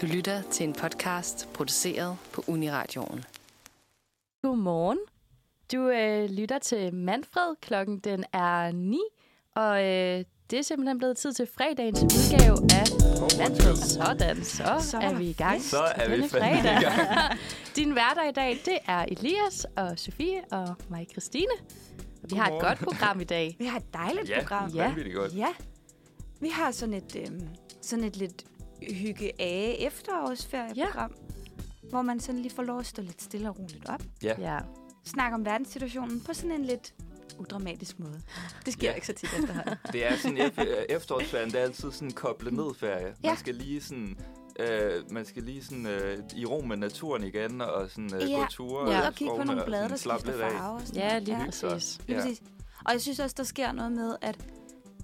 Du lytter til en podcast produceret på Uniradioen. Godmorgen. Du øh, lytter til Manfred. Klokken den er 9, og øh, det er simpelthen blevet tid til fredagens udgave af Manfred. Sådan, så, så er vi i gang. Så er vi Denne fandme i fredag. gang. Din værter i dag, det er Elias og Sofie og mig, Christine. Vi har et godt program i dag. Vi har et dejligt Ja, program. Ja. vanvittigt godt. ja. Vi har sådan et, øhm, sådan et lidt hygge af efterårsferieprogram, hvor man sådan lige får lov at stå lidt stille og roligt op. Ja, Snakke om verdenssituationen på sådan en lidt udramatisk måde. Det sker Ja. ja. ikke så tit efterhånden. Det er sådan, ef- efterårsferien, det er altid sådan en koblet ned ferie. Ja. Man skal lige sådan... Øh, man skal lige sådan øh, i ro med naturen igen, og sådan øh, Ja, gå ture. Ud i og kigge på skovene nogle og blade, sådan der slappe skifter lidt af. farve. og sådan ja noget. lige ja. Hygge sig. præcis. Lige Ja. præcis. Og jeg synes også, der sker noget med, at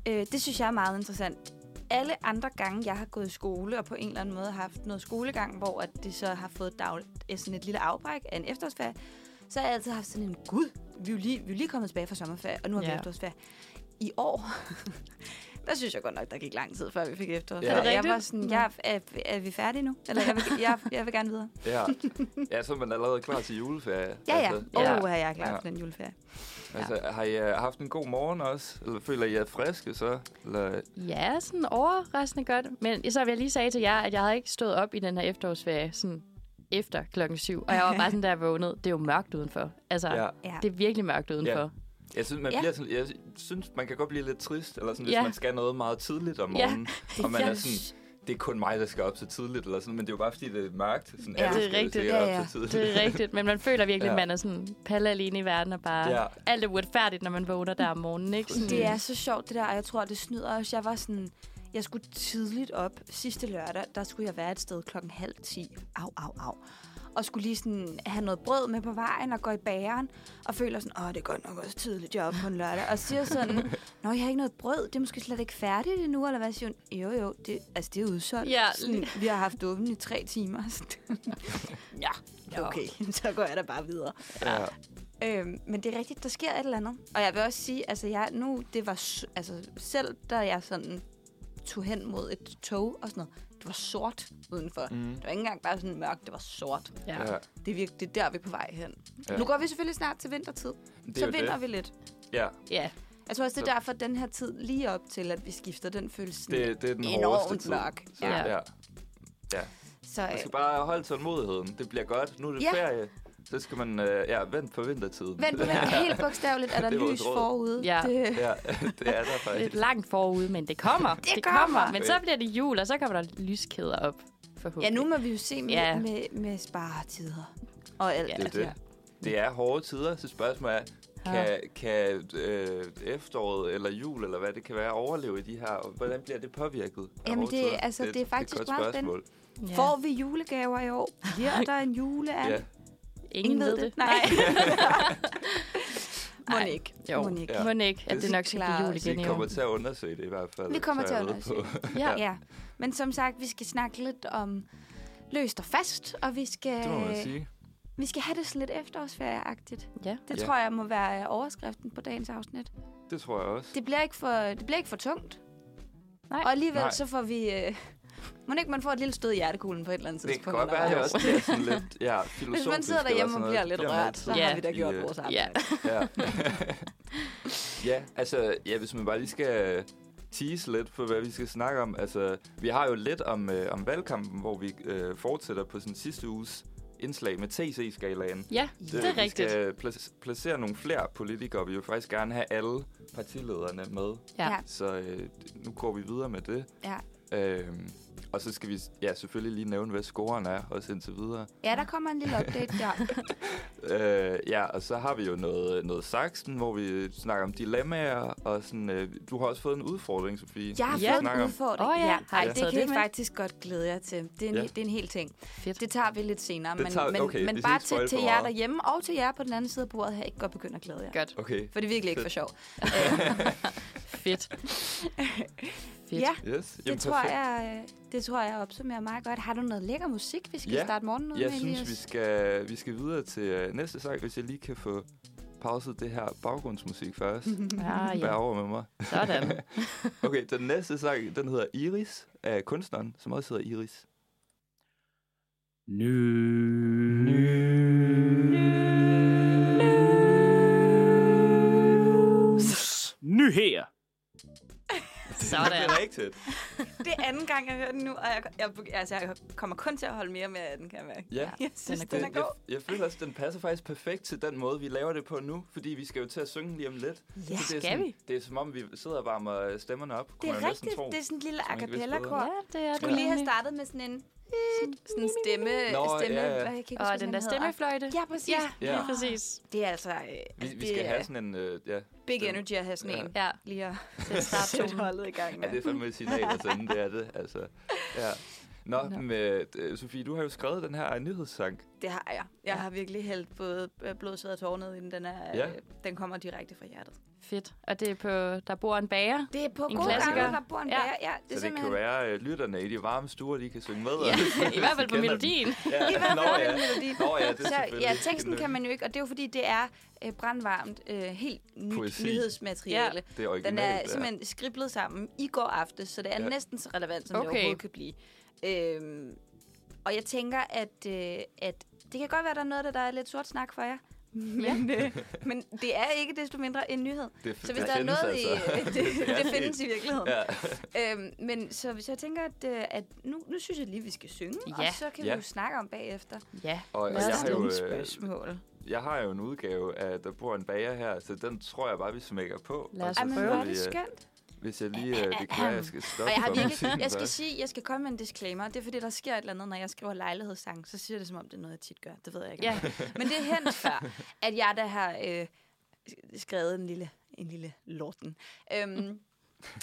øh, det synes jeg er meget interessant. Alle andre gange, jeg har gået i skole, og på en eller anden måde haft noget skolegang, hvor at det så har fået dag, eh, sådan et lille afbræk af en efterårsferie, så har jeg altid haft sådan en, gud, vi er jo lige, vi er jo lige kommet tilbage fra sommerferie, og nu har vi Ja. efterårsferie. I år, der synes jeg godt nok, der gik lang tid, før vi fik Er efterårsferie. det jeg var rigtigt? sådan, jeg, er, er, vi færdige nu? Eller jeg vil, jeg, jeg vil gerne videre. Ja. ja, så er man allerede klar til juleferie. Ja, ja. Altså, Åh, Ja. ja. oh, jeg er klar Ja. ja. for den juleferie. altså, har I øh, haft en god morgen også? Eller føler I jer friske så? Eller, Ja, sådan overraskende godt. Men så vil jeg lige sige til jer, at jeg havde ikke stået op i den her efterårsferie sådan efter klokken syv. Og jeg var bare sådan, der vågnede. Det er jo mørkt udenfor. Altså, ja. ja. Ja. det er virkelig mørkt udenfor. Jeg synes, man Ja. bliver sådan, jeg synes, man kan godt blive lidt trist, eller sådan, hvis Ja. man skal noget meget tidligt om Ja. morgenen, og man Jeg er sådan, det er kun mig, der skal op så tidligt, eller sådan, men det er jo bare, fordi det er mørkt. Sådan, Ja, alle det er skal rigtigt. sikkert Ja, op ja. så tidligt. Det er rigtigt, men man føler virkelig, Ja. ja. at man er sådan palle alene i verden, og bare Ja. ja. alt er uretfærdigt, når man vågner der om morgenen, ikke? Sådan, Det er så sjovt, det der, og jeg tror, det snyder også. Jeg var sådan, jeg skulle tidligt op sidste lørdag, der skulle jeg være et sted klokken halv ti. Au, au, au. Og skulle lige sådan have noget brød med på vejen og gå i bageren. Og føler sådan, åh, det er godt nok også tidligt, jeg er oppe på en lørdag. Og siger sådan, nå, jeg har ikke noget brød, det er måske slet ikke færdigt endnu, eller hvad? Siger hun, jo, jo, det, altså det er udsolgt. Ja, sådan, vi har haft åbent i tre timer. ja, okay, så går jeg da bare videre. Ja. Øhm, men det er rigtigt, der sker et eller andet. Og jeg vil også sige, altså jeg, nu, det var, s- altså selv da jeg sådan tog hen mod et tog og sådan noget, det var sort udenfor. Mm. Mhm. Det var ikke engang bare sådan mørkt, det var sort. Ja. Ja. Det er, virkelig, det er der, vi er på vej hen. Ja. Ja. Nu går vi selvfølgelig snart til vintertid. Det er så jo vinder det. vi lidt. ja. ja. Jeg tror også, det er derfor, at den her tid lige op til, at vi skifter, den føles sådan. Det, det er den Enormt hårdeste tid. mørk. Så, Ja. ja. Så Man skal øh, bare holde tålmodigheden. Det bliver godt. Nu er det Ja. ferie. Så skal man øh, ja, vente på vintertiden. vent på vent, helt bogstaveligt, er der Det er vores lys råd. forude. Ja. Det, Ja, det er der Lidt faktisk. langt forud, men det kommer. det, kommer. Men så bliver det jul, og så kommer der lyskæder op, ja, forhåbentlig. nu må vi jo se med, Ja. ja. med, med sparetider og alt Ja. Det er det. Altså, Det er hårde tider, så spørgsmålet er, kan, kan øh, efteråret eller jul, eller hvad det kan være, overleve i de her? og Hvordan bliver det påvirket? af Jamen, hårde det- tider? altså, det er et- et faktisk godt meget spørgsmål. Ja. Får vi julegaver i år? Bliver der en juleand? Ja. Ingen ved det. Nej. Nej. Må ikke. Jo, Må ikke. Ja. Må ikke, at Det det nok skal klarer blive jul os. igen Vi i år. kommer til at undersøge det i hvert fald. Vi kommer så til er at jeg med undersøge på. Ja. Ja. Men som sagt, vi skal snakke lidt om løst og fast, og vi skal, Det må man sige. vi skal have det sådan lidt efterårsferieagtigt. Ja. Det Ja. ja. tror jeg må være overskriften på dagens afsnit. Det tror jeg også. Det bliver ikke for, det bliver ikke for tungt. Nej. Og alligevel Nej. Nej. så får vi... Øh, må ikke man får et lille stød i hjertekuglen på et eller andet Det kan tidspunkt? godt være, at det undervejs. også bliver sådan lidt ja, filosofisk. Hvis man sidder eller derhjemme sådan og noget, bliver lidt man rørt, så altid. Ja. har vi da gjort I, øh, vores Ja. arbejde. Ja. ja, altså, ja, hvis man bare lige skal øh, tease lidt på, hvad vi skal snakke om. Altså, vi har jo lidt om, øh, om valgkampen, hvor vi øh, fortsætter på sådan sidste uges indslag med TC-skalaen. Ja, det er Vi rigtigt. skal pla- placere nogle flere politikere. Vi vil faktisk gerne have alle partilederne med. Ja. Ja. Så øh, nu går vi videre med det. Ja. Øhm, og så skal vi ja, selvfølgelig lige nævne, hvad scoren er, også indtil videre. Ja, der kommer en lille update der. Øh, ja, og så har vi jo noget, noget Saxen, hvor vi snakker om dilemmaer, og sådan, øh, du har også fået en udfordring, Sofie. Jeg har vi Ja. fået en snakker om. udfordring. Åh ja, har I Ej, taget det kan det I med? faktisk godt glæde jer til. Det er en, Ja. ja. det er en hel ting. Fedt. Det tager vi lidt senere. Det Men, tager- men, okay, vi men skal bare ikke spoil til, til for jer meget. derhjemme og til jer på den anden side af bordet her, ikke godt begynde at glæde jer. Godt. Okay, For det er virkelig ikke for sjov. Fedt. Fedt. Ja, yes. det tror, jeg, øh, det tror jeg opsummerer meget godt. Har du noget lækker musik, vi skal Ja. starte morgenen ud Jeg med, synes, Elias? vi skal, vi skal videre til øh, næste sang, hvis jeg lige kan få pauset det her baggrundsmusik først. Mhm. Ah, Bær ja. over med mig. Sådan. Okay, den næste sang, den hedder Iris af kunstneren, som også hedder Iris. Ny. Nyheder. Det Sådan. er rigtigt. Det er anden gang, jeg hører den nu, og jeg, jeg, altså, jeg kommer kun til at holde mere med af den, kan jeg mærke. Ja. Jeg synes, er den god. er, Det, god. jeg, jeg føler også, den passer faktisk perfekt til den måde, vi laver det på nu, fordi vi skal jo til at synge lige om lidt. Ja, Så det er skal sådan, vi? Det er som om, vi sidder og varmer øh, stemmerne op, Det kunne man er jo næsten rigtigt. tro. Det er sådan en lille Som a man ikke vidste bedre. cappella-kor. Ja, det er Jeg skulle lige have nemlig. startet med sådan en sådan en stemme, Nå, stemme, ja, ja. Hvad, jeg kan ikke huske, Og hvad den der hedder. stemmefløjte. Ja, præcis. Ja, Ja. lige præcis. Det er altså, øh, Vi, altså vi det skal er have sådan en... Øh, ja, big stemme. energy at have sådan Ja. en. Ja, Lige at det starter sætte holdet i gang ja, det med. er fandme et signal at sende, det er det. Altså, ja. Nå, Nå. Nå. Men, øh, Sofie, du har jo skrevet den her øh, nyhedssang. Det har jeg. Jeg har virkelig hældt både øh, blod, sved og tårer ned i den. Den, er, øh, Ja. den kommer direkte fra hjertet. Fedt. Og det er på, der bor en bager. Det er på En en gode klassiker. gamle, der bor en Ja. bager. Ja, det Det er så det simpelthen... kan være, at lytterne i de varme stuer, de kan synge med. Ja, og- I hvert fald på Kender den. melodien. Ja, I hvert nå, fald ja. den melodi. Nå ja, det er Så, selvfølgelig. ja, teksten kan man jo ikke, og det er jo fordi, det er øh, brandvarmt, øh, helt nyt Poesi. nyhedsmateriale. Det er Den originalt. er simpelthen skriblet sammen i går aftes, så det er Ja. ja. næsten så relevant, som okay. Okay. det overhovedet kan blive. Øhm, og jeg tænker, at, øh, at det kan godt være, der er noget, der, der er lidt sort snak for jer. Men, ja. øh, men det er ikke desto mindre en nyhed. Ja. Det, Så hvis der er findes noget i... altså. Det, det, sket. findes i virkeligheden. Ja. Øhm, men så hvis jeg tænker, at, øh, at nu, nu synes jeg lige, vi skal synge, Ja. og så kan Ja. vi jo snakke om bagefter. Ja, Og, og Lad os jeg, har jo, stille øh, spørgsmål. jeg har jo en udgave af Der bor en bager her, så den tror jeg bare, vi smækker på. Lad Og os så Ej, men prøve. hvor finder er vi, det øh, skønt. Hvis jeg lige... øh, Det kan være, jeg skal Og stoppe jeg har for musikken virkelig, jeg skal først. sige, jeg skal komme med en disclaimer. Det er fordi, der sker et eller andet, når jeg skriver lejlighedssang, så siger det, som om det er noget, jeg tit gør. Det ved jeg ikke. ja. om det er. Men det er hent før, at jeg der har øh, skrevet en lille, en lille lorten. Øhm,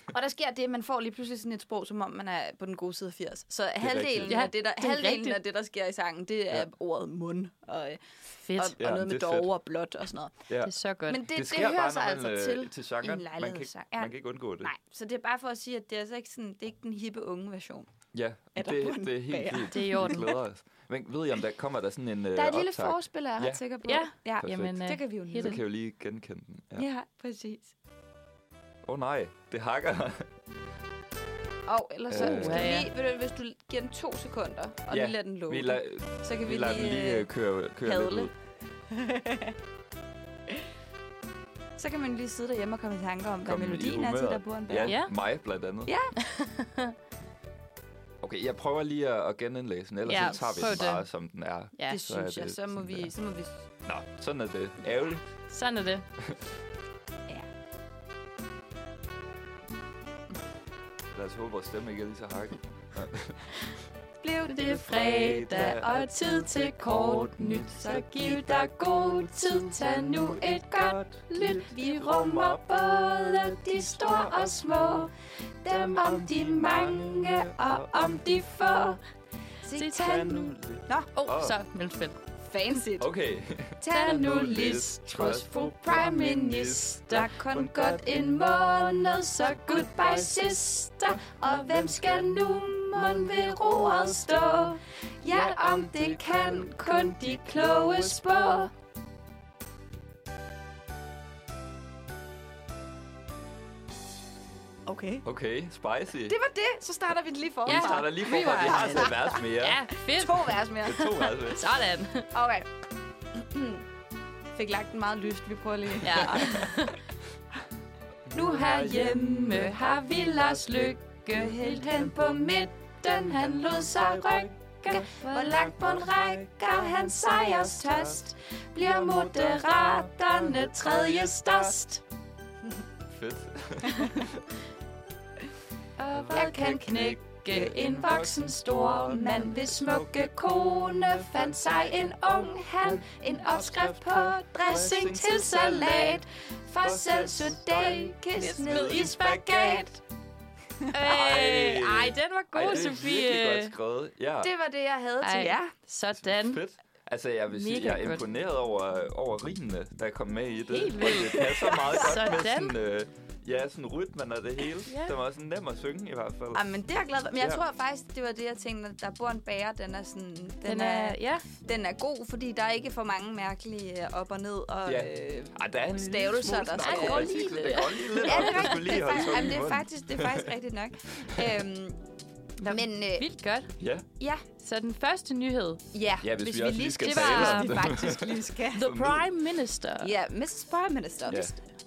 og der sker det, at man får lige pludselig sådan et sprog, som om man er på den gode side af 80. Så halvdelen, rigtigt. af, det, der, er halvdelen rigtigt. af det, der sker i sangen, det er Ja. ordet mund og, øh, og, Fedt. og Ja, noget med det er fedt. dog og blåt og sådan noget. Ja. Det er så godt. Men det, det, det sker hører bare, sig når man, altså øh, til. til genren. i en man, kan, ikke- lejlighedssang. Ja. man kan ikke undgå det. Nej, så det er bare for at sige, at det er altså ikke sådan, det er ikke den hippe unge version. Ja, Er der det, kun det er helt bager? fint. Det er i orden. Vi glæder os. Men ved I, om der kommer der sådan en øh, Der er et lille optag? forspil, er jeg er Ja. ret sikker på. Ja. ja. Perfekt. Jamen, øh, Det kan vi jo hit Så nyde. kan jeg jo lige genkende den. Åh ja. Ja, præcis. oh, nej, det hakker. Og ellers så Øh. skal Ja, ja. vi, ved du, hvis du giver den to sekunder, og Ja, lige lader den lukke, vi, la- så kan vi, vi lader den lige øh, køre, køre lidt padle. ud. så kan man lige sidde derhjemme og komme i tanker om, hvad øh, Komme i melodien er til, humøret. der bor en Ja, bag. Ja. ja, mig blandt andet. Ja. okay, jeg prøver lige at, at genindlæse den, ellers Ja, så tager vi prøv den det. bare, som den er. Ja, Det så er synes jeg, det så må sådan vi... der. Så må vi Nå, sådan er det. Ærgerligt. sådan er det. Lad os håbe, vores stemme ikke er lige så hakket. blev Det er fredag og tid til kort nyt, så giv dig god tid, tag nu et godt lyt. Vi rummer både de store og små, dem om de mange og om de få. Så tag nu... Nå, oh, Åh. så Mølfeld. fancy. Okay. Tag nu list, trods fru prime minister. Kun godt en måned, så goodbye sister. Og hvem skal nu mon ved roret stå? Ja, om det kan kun de kloge spå. Okay. Okay, spicy. Det var det. Så starter vi den lige forfra. Ja. Vi starter lige på, var- vi har så et vers mere. fedt. To vers mere. To vers mere. Sådan. Okay. Fik lagt den meget lyst. Vi prøver lige. Ja. nu herhjemme har vi Lars Lykke helt hen på midten. Han lod sig rykke, hvor langt på en rækker han sejers tørst. Bliver moderaterne tredje størst. Fedt. Og hvad kan knække en voksen stor mand, hvis smukke kone fandt sig en ung han. En opskrift på dressing til salat, for selv sudaikis ned i spagat. Ej. Ej, den var Ej, god, det er virkelig godt Sofie. skrevet. Ja. Det var det, jeg havde til Ej, jer. sådan. Fedt. Altså, jeg vil sige, Mega jeg er godt. imponeret over, over rimene, der kom med i det. Helt Og det passer meget godt med Sådan. sådan, øh, ja, sådan rytmen og det hele. Ja. Yeah. Den var sådan nem at synge i hvert fald. Ej, men det er jeg glad for. Men jeg Ja. tror faktisk, det var det, jeg tænkte, at der bor en bager, den er sådan... Den, Den er, ja, den er god, fordi der er ikke for mange mærkelige øh, op og ned. Og, Ja. øh, Ej, der er en lille stavelser, smule der sådan skal- akrobatik. Ej, Det går lige lidt Ja, det er op. Du skal rigtigt. Det lige er, holde faktisk, jamen, tungen i det, er munden. faktisk, det er faktisk rigtigt nok. Øhm, Nå, Men, øh, Vildt godt. Ja, Ja, Så den første nyhed. ja, ja hvis, hvis vi, også lige skal det tale var- om vi det. faktisk lige skal. The Formidlet. Prime Minister. Ja, Mrs. Prime Minister. Ja.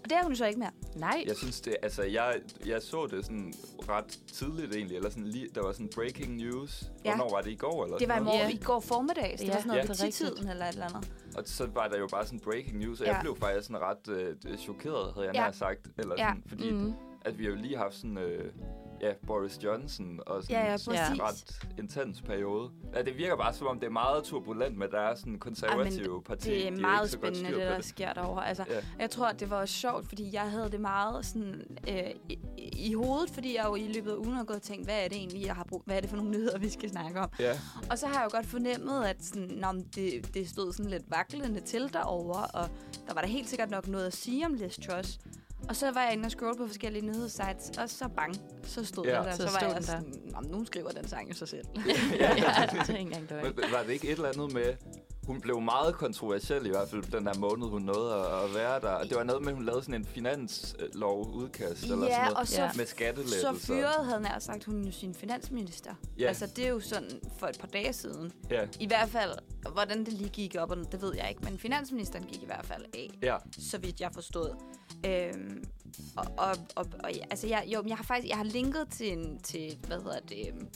Og det er hun jo så ikke mere. Nej. Jeg synes det, altså jeg, jeg så det sådan ret tidligt egentlig, eller sådan lige, der var sådan breaking news. Ja. Hvornår var det i går? Eller Det var i, sådan morgen, noget? Ja. i går formiddags. Det Ja, var sådan noget det er ved rigtigt. 10-tiden eller et eller andet. Og så var der jo bare sådan breaking news, og Ja. jeg blev faktisk sådan ret øh, chokeret, havde jeg Ja. nær sagt. Eller Ja. sådan, fordi Mhm. at vi har jo lige haft sådan, øh, ja, Boris Johnson og sådan Ja, ja, en præcis. ret intens periode. Ja, det virker bare, som om det er meget turbulent med deres sådan konservative ja, parti. Ah, Det De er ikke meget så godt spændende, styr det på der sker derovre. Altså, Ja. ja. Jeg tror, det var sjovt, fordi jeg havde det meget sådan, øh, i, i hovedet, fordi jeg jo i løbet af ugen har gået og tænkt, hvad er det egentlig, jeg har brug, hvad er det for nogle nyheder, vi skal snakke om? Ja, Og så har jeg jo godt fornemmet, at sådan, nå, men det, det stod sådan lidt vaklende til derovre, og der var der helt sikkert nok noget at sige om Liz Truss. Og så var jeg inde og scrolle på forskellige nyhedssites, og så bang, så stod Ja. ja. der, Så så, så var stod jeg den der. sådan, "Nå, men nogen skriver den sang jo sig selv. ja, det er ikke engang løgn. men var det ikke et eller andet med... Hun blev meget kontroversiel i hvert fald den der måned, hun nåede at at være der. Og Det var noget med, at hun lavede sådan en finanslovudkast eller sådan Ja, noget. og så, Ja. med skattelettelser. så fyret havde nær sagt, hun jo sin finansminister. Ja. Altså, det er jo sådan for et par dage siden. Ja, I hvert fald, hvordan det lige gik op, og ned, det ved jeg ikke, men finansministeren gik i hvert fald af, ja. så vidt jeg forstod. Øhm, og, og, og, og ja, altså, jeg, jo, men jeg har faktisk jeg har linket til, en, til hvad hedder det, øhm,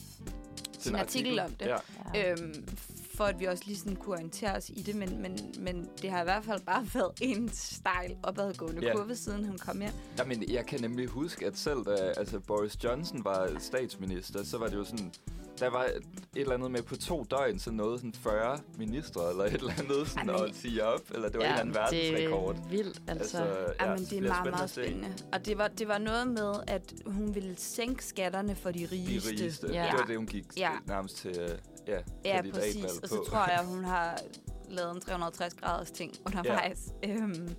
Til en artikel om det. Ja. Ja. øhm, for at vi også lige sådan kunne orientere os i det, men, men, men det har i hvert fald bare været en stejl opadgående Ja. kurve, siden hun kom hjem. Jamen, jeg kan nemlig huske, at selv da altså, Boris Johnson var statsminister, så var det jo sådan... Der var et eller andet med på to døgn, så nåede sådan 40 ministre eller et eller andet sådan Ej, men- at sige op. Eller det var ja, en eller anden verdensrekord. Det er vildt, altså. ja, Ja, men så det er bliver meget, meget at se. spændende. Og det var, det var noget med, at hun ville sænke skatterne for de De rigeste. rigeste. Ja. Ja. Det var det, hun gik Ja. ja. nærmest til øh, ja, Ja, kandidatvalg præcis. Og på. så tror jeg, hun har lavet en 360-graders ting undervejs. Ja. Øhm,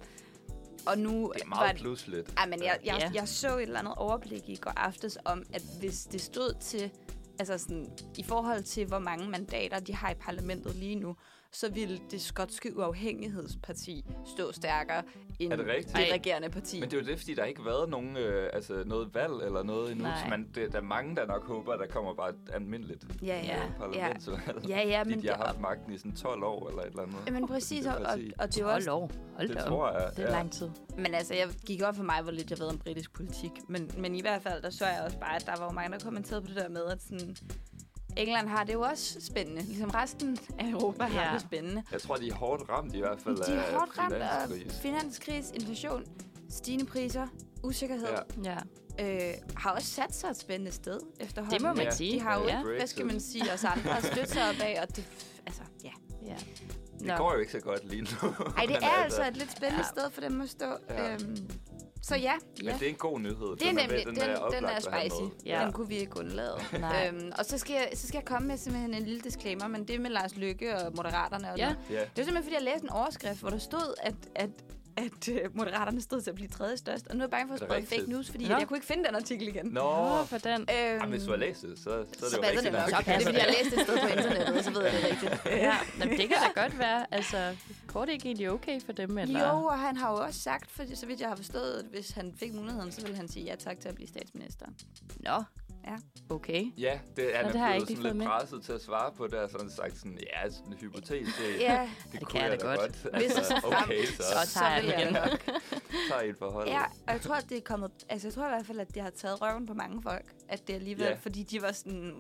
og nu det er var meget det- pludseligt. Ej, men jeg, jeg, Ja. ja. jeg så et eller andet overblik i går aftes om, at hvis det stod til, altså sådan, i forhold til, hvor mange mandater de har i parlamentet lige nu, så ville det skotske uafhængighedsparti stå stærkere end Er det rigtigt? det Ej. regerende parti. Men det er jo det, fordi der ikke har været nogen, øh, altså, noget valg eller noget endnu. Nej. Så man, det, der er mange, der nok håber, at der kommer bare et almindeligt Ja, ja, øh, parlamentsvalg. Ja, ja, Fordi men de det, har haft magten i sådan 12 år eller et eller andet. men præcis, det og, og, parti. og det er jo Hold også lov. Hold Det da op. tror jeg. Det er lang tid. Men altså, jeg gik op for mig, hvor lidt jeg ved om britisk politik. Men, men i hvert fald, der så jeg også bare, at der var jo mange, der kommenterede på det der med, at sådan, England har det jo også spændende. Ligesom resten af Europa ja. Ja. har det spændende. Jeg tror, de er hårdt ramt i hvert fald De er af hårdt ramt af finanskrise. finanskris, inflation, stigende priser, usikkerhed. Ja. Ja. Øh, har også sat sig et spændende sted efterhånden. Det må man Ja, sige. De har jo ja. ikke, hvad skal man sige, os andre at støtte sig op af. Og det, altså, ja. ja. Det går jo ikke så godt lige nu. Ej, det Men øh, er altså et lidt spændende ja. sted for dem at stå. Ja. Ja. Øhm, så ja, Men ja. det er en god nyhed. Det er nemlig, den, den, er, oplagt den er at have spicy. med. Ja. Ja. Den kunne vi ikke undlade. Nej. øhm, og så skal, jeg, så skal jeg komme med simpelthen en lille disclaimer, men det er med Lars Lykke og Moderaterne. Og Ja. ja. Det Ja. var simpelthen, fordi jeg læste en overskrift, hvor der stod, at, at at øh, Moderaterne stod til at blive tredje størst. Og nu er jeg bange for at Er det sprede rigtigt? fake news, fordi Nå. jeg kunne ikke finde den artikel igen. Nå, Åh, for den. Øhm, Jamen, hvis du har læst det, så, så er det så jo passer rigtigt det nok. nok. Det er, fordi jeg læste et sted på internettet, så ved jeg det rigtigt. Ja, men det kan da godt være. Altså, går det ikke egentlig okay for dem, eller? Jo, og han har jo også sagt, for så vidt jeg har forstået, at hvis han fik muligheden, så ville han sige ja tak til at blive statsminister. Nå. Ja. Okay. Ja, det er Nå, han det har jeg er ikke blevet lige sådan fået lidt med. presset til at svare på det, og sådan sagt sådan, ja, sådan en hypotes, det, Ja, det, det kunne kan jeg jeg da da godt. godt. Hvis Altså, jeg så frem- okay, så, Så tager jeg vil den igen. nok tager I et forhold. Ja, og jeg tror, at det er kommet... Altså, jeg tror i hvert fald, at det har taget røven på mange folk. At det alligevel... Ja. Yeah. Fordi de var sådan...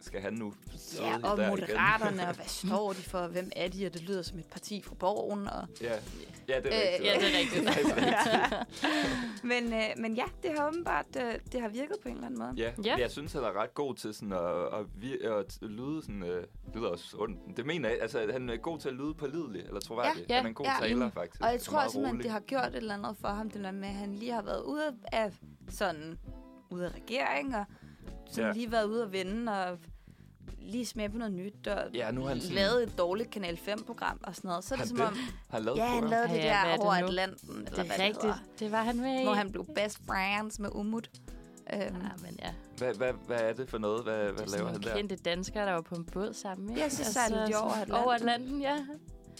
Skal han nu sidde Ja, og der moderaterne, og hvad står de for? Hvem er de? Og det lyder som et parti fra borgen. Og... igen? Ja. ja, det er Øh, rigtigt. Ja, det er rigtigt. Men, øh, men ja, det har åbenbart... Øh, det har virket på en eller anden måde. Ja, Ja. ja. jeg synes, han er ret god til sådan at, at, vi, at lyde sådan... Øh, det lyder også ondt. men Det mener jeg. Altså, han er god til at lyde pålidelig, eller troværdig. Ja, Ja, han er en god ja. taler, faktisk. Og jeg er tror meget simpelthen, rolig. det har gjort et eller andet for ham, det der med, at han lige har været ude af sådan, ude af regering, og sådan Ja. ja. lige været ude at vende, og lige smage på noget nyt, og Ja, nu er han sådan- lavet et dårligt Kanal 5-program og sådan noget. Så er Han det som det? om, Har lavet ja, han program. lavede det Ja, ja, hvad er der det over nu? Atlanten, eller Det hvad er rigtigt. Det Det var han med i. hedder, hvor han blev best friends med Umut. Øhm, Ja, men ja. Hvad, hvad, hvad er det for noget? Hvad, Det hvad er laver sådan han nogle der? kendte danskere, der var på en båd sammen. ikke? Ja, så sejlede de over Atlanten. Over Atlanten, ja.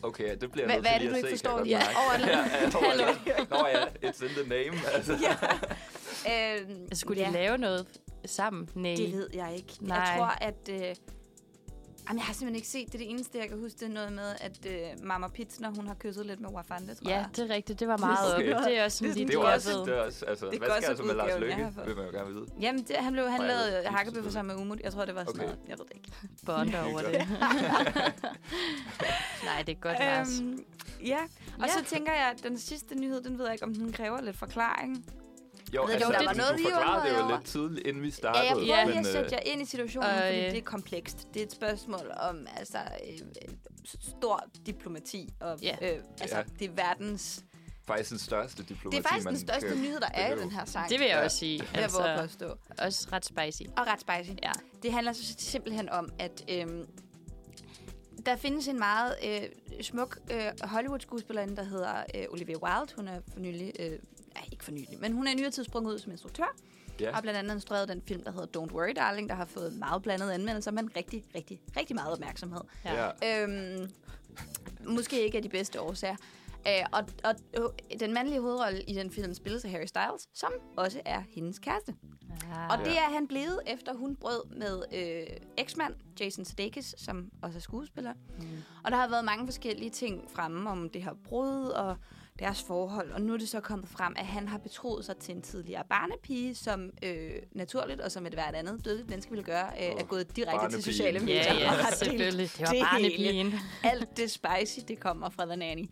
Okay, ja, det bliver Hva- jeg nødt hvad er til det, du ikke lige at se, kan forstår? jeg godt Ja, mærke. over eller ja, ja, over Nå ja, it's in the name. Altså. ja. Øhm, Altså, Skulle de ja. lave noget sammen? Nej. Det ved jeg ikke. Nej. Jeg tror, at... Øh, jamen, jeg har simpelthen ikke set det. Det eneste, jeg kan huske, det er noget med, at øh, Mama Pitsner, hun har kysset lidt med Wafande, tror Ja, jeg. det er rigtigt. Det var meget okay. Okay. op. Det er også sådan Det lige er sådan, Det er jo er også, ved. det er også, altså, Det er hvad skal også altså med Lars udgaven, jeg Løkke? har fået. vil man jo gerne vide. Jamen, det, han, blev, han Ej, jeg ved det lavede ikke, hakkebøffer sammen med Umut. Jeg tror, det var sådan Okay. noget. Jeg ved det ikke. bond Ja. over Det det. Nej, det er godt, Lars. Øhm, ja, og Ja. så tænker jeg, at den sidste nyhed, den ved jeg ikke, om den kræver lidt forklaring. Jo, ved ikke, altså, om der det, var noget, du vi forklarede undrede det jo over. lidt tidligt, inden vi Ja, jeg startede. prøver lige men, at sætte jer øh, ind i situationen, og, øh, fordi øh, det er komplekst. Det er et spørgsmål om altså, øh, øh, stor diplomati, og Ja. øh, altså, Ja. det er verdens... faktisk den største diplomati, Det er faktisk man den største kan- nyhed, der er i kan- den her sang. Det vil jeg Ja. også sige. vil jeg våge at Altså, påstå. også ret spicy. Og ret spicy. Ja. Det handler så simpelthen om, at øhm, der findes en meget øh, smuk øh, Hollywood-skuespillerinde, der hedder øh, Olivia Wilde. Hun er for nylig... Øh, ej, ikke for nylig, men hun er i nyere tid sprunget ud som instruktør. Ja. Ja. Har blandt andet instrueret den film, der hedder Don't Worry Darling, der har fået meget blandede anmeldelser, men rigtig, rigtig, rigtig meget opmærksomhed. Ja. Ja. Øhm, måske ikke af de bedste årsager. Øh, og, og øh, den mandlige hovedrolle i den film spilles af Harry Styles, som også er hendes kæreste. Ah. Og det er han blevet, efter hun brød med øh, eksmand Jason Sudeikis, som også er skuespiller. Mm. Og der har været mange forskellige ting fremme om det her brud og deres forhold. Og nu er det så kommet frem, at han har betroet sig til en tidligere barnepige, som øh, naturligt, og som et hvert andet dødeligt menneske ville gøre, øh, er Åh, gået direkte til barnepigen. sociale medier. Ja, og ja, har delt selvfølgelig. Det var det barnepigen. alt det spicy, det kommer fra The Nanny.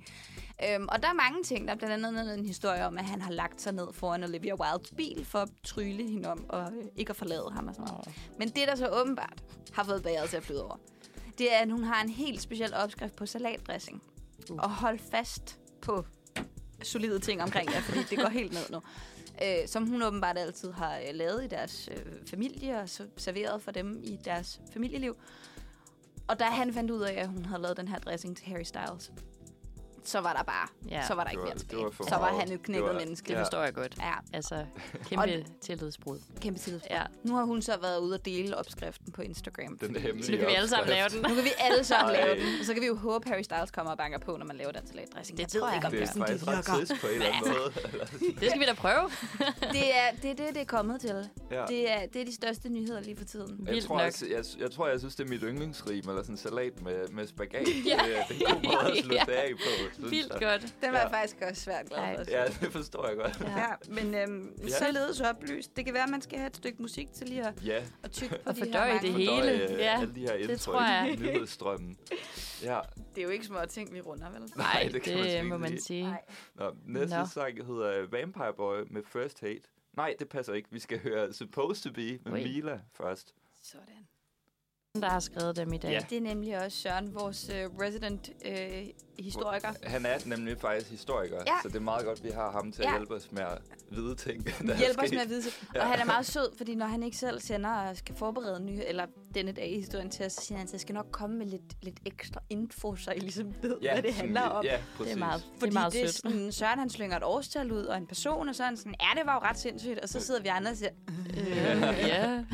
Øhm, og der er mange ting. Der er blandt andet en historie om, at han har lagt sig ned foran Olivia Wildes bil for at trylle hende om og øh, ikke at forlade ham og sådan noget. Men det, der så åbenbart har fået bæret til at flyde over, det er, at hun har en helt speciel opskrift på salatdressing. Uh. Og hold fast på solide ting omkring det, fordi det går helt ned nu. Øh, som hun åbenbart altid har øh, lavet i deres øh, familie og så serveret for dem i deres familieliv. Og da han fandt ud af, at hun havde lavet den her dressing til Harry Styles, så var der bare, Ja. ja, så var der Det ikke var- mere det tilbage. var for så var meget. han et knækket Det var- menneske. Det Ja. forstår jeg godt. ja, Altså, Og kæmpe tillidsbrud. kæmpe tid. Ja. Nu har hun så været ude og dele opskriften på Instagram. Den der hemmelige Så kan vi alle sammen lave den. Nu kan vi alle sammen Ej. lave den. Og så kan vi jo håbe, at Harry Styles kommer og banker på, når man laver den salatdressing. Det Jeg ved tror jeg. ikke, om Det er sådan, faktisk ret trist på en eller anden måde. Det skal vi da prøve. det er det, er det, det er kommet til. Ja. Det, er, det er de største nyheder lige for tiden. Jeg Vildt tror, nok. jeg, jeg, jeg, tror, jeg synes, det er mit yndlingsrim, eller sådan salat med, med spagat. ja. Det, er- det er en god måde at slutte det af på, synes Vildt jeg. godt. Den var Ja. jeg faktisk også svært glad Ej. for. Ja, det forstår jeg godt. Ja, men øhm, Ja. således oplyst. Det kan være, at man skal have et stykke musik til lige at, Ja, at tykke på Og de her fordøje mange. det fordøje, hele. øh, Ja, alle de her det indtryk, tror jeg. nyhedsstrømmen. Ja, Det er jo ikke små ting, vi runder, vel? Nej, det det, kan man sgu det ikke må man lide. sige. Nej. Nå, næste Nå. Nå. sang hedder øh, Vampire Boy med First Hate. Nej, det passer ikke. Vi skal høre Supposed to Be med Ui. Mila først. Sådan. Der har skrevet dem i dag. Ja. Det er nemlig også Søren, vores øh, resident øh, historiker. Han er nemlig faktisk historiker, Ja. så det er meget godt, vi har ham til at Ja. hjælpe os med at vide ting, der er Hjælper os sket. med at vide det. Og han er meget sød, fordi når han ikke selv sender og skal forberede nye, eller denne dag i historien til os, så siger han, at jeg skal nok komme med lidt, lidt ekstra info, så I ligesom ved, ja, hvad det sådan handler lidt. om. Ja, præcis. Det er meget, det Fordi er meget det er sødt. sådan, Søren han slynger et årstal ud, og en person, og så er han sådan, ja, det var jo ret sindssygt. Og så sidder vi andre og siger, Ja. "Jeg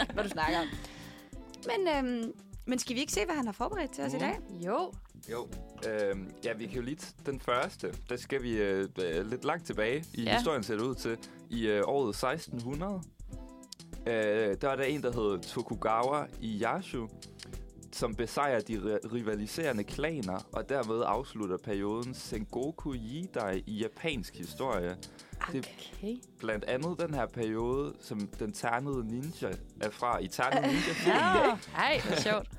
ikke, hvad du snakker om. Men, øhm, men skal vi ikke se, hvad han har forberedt til os Mm. i dag? Jo, Jo, øhm, ja, vi kan jo lige t- den første. Der skal vi øh, øh, lidt langt tilbage i Ja. ja. historien, ser det ud til. I øh, året 1600, øh, der er der en, der hedder Tokugawa Ieyasu, som besejrer de ri- rivaliserende klaner, og dermed afslutter perioden Sengoku Jidai i japansk historie. Det okay. blandt andet den her periode, som den ternede ninja er fra i ternede ninja Ja. Ej, hvor sjovt.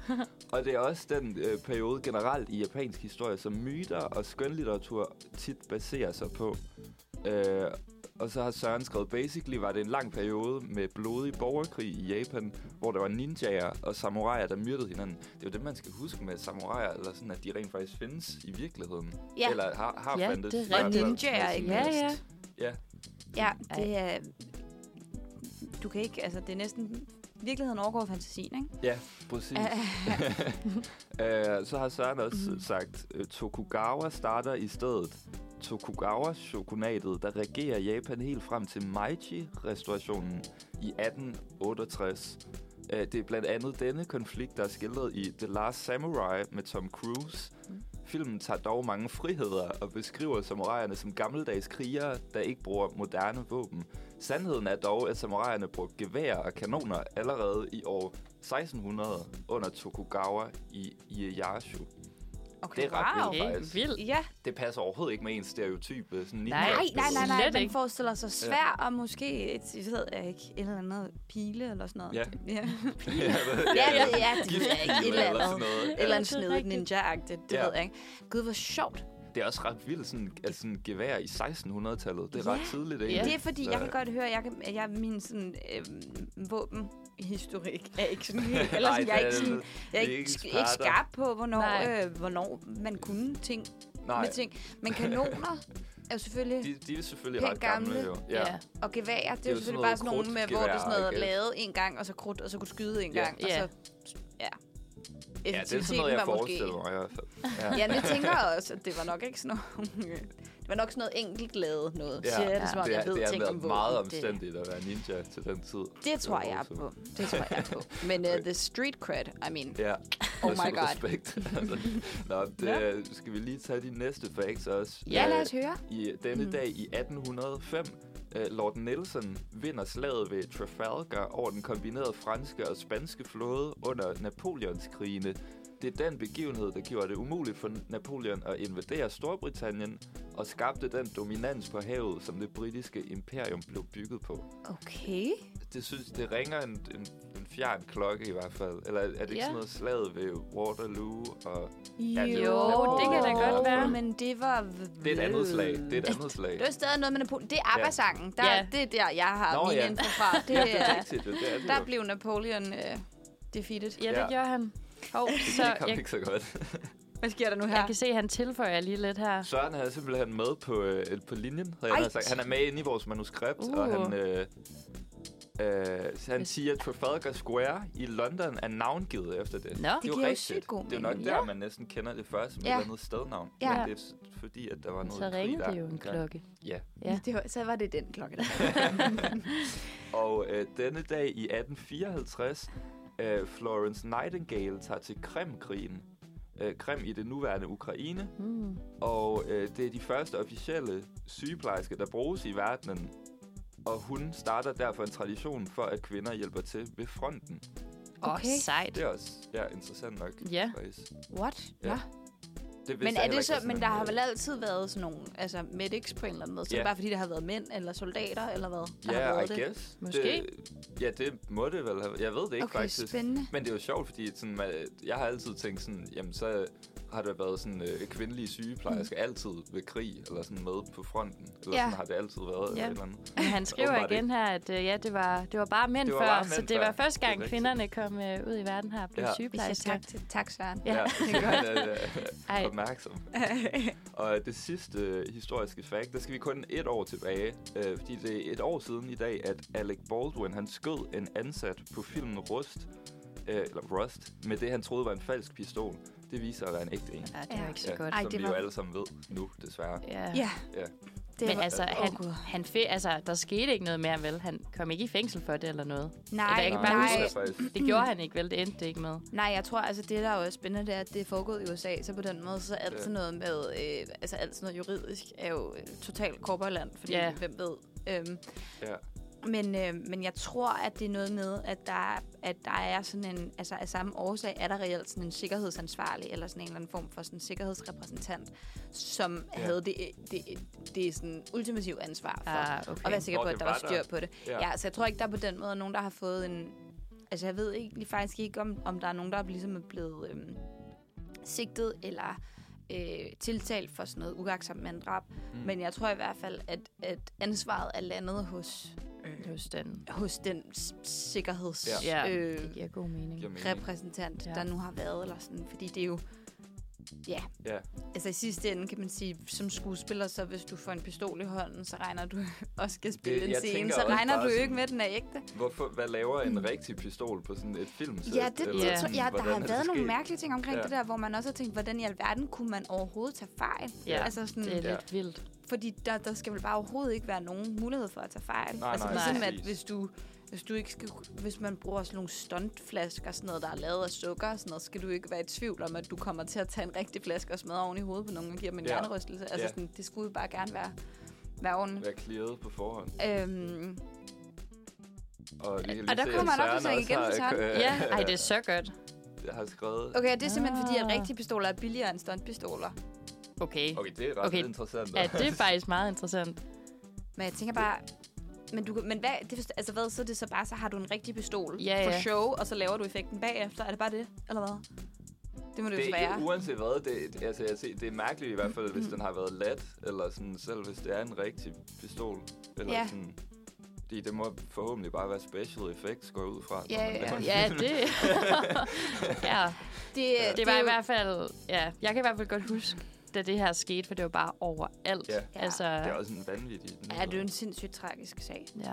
Og det er også den øh, periode generelt i japansk historie, som myter og skønlitteratur tit baserer sig på. Øh, og så har Søren skrevet, basically var det en lang periode med blodig borgerkrig i Japan, hvor der var ninjaer og samuraier, der myrdede hinanden. Det er jo det, man skal huske med samuraier, eller sådan, at de rent faktisk findes i virkeligheden. Ja. Eller har, har Ja, fandtes. det er i hvert rigtigt. fald. Ninjaer, ikke Ja, ja. Ja, Ja, det er... Du kan ikke, altså det er næsten... Virkeligheden overgår fantasien, ikke? Ja, præcis. Øh, så har Søren også mm. sagt, øh, Tokugawa starter i stedet Tokugawa-shogunatet, der regerer Japan helt frem til Meiji-restaurationen i 1868. Øh, det er blandt andet denne konflikt, der er skildret i The Last Samurai med Tom Cruise. Filmen tager dog mange friheder og beskriver samuraierne som gammeldags krigere, der ikke bruger moderne våben. Sandheden er dog, at samuraierne brugte gevær og kanoner allerede i år 1600 under Tokugawa i Ieyasu. Okay, det er ret wow. vildt, faktisk. vildt. Ja, Det passer overhovedet ikke med ens stereotype. Sådan Nej, nej, nej, nej, nej. Slet Man ikke. forestiller sig svær og måske et, jeg ved jeg ikke, et eller andet pile eller sådan noget. Ja. ja. ja, Ja, det, ja, det ved jeg ikke. Et Giftpil eller eller sådan andet. noget. Et eller andet Det er snedigt rigtigt. ninja-agtigt, det Ja. ved jeg ikke. Gud, hvor sjovt. Det er også ret vildt, sådan, altså sådan gevær i 1600-tallet. Det er ret Ja. tidligt, Øh, Ja. egentlig. Det er fordi, Så- jeg kan godt høre, at jeg, kan, at jeg min sådan, øh, våbenhistorik er ikke sådan helt... Eller sådan, Nej, jeg er det ikke, er- sådan, jeg er vi ikke, er ikke sk- ikke eksperter. skarp på, hvornår, Nej. øh, hvornår man kunne ting Nej. Nej, med ting. Men kanoner er jo selvfølgelig... de, de er selvfølgelig Pænt ret gamle, gamle. jo. Ja. Og geværer, det, er er jo jo selvfølgelig sådan bare sådan noget nogle med, hvor det er sådan krudtgevær, noget ikke? lavet en gang, og så krudt, og så kunne skyde en Ja. gang, Ja. og så... Ja. ja, det er sådan noget, jeg var forestiller mig i hvert fald. Ja. Ja, men jeg tænker også, at det var nok ikke sådan noget... det var nok sådan noget enkelt lavet noget. Ja, Ja. Siger jeg det, som om det, jeg er, ved det er ting om været meget våben. omstændigt at være ninja til den tid. Det, det tror jeg voldsomt. på. Det tror jeg på. Men uh, the street cred, I mean... Ja. Oh med my stor god. Respekt. altså, nå, det, skal vi lige tage de næste facts også? Ja, Øh, lad os Mm. høre. I denne dag i 1805, øh, Lord Nelson vinder slaget ved Trafalgar over den kombinerede franske og spanske flåde under Napoleonskrigene. Det er den begivenhed, der gjorde det umuligt for Napoleon at invadere Storbritannien og skabte den dominans på havet, som det britiske imperium blev bygget på. Okay. Det synes det ringer en, en, en fjern klokke i hvert fald. Eller er det ikke Ja. sådan noget slaget ved Waterloo? Og... Jo, det- det kan da godt være. Men det var... Det er et andet slag. Det er et andet slag. Det var stadig noget med Napoleon. Det er ABBA-sangen. Der, Ja. Det er der, jeg har Nå, Nå, min ja. ja. info fra. Det, Det er er, rigtigt, jo. det er det der jo. blev Napoleon øh, defeated. Ja, det Ja. gjorde han. Hov, så Det kom jeg, ikke så godt. Hvad sker der nu jeg her? kan se, at han tilføjer lige lidt her. Søren er simpelthen med på, øh, på linjen, havde Ej. jeg nær sagt. Han er med inde i vores manuskript, uh. og Uh. han, øh, øh, så han siger, at Trafalgar Square i London er navngivet efter det. Nå. Det er giver jo sygt god Det er jo nok mening. der, Ja. man næsten kender det først som ja. et Ja. eller andet stednavn. Ja. Men det er s- fordi, at der var Men noget Så krig ringede der det jo en engang. klokke. Ja. Ja. Det var, så var det den klokke, der Og øh, denne dag i 1854, øh, Florence Nightingale tager til Krimkrigen. Øh, Krim i det nuværende Ukraine. Mm. Og øh, det er de første officielle sygeplejersker, der bruges i verdenen. Og hun starter derfor en tradition for, at kvinder hjælper til ved fronten. Åh, Okay. sejt. Det er også ja, interessant nok. Ja. faktisk. What? Ja. Ja. Det vidste Men, jeg er heller det ikke så, var sådan men en, der har øh, vel altid været sådan nogle altså medics på en eller anden måde. Så Ja. yeah. bare fordi, der har været mænd eller soldater eller hvad? der har Ja, været I guess. Måske. Det, ja, det må det vel have. Jeg ved det ikke Okay, faktisk. spændende. Men det er jo sjovt, fordi sådan, man, jeg har altid tænkt sådan, jamen så har der været sådan øh, kvindelige sygeplejersker altid ved krig, eller sådan med på fronten. Eller Ja. sådan har det altid været. Ja. Eller et eller andet. Men han skriver Åbenbart igen her, at øh, ja, det var, det var bare mænd Det var før, bare så mænd det var før. første gang, Det er rigtigt. kvinderne kom øh, ud i verden her og blev ja. Ja. Vi siger sygeplejersker. tak, til, tak, Søren. Ja. Ja, det er Ej. godt. opmærksom. Og det sidste øh, historiske fact, der skal vi kun et år tilbage, øh, fordi det er et år siden i dag, at Alec Baldwin, han skød en ansat på filmen Rust, øh, eller Rust, med det han troede var en falsk pistol. Det viser sig at være en ægte en. Ja, det var ikke så Ja, godt. Ej, som det vi var- jo alle sammen ved nu, desværre. Ja. Ja. Ja. Det Men var- altså, Åh, han, Gud. han fe, altså, der skete ikke noget mere, vel? Han kom ikke i fængsel for det eller noget. Nej, jeg kan bare nej, huske, det er faktisk- Det gjorde han ikke, vel? Det endte det ikke med. Nej, jeg tror, altså det, der er jo spændende, det er, at det er foregået i USA, så på den måde, så alt sådan noget med, øh, altså alt sådan noget juridisk, er jo øh, totalt korporland, fordi Ja. yeah. hvem ved. Øhm, Ja. men, øh, men jeg tror, at det er noget med, at der, at der er sådan en, altså af samme årsag, er der reelt sådan en sikkerhedsansvarlig, eller sådan en eller anden form for sådan en sikkerhedsrepræsentant, som Ja. ja. havde det, det, det sådan ultimative ansvar for Ah, og okay. være sikker Nå, på, det at der var var styr der. på det. Ja. Ja. ja, så jeg tror ikke, der på den måde er nogen, der har fået en... Altså, jeg ved ikke, lige faktisk ikke, om, om der er nogen, der er ligesom er blevet øhm, sigtet eller øh, tiltalt for sådan noget uagtsomt manddrab. Mm. Men jeg tror i hvert fald, at, at ansvaret er landet hos, øh, Hos den. hos den s- sikkerheds... Ja, Øh, det giver god mening. Giver mening. repræsentant, Ja. ja. der nu har været, eller sådan, fordi det er jo, ja, Ja. altså i sidste ende kan man sige, som skuespiller, så hvis du får en pistol i hånden, så regner du og skal spille Det- en jeg scene, tænker så også regner bare du jo sådan- ikke med, at den er ægte. Hvorfor, hvad laver en rigtig pistol på sådan et filmsæt? Ja, det, Eller det, sådan, tror- ja, der hvordan er har det været nogle sket? mærkelige ting omkring Ja. ja. det der, hvor man også har tænkt, hvordan i alverden kunne man overhovedet tage fejl? Ja, altså sådan, Det er Ja. lidt vildt. Fordi der, der skal vel bare overhovedet ikke være nogen mulighed for at tage fejl. Nej, altså nej, ligesom, præcis. at hvis du Hvis, du ikke skal, hvis man bruger sådan nogle stuntflasker, sådan noget, der er lavet af sukker og sådan noget, skal du ikke være i tvivl om, at du kommer til at tage en rigtig flaske og smadre oven i hovedet på nogen og giver dem en Ja. hjernerystelse. Altså, Ja. sådan, det skulle jo bare gerne være, være ordentligt. Være clearet på forhånd. Øhm, Og, vi kan Og der se, at kommer en Søren opdatering også igen har, fra Søren. øh, Ja, ej, det er så godt. har skrevet... okay, og det er simpelthen fordi, at Ah. rigtige pistoler er billigere end stuntpistoler. Okay. Okay, det er ret Okay. okay. interessant. Ja, det er faktisk meget interessant. Men jeg tænker bare... Men, du, kan- men hvad, det, forstår- altså hvad, så er det så bare, så har du en rigtig pistol Ja, for ja. show, og så laver du effekten bagefter. Er det bare det, eller hvad? Det må det, jo det er være. ikke, uanset hvad, det, det- altså, jeg ser, det er mærkeligt i hvert fald, hvis den har været lat, eller sådan, selv hvis det er en rigtig pistol. Eller Ja. sådan, fordi det må forhåbentlig bare være special effects, går jeg ud fra. når Ja, man ja, laver en Ja, film. det... ja, det, det var i jo- hvert fald... Ja, jeg kan i hvert fald godt huske, da det her skete, for det var bare overalt. Ja. Altså, Det er også en vanvittig. Ja, det er jo en sindssygt tragisk sag. ja.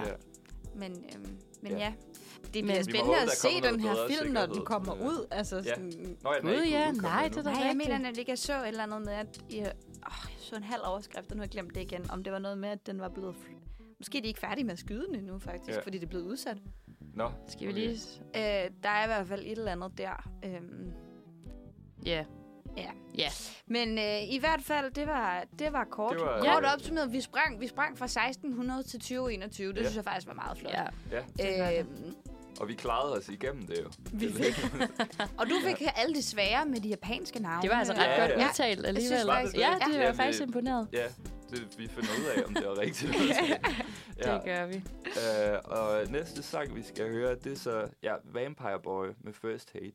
Men, øhm, men ja. Ja. ja. Det Men- bliver Vi må spændende håbe, at der se kommer noget den her bedre film, når den sikkerhed. kommer Ja. ud. Altså, Ja. sådan, Nå, ja, den er Gud, ikke ja, udkommet nej, endnu. det er da Nej, jeg rigtigt. mener nemlig ikke, jeg så et eller andet med, at jeg, åh, jeg så en halv overskrift, og nu har jeg glemt det igen. Om det var noget med, at den var blevet... Fl- Måske er de ikke færdige med at skyde den endnu, faktisk, Ja. ja. fordi det er blevet udsat. Nå, Skal vi okay. lige... Øh, der er i hvert fald et eller andet der. Øhm, Ja. Ja. Ja. men øh, i hvert fald, det var, det var kort. Det var- kort Ja. opsummeret. Vi sprang, vi sprang fra 1600 til 2021. Det Ja. synes jeg faktisk var meget flot. Ja. Ja, Øhm, og vi klarede os igennem det jo. vi fik, og du fik alle de svære med de japanske navne. Det var altså ret Ja, godt ja. udtalt alligevel. synes faktisk- ja, det var Ja, jeg det- faktisk imponeret. Ja, det, vi finder ud af, om det var rigtigt. Ja. Det gør vi. Øh, og næste sang, vi skal høre, det er så ja, Vampire Boy med First Hate.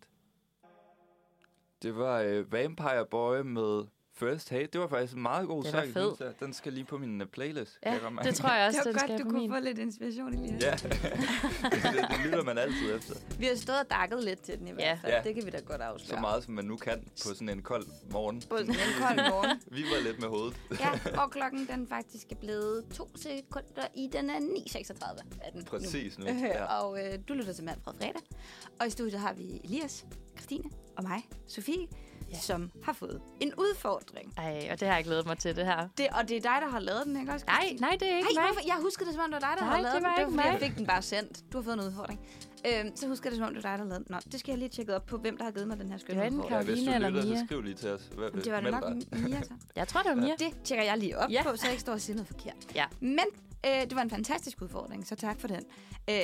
Det var øh, Vampire Boy med First Hate. Det var faktisk en meget god Den er sang. fed. synes jeg. Den skal lige på min uh, playlist. Ja, kan jeg godt mærke. det tror jeg Det også, var den godt, skal du på kunne min. få lidt inspiration i lige Ja, det, det lytter man altid efter. Vi har stået og dakket lidt til den i hvert fald. Ja. Det kan vi da godt afsløre. Så meget, som man nu kan på sådan en kold morgen. På sådan en kold morgen. Vi var lidt med hovedet. Ja, og klokken den faktisk er blevet to sekunder i. Den er 9.36 af den nu. Præcis nu. Øh, Ja. Og øh, du lytter til Manfred Fredag. Og i studiet har vi Elias, Christine og mig, Sofie, ja. som har fået en udfordring. Ej, og det har jeg glædet mig til, det her. Det, og det er dig, der har lavet den, ikke også? Nej, nej, det er ikke Ej, mig. hvorfor? Jeg husker det, som om det var dig, der Nej, havde lavet det var den. ikke fordi, mig. jeg fik den bare sendt. Du har fået en udfordring. Øhm, så husker jeg det, som om det var dig, der lavede den. Nå, det skal jeg lige tjekke op på, hvem der har givet mig den her skønne Det var enten udfordring. Ja, hvis du Karoline eller lytter, så Mia? skriv lige til os. Hvad, Det var da meld nok dig. Mia, så. Jeg tror, det var Mia. Det tjekker jeg lige op Ja. ja. på, så jeg ikke står og siger noget forkert. Ja. Men øh, det var en fantastisk udfordring, så tak for den. Øh,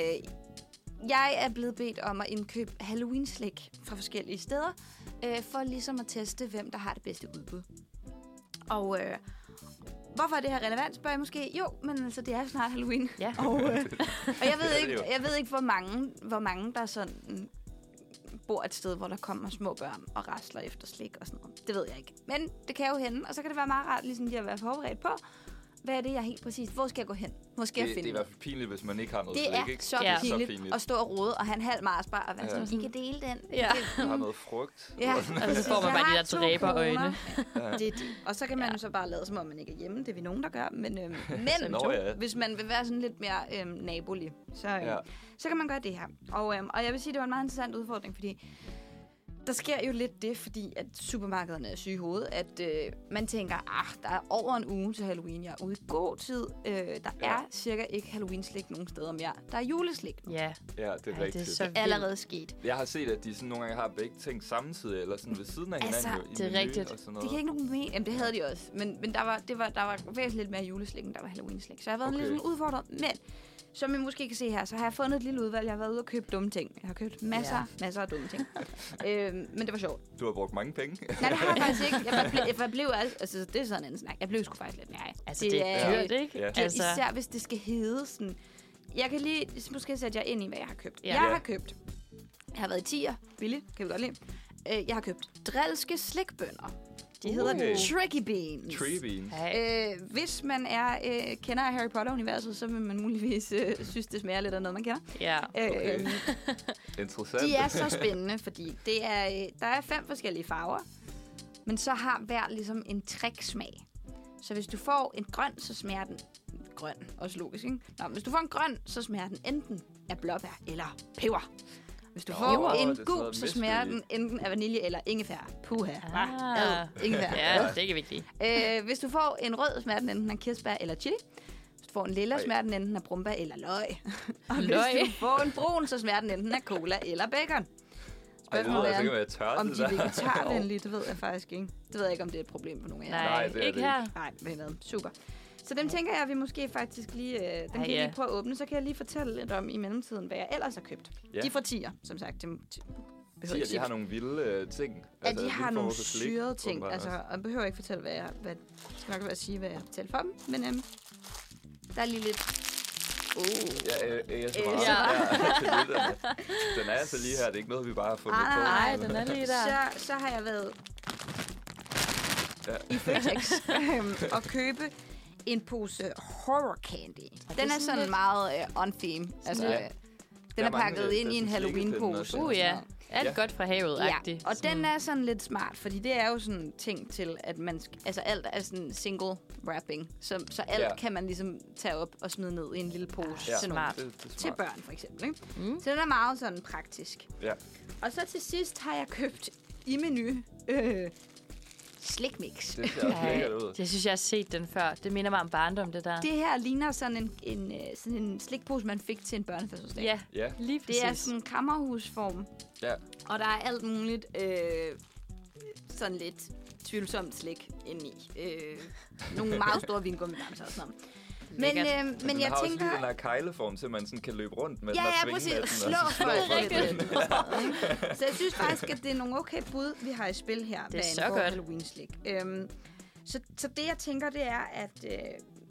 jeg er blevet bedt om at indkøbe Halloween-slik fra forskellige steder, øh, for ligesom at teste, hvem der har det bedste udbud. Og øh, hvorfor er det her relevant, spørger jeg måske. Jo, men altså, det er jo snart Halloween. Ja. Og, øh, og jeg, Det er ved det ikke, jo. jeg ved ikke, hvor mange, hvor mange der sådan bor et sted, hvor der kommer små børn og rasler efter slik og sådan noget. Det ved jeg ikke. Men det kan jo hende, og så kan det være meget rart ligesom lige at være forberedt på, hvad er det, jeg helt præcis... Hvor skal jeg gå hen? Hvor skal Det, jeg det er i finde hvert fald pinligt, hvis man ikke har noget det slik, er ikke? så Det er Ja. så pinligt at stå og rode og have en halv mars bare og være Ja. sådan, I kan dele den. Ja. har noget frugt. Ja, Og så får man bare de der dræberøjne. Ja. Det, er det. Og så kan man ja. så bare lade, som om man ikke er hjemme. Det er vi nogen, der gør. Men, øhm, men Nå, ja. hvis man vil være sådan lidt mere øhm, nabolig, så, øhm, Ja. ja. så kan man gøre det her. Og, øhm, og jeg vil sige, det var en meget interessant udfordring, fordi der sker jo lidt det, fordi at supermarkederne er syge i hovedet, at øh, man tænker, ah, der er over en uge til Halloween, jeg er ude i god tid. Øh, der Ja. ja. er cirka ikke Halloween-slik nogen steder mere. Der er juleslik. nu. Ja, Ja, det er Ej, det rigtigt. er så vildt. Allerede sket. Jeg har set, at de sådan nogle gange har begge ting samtidig, eller sådan ved siden af Altså, hinanden. jo, i det er menu rigtigt. Og sådan Det noget. kan ikke nogen mening. Jamen, det havde de også. Men, men der, var, det var, der var væsentligt lidt mere juleslik, end der var Halloween-slik. Så jeg har været okay. Okay. lidt sådan udfordret. Men som I måske kan se her, så har jeg fundet et lille udvalg. Jeg har været ude og købe dumme ting. Jeg har købt masser, Ja. ja. masser af dumme ting. øhm, men det var sjovt. Du har brugt mange penge. Nej, det har jeg faktisk ikke. Jeg blev, jeg blev altså, altså, det er sådan en snak. Jeg blev sgu faktisk lidt nej. altså det, er dyrt, ikke? Ja. Ja, Altså, Især hvis det skal hedde sådan... Jeg kan lige måske sætte jer ind i, hvad jeg har købt. Ja. Ja. Jeg Ja. har købt... Jeg har været i tier. Billig, kan vi godt lide. Øh, Jeg har købt drilske slikbønder. De hedder uh, Okay. Tricky Beans. Tree beans. ej, Øh, hvis man er øh, kender af Harry Potter-universet, så vil man muligvis øh, synes, det smager lidt af noget, man kender. ja. Øh, Okay. okay. Interessant. De er så spændende, fordi det er, øh, der er fem forskellige farver, men så har hver ligesom en tricksmag. Så hvis du får en grøn, så smager den grøn, også logisk, ikke? Nå, men hvis du får en grøn, så smager den enten af blåbær eller peber. Hvis du Nå, får det er en sådan gul, noget så smager den mystery. enten af vanilje eller ingefær. Puha. Ah. Ah. Ad, ingefær. Ja, det kan vi ikke lide. Øh, hvis du får en rød, smager den enten af kirsebær eller chili. Hvis du får en lilla, Ej. smager den enten af brumba eller løg. og Løg. hvis du får en brun, så smager den enten af cola eller bacon. Ej, det lyder Spørgsmålet altså ikke, er, at jeg tør om det de er der. vegetarvenlige, det ved jeg faktisk ikke. Det ved jeg ikke, om det er et problem for nogen af jer. Nej, Nej, det er ikke det ikke. her. Nej, men øh, super. Så dem tænker jeg, at vi måske faktisk lige, øh, dem kan Ej, vi ja. lige prøve at åbne. Så kan jeg lige fortælle lidt om i mellemtiden, hvad jeg ellers har købt. Ja. Ja. De er fra tier, som sagt. Dem, ti- behøver Siger, ikke at de sige, har nogle vilde øh, ting. at de vilde har former nogle for slik, syrede ting. åbenbart Altså, også. og jeg behøver ikke fortælle, hvad jeg... Hvad, jeg skal nok være at sige, hvad jeg fortæller for dem. Men øhm, der er lige lidt... Oh. Ja, øh, øh, så Øh, meget. ja. Ja, til lytterne. Den er altså lige her. Det er ikke noget, vi bare har fundet Ah, på. Nej, den er lige der. Så, så har jeg været Ja. ja. i Føtex øhm, og købe en pose horror candy. Den er sådan sådan lidt- meget øh, on theme. Altså, lidt- øh, den er mange, pakket øh, ind i der en er sådan slikkepinde og Halloween-pose. sådan Uh, ja. Alt Ja. godt fra havet, agtigt. og den er sådan lidt smart, fordi det er jo sådan ting til, at man... Sk- altså alt er sådan single wrapping, så, så alt Ja. ja. kan man ligesom tage op og smide ned i en lille pose Ja, til, nogle, smart. Det, det er til smart. børn for eksempel. Ikke? Mm. Så den er meget sådan praktisk. Ja. Og så til sidst har jeg købt i menu øh, slikmix. Det ser også lækkert ud. Jeg synes, jeg har set den før. Det minder mig om barndom, det der. Det her ligner sådan en, en, øh, sådan en slikpose, man fik til en børnefødselsdag. ja, Ja. lige præcis. Det er sådan en kammerhusform, Ja. og der er alt muligt øh, sådan lidt tvivlsomt slik indeni. Øh, nogle meget store vingummibamser og sådan noget. Men, Lækkert. øh, men den jeg Altså, har tænker... også lige den der kegleform, så man sådan kan løbe rundt med Ja, den og ja, svinge præcis. med Og den. slå sådan folk noget. lidt. med den. Så jeg synes faktisk, at det er nogle okay bud, vi har i spil her. Det er hvad så angår godt. Halloween-slik. Øhm, så, så det, jeg tænker, det er, at øh,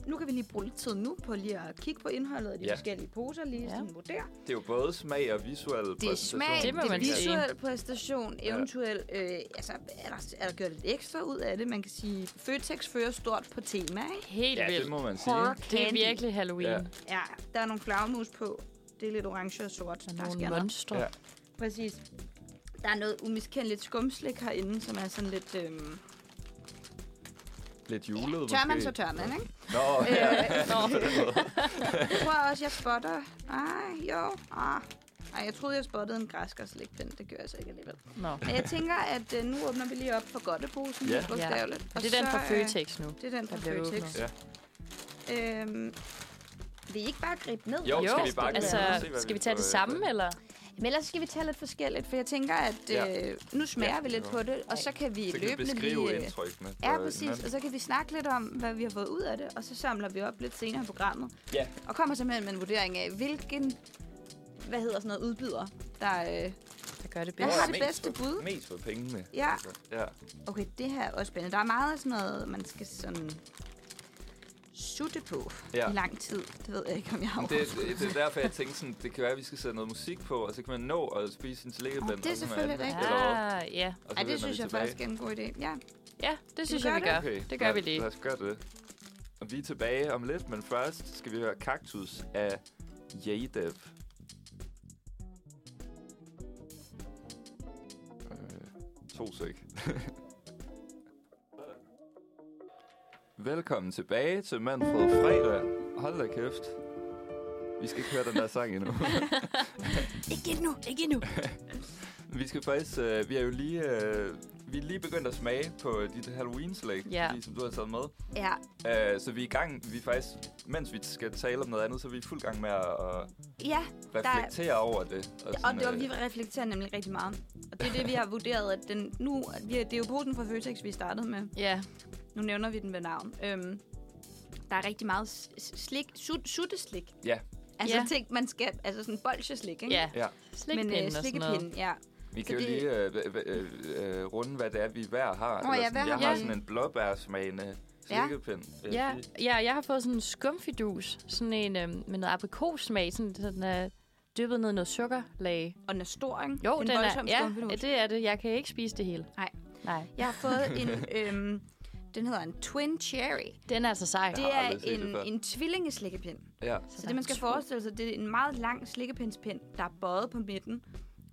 nu kan vi lige bruge lidt tid nu på lige at kigge på indholdet af de Ja. ja. forskellige poser, lige Ja. ja. sådan vurdere. Altså, Det er jo både smag og visuel Det er smag, Det det, må det er man sige. visuel præstation, eventuelt, øh, altså, er der, er der gjort lidt ekstra ud af det? Man kan sige, Føtex fører stort på tema, ikke? Helt Ja, vildt. det må man sige. Horror Det er candy. virkelig Halloween. Ja. Ja. Ja, der er nogle flagmus på. Det er lidt orange og sort. Der sker Nogle noget. monstre. Ja. Ja. Præcis. Der er noget umiskendeligt skumslik herinde, som er sådan lidt... Øhm, Lidt julet, måske. tør man, så tør Øh, man, ikke? Nå, ja. Jeg tror også, jeg spotter... Ej, jo. Ah. Ej, jeg troede, jeg spottede en græskerslik. Den, det gør jeg så ikke alligevel. Nå. Men jeg tænker, at øh, nu åbner vi lige op for godteposen. Ja. Ja. Bogstaveligt. Og det er den så, fra øh, Føtex nu. Det er den fra der bliver Føtex. åbnet. Ja. Øhm, vil I ikke bare gribe ned? Jo, Jo, skal vi bare gå altså, ind og se, hvad skal vi vi tage får, det øh, samme, eller? Men ellers skal vi tage lidt forskelligt, for jeg tænker, at Ja. øh, nu smager Ja, vi lidt det på det, og så kan vi Så kan vi løbende beskrive lige... øh, indtrykkene. Ja, for præcis. Altså, hinanden. Og så kan vi snakke lidt om, hvad vi har fået ud af det, og så samler vi op lidt senere i programmet. Ja. Og kommer simpelthen med en vurdering af, hvilken hvad hedder sådan noget, udbyder, der... Øh, Der gør det Hvad bedst. har det Ja, mest bedste for- bud? Mest for pengene. Ja. altså. Ja. okay, det her er også spændende. Der er meget af sådan noget, man skal sådan sutte på Ja. ja. i lang tid. Det ved jeg ikke, om jeg har Men Det, det, det, er derfor, jeg tænkte sådan, det kan være, at vi skal sætte noget musik på, og så kan man nå at spise sin slikkebind. Åh, det er selvfølgelig rigtigt. Ah, ja. Ej, det synes jeg faktisk er en god idé. Ja, Ja, det synes vi jeg, vi gøre gør. det? Okay, Det gør lad- vi lige. Lad os gøre det. Og vi er tilbage om lidt, men først skal vi høre Kaktus af Jadev. Øh, To sek. Velkommen tilbage til Manfred Fredag. Hold da kæft. Vi skal ikke høre den der sang endnu. Ikke endnu, ikke endnu. Vi skal faktisk, øh, vi er jo lige, øh, vi er lige begyndt at smage på øh, dit Halloween-slik, Ja. lige som du har taget med. ja. Øh, så vi er i gang, vi er faktisk, mens vi skal tale om noget andet, så er vi i fuld gang med at øh, ja reflektere over det. øh, og det var, vi reflekterer nemlig rigtig meget. Og det er det, vi har vurderet, at den nu... at Vi, det er jo posen fra Føtex, vi startede med. Ja, Nu nævner vi den ved navn. Øhm, der er rigtig meget s- s- slik, sut, sutteslik. Ja, Altså Ja. ting, man skal... Altså sådan bolsjeslik, ikke? ja. ja. Slikpinden Men øh, og sådan noget. slikkepinden, ja. Vi kan jo det- lige øh, øh, øh, øh, runde, hvad det er, vi hver har. Nå, ja, sådan, hvad jeg har har vi? sådan en blåbærsmagende Ja. slikkepind. øh, Ja, fordi- ja, jeg har fået sådan en skumfidus, sådan en øh, med noget aprikossmag, sådan, så den er dyppet ned i noget sukkerlag. Og den er stor, ikke? Jo, en den er, voldsom ja, skumfidus. det er det. Jeg kan ikke spise det hele. Nej. Nej. Jeg har fået en... Øhm, den hedder en Twin Cherry. Den er så sej. Det har er aldrig set det en, før. en tvillingeslikkepind. ja. Så, det, man skal forestille sig, det er en meget lang slikkepindspind, der er bøjet på midten.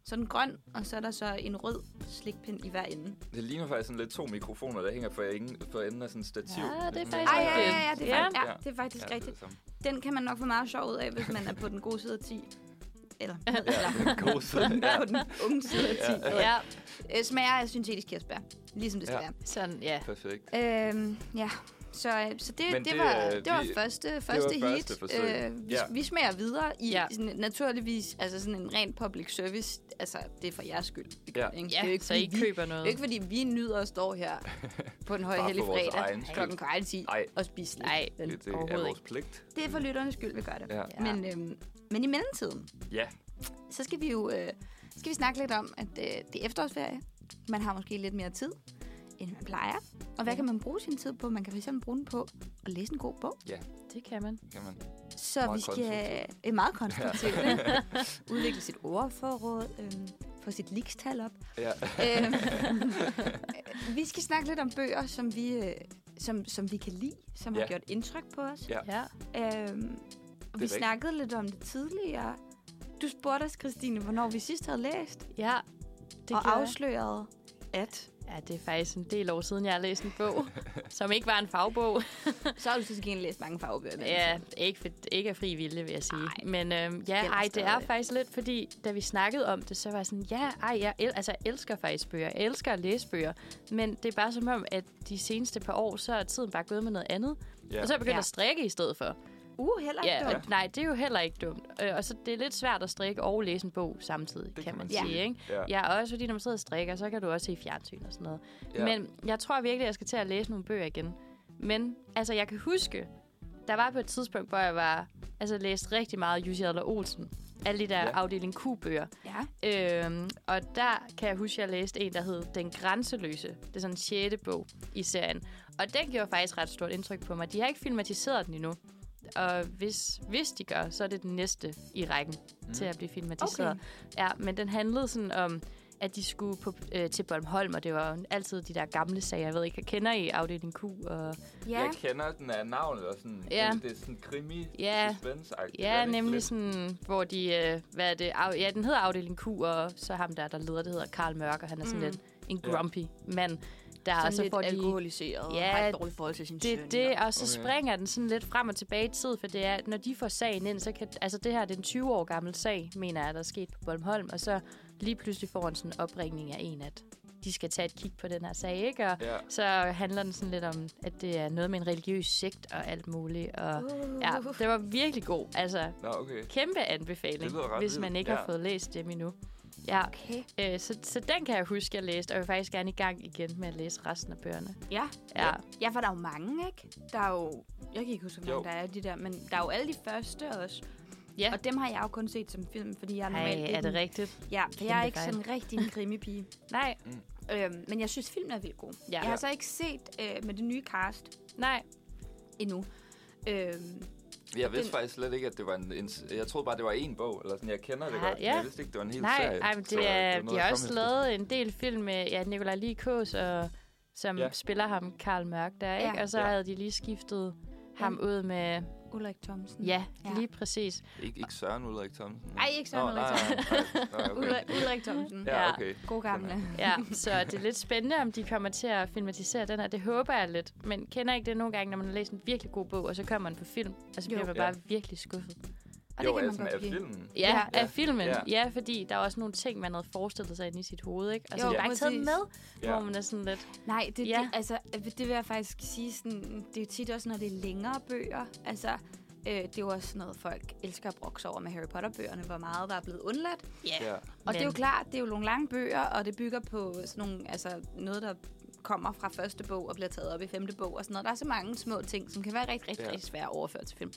Så er den grøn, og så er der så en rød slikpind i hver ende. Det ligner faktisk sådan lidt to mikrofoner, der hænger for, ingen, for enden af sådan et stativ. Ja, det er sådan- faktisk Ej, ja, rigtigt. ja, ja, det er, Ja. ja. Faktisk, ja, det er faktisk Ja, det er ligesom rigtigt. det samme. Den kan man nok få meget sjov ud af, hvis man er på den gode side af 10. Eller, Ja, det er en god side. eller på den unge side af 10. Ja, Ja. ja. Øh, smager af syntetisk kirsebær, ligesom det skal Ja. ja. sådan, ja. Perfekt. være. Øhm, ja, Så, øh, så det, Men det, det det, var, er- det var vi- første, første hit. første forsøg. Øh, vi, Ja. vi smager videre i Ja. ja. sådan, naturligvis altså sådan en ren public service. Altså, det er for jeres skyld. vi gør Ja. det, Ikke? det er jo Ja, ikke, så fordi I vi, køber det noget. er jo ikke fordi vi nyder at stå her på den høje Bare for hellige vores fredag egen skyld. klokken kvart i Ej. og spise lidt. Nej, Vel? Det er overhovedet vores ikke. pligt. Det er for lytternes skyld, vi gør det. Ja. Men, øhm, men i mellemtiden, Ja, så skal vi jo øh, skal vi snakke lidt om, at øh, det er efterårsferie. Man har måske lidt mere tid, end man plejer. Og hvad kan man bruge sin tid på? Man kan fx bruge den på at læse en god bog. Det kan man. kan man. Så Meget vi skal øh, meget konstruktivt ikke? udvikle sit ordforråd, øhm, få sit likstal op. Ja. Øhm, øh, vi skal snakke lidt om bøger, som vi, øh, som, som vi kan lide, som ja. Ja. har gjort indtryk på os. Ja. Ja. Øhm, og vi rigtigt. snakkede lidt om det tidligere. Du spurgte os, Christine, hvornår vi sidst havde læst, Ja, det og gjorde jeg. afslørede, at... Ja, det er faktisk en del år siden, jeg har læst en bog, som ikke var en fagbog. Så har du til gengæld læst mange fagbøger. men- altså- Ja, ikke, for, ikke af fri vilje, vil jeg sige. Ej, Men øhm, ja, gælder ej, det er stadig. faktisk lidt, fordi da vi snakkede om det, så var jeg sådan, ja, ej, jeg, el- altså, jeg elsker faktisk bøger. Jeg elsker at læse bøger. Men det er bare som om, at de seneste par år, så er tiden bare gået med noget andet. Ja. Ja. Og så er jeg begyndt Ja. ja. at strikke i stedet for. Uh, heller ikke Ja, dumt. og, nej, det er jo heller ikke dumt. Øh, og så det er lidt svært at strikke og læse en bog samtidig, kan, kan man man sige. sige. Ikke? Ja. ja, og også fordi når man sidder og strikker, så kan du også se fjernsyn og sådan noget. Ja. Ja. Men jeg tror virkelig, at jeg skal til at læse nogle bøger igen. Men altså, jeg kan huske, der var på et tidspunkt, hvor jeg var altså læste rigtig meget Jussi Adler Olsen. Alle de der Ja. ja. afdeling Q-bøger. Ja. Øhm, og der kan jeg huske, at jeg læste en, der hed Den Grænseløse. Det er sådan en sjette bog i serien. Og den gjorde faktisk ret stort indtryk på mig. De har ikke filmatiseret den endnu. Og hvis, hvis de gør, så er det den næste i rækken mm. til at blive filmatiseret. Okay. Okay. Ja, men den handlede sådan om, at de skulle på, øh, til Bornholm, og det var jo altid de der gamle sager. Jeg ved ikke, kender I afdeling Q? Og, ja. Jeg kender den af navnet og sådan. Ja. Det er sådan krimi Ja. suspense ja, nemlig sådan, hvor de... Øh, hvad er det? Af, ja, den hedder afdeling Q, og så ham der, der leder, det hedder Karl Mørk, og han er sådan mm. lidt en Ja. grumpy ja. mand. Der, Sådan og så lidt får de, alkoholiseret Ja, og har et dårligt forhold til sin Det er søn. det, og- og så okay. Okay. springer den sådan lidt frem og tilbage i tid, for det er, at når de får sagen ind, så kan... Altså, det her det er en 20 år gammel sag, mener jeg, der er sket på Bornholm, og så lige pludselig får han sådan en opringning af en, at de skal tage et kig på den her sag, ikke? Og Ja. så handler den sådan lidt om, at det er noget med en religiøs sekt og alt muligt, og uh. ja, det var virkelig god. Altså, Nå, okay. kæmpe Det anbefaling, lyder ret hvis vildt, man ikke ja. ja. har fået læst dem endnu. Ja, Okay. øh, så, så den kan jeg huske, jeg læste, og jeg vil faktisk gerne i gang igen med at læse resten af bøgerne. Ja. Ja, Ja, for der er jo mange, ikke? Der er jo... Jeg kan ikke huske, hvor Jo. mange der er af de der, men der er jo alle de første også. ja. Og dem har jeg jo kun set som film, fordi jeg er normalt... Ej, ikke er det en- rigtigt? Ja, for jeg er Kæmpe ikke sådan rigtig en krimipige. Nej, Mm. øhm, men jeg synes, filmen er vildt god. Ja. Jeg har så ikke set øh, med det nye cast nej. endnu. Øhm, Jeg vidste Den- faktisk slet ikke, at det var en, en... Jeg troede bare, det var en bog. Eller sådan. Jeg kender det Ja, godt. men ja. Jeg vidste ikke, det var en hel Nej, serie. ej, men Så, øh, det er, noget, de jeg har kom også efter. lavet en del film med ja, Nicolai Likås, og, som Ja. ja. spiller ham, Karl Mørk, der, ikke? Ja. Og så Ja. havde de lige skiftet ham ud med, Ulrik Thomsen. ja, Ja. ja. lige præcis. Ikke, ikke Søren Ulrik Thomsen? Ej, ikke Søren Ulrik Thomsen. Nej, nej, Ulrik, okay. Ulrik Thomsen. Ja, okay. God gamle. Ja, så det er lidt spændende, om de kommer til at filmatisere den her. Det håber jeg lidt. Men kender ikke det nogle gange, når man har læst en virkelig god bog, og så kommer man på film, og så Jo. bliver man Ja. bare virkelig skuffet. Og jo, det kan man altså, godt af lide. filmen. Ja, ja. Ja. af filmen. Ja. Ja. ja, fordi der er også nogle ting, man havde forestillet sig inde i sit hoved, ikke? Og så Jo, er de bare ikke taget præcis. med, Ja. ja. hvor man er sådan lidt... Nej, det, ja. Ja. det, altså, det vil jeg faktisk sige, sådan, det er tit også, når det er længere bøger. Altså, øh, det er jo også noget, folk elsker at brokse over med Harry Potter-bøgerne, hvor meget der er blevet undladt. Og Ja. Men. det er jo Men- klart, det er jo nogle lange bøger, og det bygger på sådan nogle, altså, noget, der kommer fra første bog og bliver taget op i femte bog og sådan noget. Der er så mange små ting, som kan være rigtig, rigtig, Ja. ja. rigtig svære at overføre til film.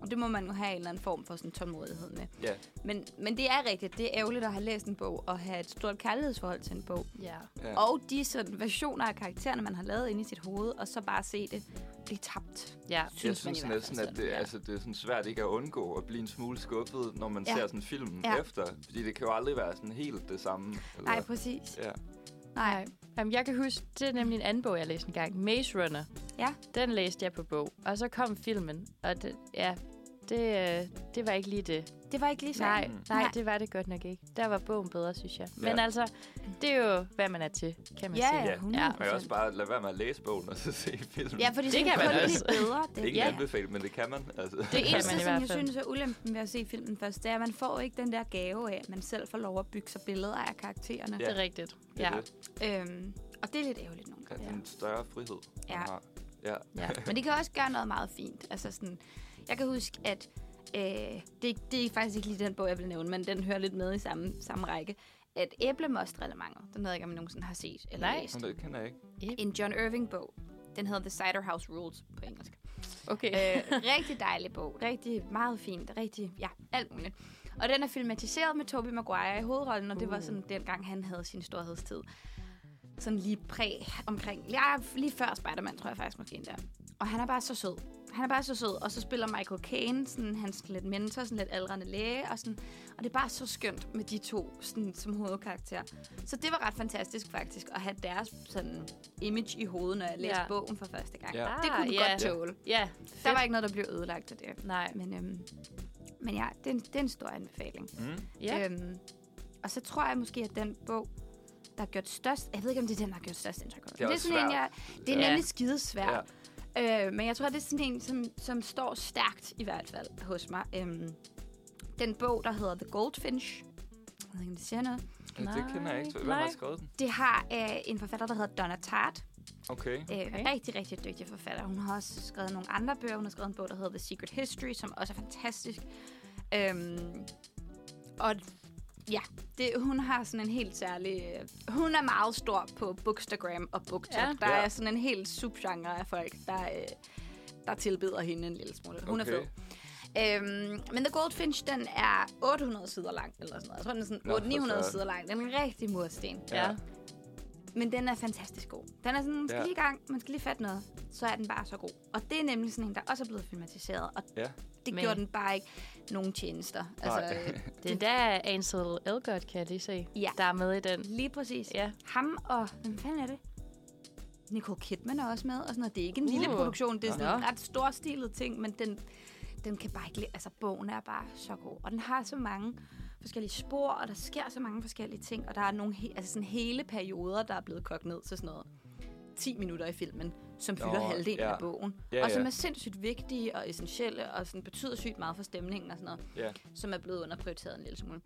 Og det må man jo have en eller anden form for sådan tålmodighed med. ja. Men, men det er rigtigt. Det er ærgerligt at have læst en bog og have et stort kærlighedsforhold til en bog. Ja. Ja. Og de sådan, versioner af karaktererne, man har lavet inde i sit hoved, og så bare se det blive tabt. Ja, Synes Jeg man i synes hvert fald næsten, at selv, det, ja. altså, det er sådan svært ikke at undgå at blive en smule skuffet, når man Ja. ja. ser sådan filmen Ja. ja. efter. Fordi det kan jo aldrig være sådan helt det samme. Eller, Nej, præcis. ja. Nej. Jamen, jeg kan huske, det er nemlig en anden bog, jeg læste en gang. Maze Runner. Ja. Den læste jeg på bog. Og så kom filmen. Og det, ja, det, øh, det var ikke lige det. Det var ikke lige Mm. sådan. Nej, nej, Nej. det var det godt nok ikke. Der var bogen bedre, synes jeg. Men Ja. altså, det er jo, hvad man er til, kan man Ja, sige. ja, Ja. 100 Ja. Man kan også bare lade være med at læse bogen og så se filmen. Ja, fordi det kan man altså. også. bedre. Det, Ingen ja. ja. anbefaling, men det kan man. Altså. Det kan eneste, man i som jeg hvert fald. synes er ulempen ved at se filmen først, det er, at man får ikke den der gave af, at man selv får lov at bygge sig billeder af karaktererne. Det er rigtigt. Det er Ja. det. Øhm, og det er lidt ærgerligt nogle Ja, gange. det er en større frihed, Ja. man har. Ja. Ja. Men det kan også gøre noget meget fint. Altså sådan, jeg kan huske, at øh, det, det er faktisk ikke lige den bog, jeg vil nævne, men den hører lidt med i samme, samme række. At æblemostreglementer, den ved jeg ikke, om jeg nogensinde har set eller Nej. læst. Nå, Det kender jeg ikke. En John Irving-bog. Den hedder The Cider House Rules på engelsk. Okay. Øh, rigtig dejlig bog. Rigtig meget fint. Rigtig, ja, alt muligt. Og den er filmatiseret med Tobey Maguire i hovedrollen, og det Uh. var sådan dengang, han havde sin storhedstid. Sådan lige præg omkring. Ja, lige før Spider-Man, tror jeg faktisk måske endda. Og han er bare så sød. Han er bare så sød, og så spiller Michael Caine, sådan, hans lidt mentor, sådan lidt aldrende læge, og, sådan, og det er bare så skønt med de to sådan, som hovedkarakter. Så det var ret fantastisk faktisk, at have deres sådan, image i hovedet, når jeg læste Ja. ja. bogen for første gang. Ja. Ja. Det kunne du Ah, godt ja. tåle. Ja, Der var ikke noget, der blev ødelagt af det. Nej. Men, øhm, men ja, det er, en, det er en stor anbefaling. Mm. Ja. Øhm, og så tror jeg måske, at den bog, der har gjort størst... Jeg ved ikke, om det er den, der har gjort størst indtryk. på mig. Det er også sådan en, jeg, svært. det er Ja. nemlig skidesvært. Ja. Øh, men jeg tror, det er sådan en, som, som står stærkt i hvert fald hos mig. Øhm, den bog, der hedder The Goldfinch. Jeg ved ikke, om det siger noget. Nej, det kender jeg ikke. Hvem Nej. har skrevet den? Det har øh, en forfatter, der hedder Donna Tartt. Okay. Okay. Okay. Øh, rigtig, rigtig dygtig forfatter. Hun har også skrevet nogle andre bøger. Hun har skrevet en bog, der hedder The Secret History, som også er fantastisk. Øhm, og ja, det, hun har sådan en helt særlig... øh, Hun er meget stor på Bookstagram og BookTok. Ja. Ja. Der Ja. er sådan en helt subgenre af folk, der, øh, der tilbeder hende en lille smule. Hun okay. er fed. Øhm, men The Goldfinch, den er 800 sider lang, eller sådan noget. Jeg tror, den er Nå, for sådan 800-900 søren. sider lang. Den er en rigtig mursten. ja. Men den er fantastisk god. Den er sådan, man skal Ja. ja. lige i gang, man skal lige fatte noget, så er den bare så god. Og det er nemlig sådan en, der også er blevet filmatiseret, og Ja. det Men- Men... gjorde den bare ikke nogen tjenester. Nej. Altså, øh, Det er der Ansel Elgort, kan jeg lige se, Ja. der er med i den. lige præcis. Ja. Ham og, hvem fanden er det? Nicole Kidman er også med, og sådan noget. Det er ikke en uh. lille Uh. produktion, det er sådan Nå. en ret storstilet ting, men den, den kan bare ikke lide. Altså, bogen er bare så god, og den har så mange forskellige spor, og der sker så mange forskellige ting, og der er nogle he- altså sådan hele perioder, der er blevet kogt ned til sådan noget 10 minutter i filmen, som fylder Nå, halvdelen ja. af bogen, Ja, og som ja. er sindssygt vigtige og essentielle, og sådan betyder sygt meget for stemningen og sådan noget Ja. som er blevet underprioriteret en lille smule.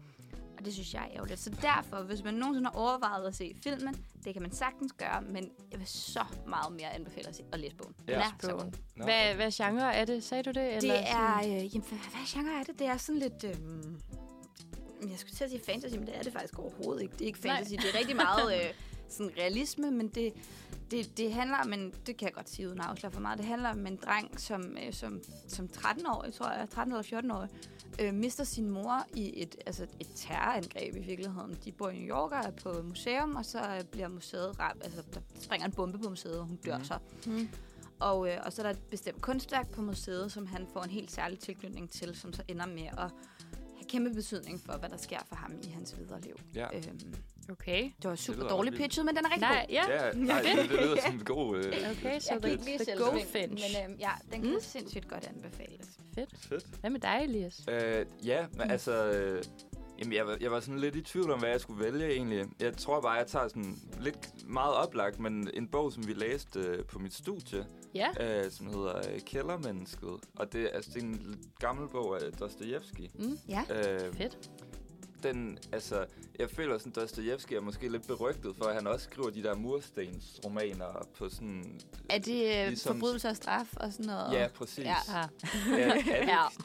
Og det synes jeg er ærgerligt. Så derfor, hvis man nogensinde har overvejet at se filmen, det kan man sagtens gøre, men jeg vil så meget mere anbefale at, se, at læse bogen. Den Ja. er så god. Bogen. Nå, Hvad, hvad genre er det? Sagde du det? Eller Det er, sådan- øh, jamen, hvad, hvad genre er det? Det er sådan lidt, øh, jeg skulle til at sige fantasy, men det er det faktisk overhovedet ikke. Det er ikke Nej. fantasy, Nej. det er rigtig meget øh, sådan realisme, men det, det, det handler men det kan jeg godt sige uden at afsløre for meget, det handler om en dreng, som, øh, som, som 13-årig, tror jeg, 13 eller 14 år, øh, mister sin mor i et, altså et terrorangreb i virkeligheden. De bor i New York og er på et museum, og så øh, bliver museet ramt, altså der springer en bombe på museet, og hun dør mm. så. Og, øh, og så er der et bestemt kunstværk på museet, som han får en helt særlig tilknytning til, som så ender med at have kæmpe betydning for, hvad der sker for ham i hans videre liv. Ja. Øh, Øhm, Okay. det var super ret dårligt vildt. pitchet, men den er rigtig Nej, god. ja. Ja, nej, det, det lyder som en god... Øh, Okay, så det Jeg kan ikke lige er selv Goldfinch. Men øhm, ja, den kan mm. sindssygt godt anbefales. Fedt. Fedt. Hvad med dig, Elias? Øh, ja, Mm. men altså... Øh, jamen, jeg, var- jeg var sådan lidt i tvivl om, hvad jeg skulle vælge egentlig. Jeg tror bare, jeg tager sådan lidt meget oplagt, men en bog, som vi læste øh, på mit studie, Ja. øh, som hedder øh, Kældermennesket. Og det, er- altså, det er en lidt gammel bog af Dostojevski. Mm. Ja. Øh, Fedt. den, altså, jeg føler sådan, Dostojevski er måske lidt berygtet for, at han også skriver de der murstensromaner på sådan... Er det øh, Ligesom- ligesom... forbrydelse og straf og sådan noget? Ja, præcis. Ja. Ah. Ja, er det, Ja.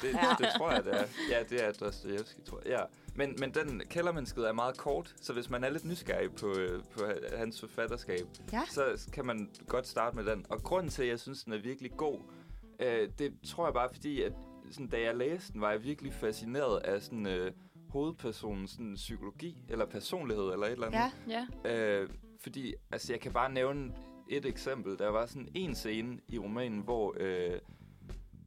ikke? det, det tror jeg, det er. Ja, det er Dostoyevsky, tror jeg. Ja. Men, men den kældermennesket er meget kort, så hvis man er lidt nysgerrig på, øh, på h- hans forfatterskab, Ja. så kan man godt starte med den. Og grunden til, at jeg synes, den er virkelig god, øh, det tror jeg bare fordi, at sådan, da jeg læste den, var jeg virkelig fascineret af sådan, øh, hovedpersonens sådan, psykologi, eller personlighed, eller et eller andet. Ja. Ja. Øh, fordi, altså, jeg kan bare nævne et eksempel. Der var sådan en scene i romanen, hvor øh,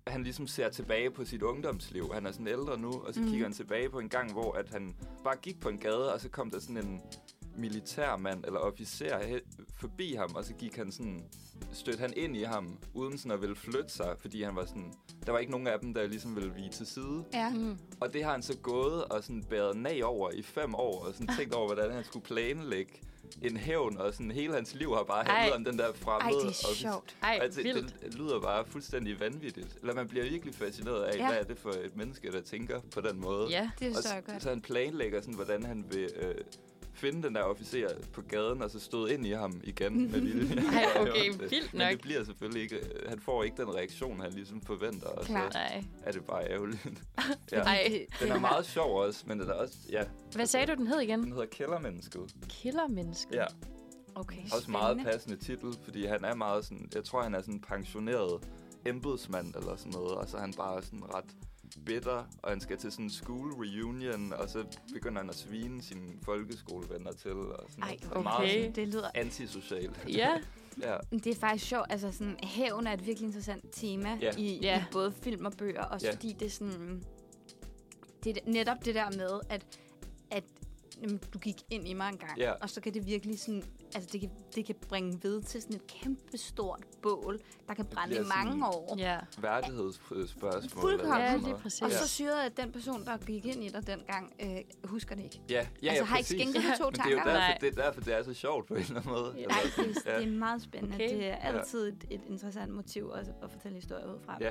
han ligesom ser tilbage på sit ungdomsliv. Han er sådan ældre nu, og så mm. kigger han tilbage på en gang, hvor at han bare gik på en gade, og så kom der sådan en militærmand eller officer he- forbi ham, og så gik han sådan stødte han ind i ham, uden sådan at ville flytte sig, fordi han var sådan, der var ikke nogen af dem, der ligesom ville vige til side. Ja. Og det har han så gået og sådan bæret nag over i fem år, og sådan tænkt over, hvordan han skulle planlægge en hævn, og sådan hele hans liv har bare handlet Ej. om den der fremmede. Ej, det og- er sjovt. Ej, og det, vildt. det lyder bare fuldstændig vanvittigt. Eller man bliver virkelig fascineret af, Ja. hvad er det for et menneske, der tænker på den måde. Ja. Det og forstår jeg så, godt. så han planlægger sådan, hvordan han vil øh, finde den der officer på gaden, og så støde ind i ham igen med vilje. Ej, okay, Det- vildt Men nok. det bliver selvfølgelig ikke... øh, Han får ikke den reaktion, han ligesom forventer, og Klart. så Nej. er det bare ærgerligt. ja. Ej. Den er meget sjov også, men den er også... Ja, Hvad sagde du, den hed den igen? hedder Kældermennesket. Killermenneske. Ja, Okay. også meget Spændende. passende titel, fordi han er meget sådan... Jeg tror, han er sådan en pensioneret embedsmand eller sådan noget, og så er han bare sådan ret bitter, og han skal til sådan en school reunion, og så begynder han at svine sine folkeskolevenner til, og sådan Ej, noget. Så okay. meget sådan Det lyder... antisocialt. Ja, ja. Det er faktisk sjovt. Altså, sådan, hævn er et virkelig interessant tema Ja. I, Ja. i både film og bøger. Også Ja. fordi det er sådan... Det er netop det der med, at, at jamen, du gik ind i mig en gang. Ja. Og så kan det virkelig sådan... Altså, det kan, det kan bringe ved til sådan et kæmpe stort bål, der kan brænde i bliver mange sådan- år. ja. værdighedsspørgsmål. Fuldkommen. Ja, eller sådan lige noget. præcis. Og Ja. så syret, at den person, der gik ind i dig dengang, øh, husker det ikke. Ja, ja, ja, altså, har ikke præcis. skænket de to Men det er jo tanker. Nej. derfor, det er derfor, det er så sjovt på en eller anden måde. Nej, Altså, det, er- ja. det er meget spændende. Okay. Okay. Det er Ja. altid et, et interessant motiv at, at fortælle historier ud fra. Ja.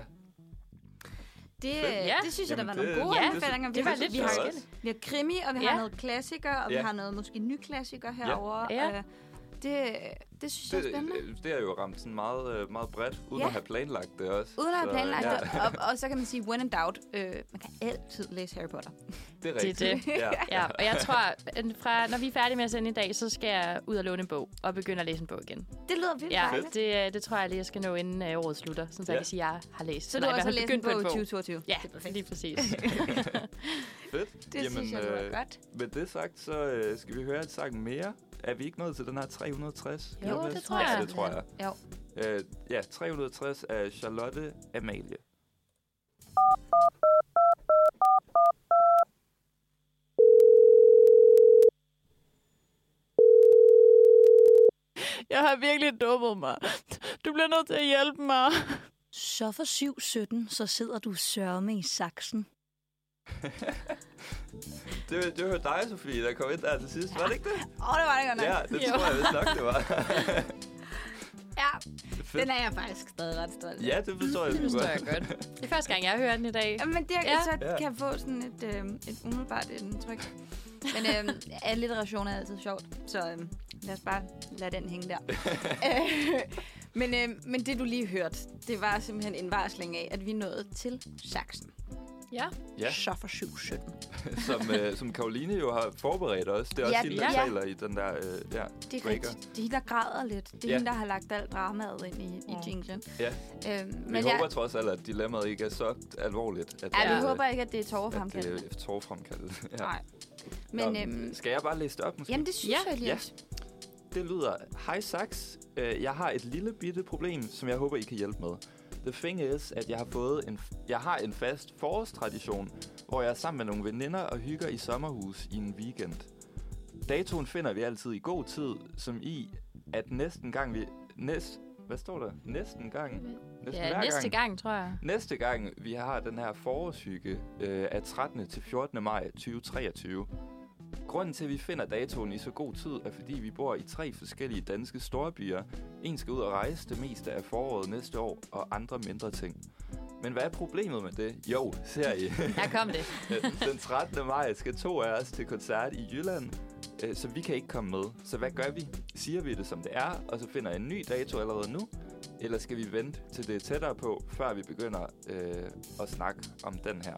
Det, Fedt. ja. det synes jeg, der var nogle gode ja, anbefalinger. det var har- lidt vi, har, forskelligt. vi har krimi, og vi Ja. har noget klassiker, og Ja. vi har noget måske ny klassiker herovre. Ja. og Det, det synes jeg er Det, øh, spændende. det er jo ramt sådan meget, øh, meget bredt, uden Ja. at have planlagt det også. Uden at have Så, planlagt ja, det. Og, og så kan man sige, when in doubt, øh, man kan altid læse Harry Potter. Det er Det er rigtigt. det. Ja. Ja, og jeg tror, at fra, når vi er færdige med at sende i dag, så skal jeg ud og låne en bog og begynde at læse en bog igen. Det lyder vildt Ja, dejligt. det, øh, det tror jeg lige, jeg skal nå, inden øh, året slutter, sådan så jeg Ja. kan sige, at jeg har læst. Så du Eller har i hvert fald også læst en begyndt på bog i 2022. Ja, lige præcis. Fedt. øh, Det Jamen, synes jeg, det var godt. Med det sagt, så øh, skal vi høre et sang mere. Er vi ikke nået til den her 360? Jo, Kan det passe? tror jeg. Ja, det tror jeg. Jo. Øh, ja, 360 af Charlotte Amalie. Jeg har virkelig dummet mig. Du bliver nødt til at hjælpe mig. Så for 7.17, så sidder du sørme i saksen. Det, var- det var jo dig, Sofie, der kom ind der til sidst. Var det ikke det? Åh, det var det godt nok. Ja, det tror jeg vist nok, det var. ja. Fedt. Den er jeg faktisk stadig ret stolt af. Ja, det forstår jeg sgu Det godt. er godt. Det er første gang, jeg hører den i dag. Men det Ja. ja. så Ja. kan jeg få sådan et, øh, et umiddelbart indtryk. Men øh, alliteration er altid sjovt, så øh, lad os bare lade den hænge der. øh, men, øh, men det, du lige hørte, det var simpelthen en varsling af, at vi nåede til Saxen. Ja. Ja. Så for 7-17. som, øh, som Karoline jo har forberedt os. Det er også Ja, ja, hende, der ja. ja. taler i den der... Øh, ja, Det er breaker. rigtigt. Det er hende, der græder lidt. Det er Ja. ja. hende, der har lagt alt dramaet ind i, Mm. i jinglen. Ja. Øh, Vi men håber jeg, trods alt, at dilemmaet ikke er så alvorligt. At, ja, vi øh, håber ikke, at det er at tårerfremkaldende. det er tårfremkaldet. ja. Nej. Nå, Men, øhm, Skal jeg bare læse det op, måske? jamen, det synes Ja. ja. jeg lige. Ja. Det lyder, hej Saks, øh, jeg har et lille bitte problem, som jeg håber, I kan hjælpe med. The thing is, at jeg har, fået en, jeg har en fast forårstradition, hvor jeg er sammen med nogle veninder og hygger i sommerhus i en weekend. Datoen finder vi altid i god tid, som i, at næsten gang vi... Næst, hvad står der? Næsten gang? Næsten Ja, hver næste gang, tror jeg. Næste gang, vi har den her forårshygge øh, af 13. til 14. maj 2023. Grunden til, at vi finder datoen i så god tid, er fordi vi bor i tre forskellige danske storbyer. En skal ud og rejse det meste af foråret næste år, og andre mindre ting. Men hvad er problemet med det? Jo, ser I. Der kom det. Øh, den 13. maj skal to af os til koncert i Jylland, øh, så vi kan ikke komme med. Så hvad gør vi? Siger vi det, som det er, og så finder en ny dato allerede nu? Eller skal vi vente til det er tættere på, før vi begynder øh, at snakke om den her?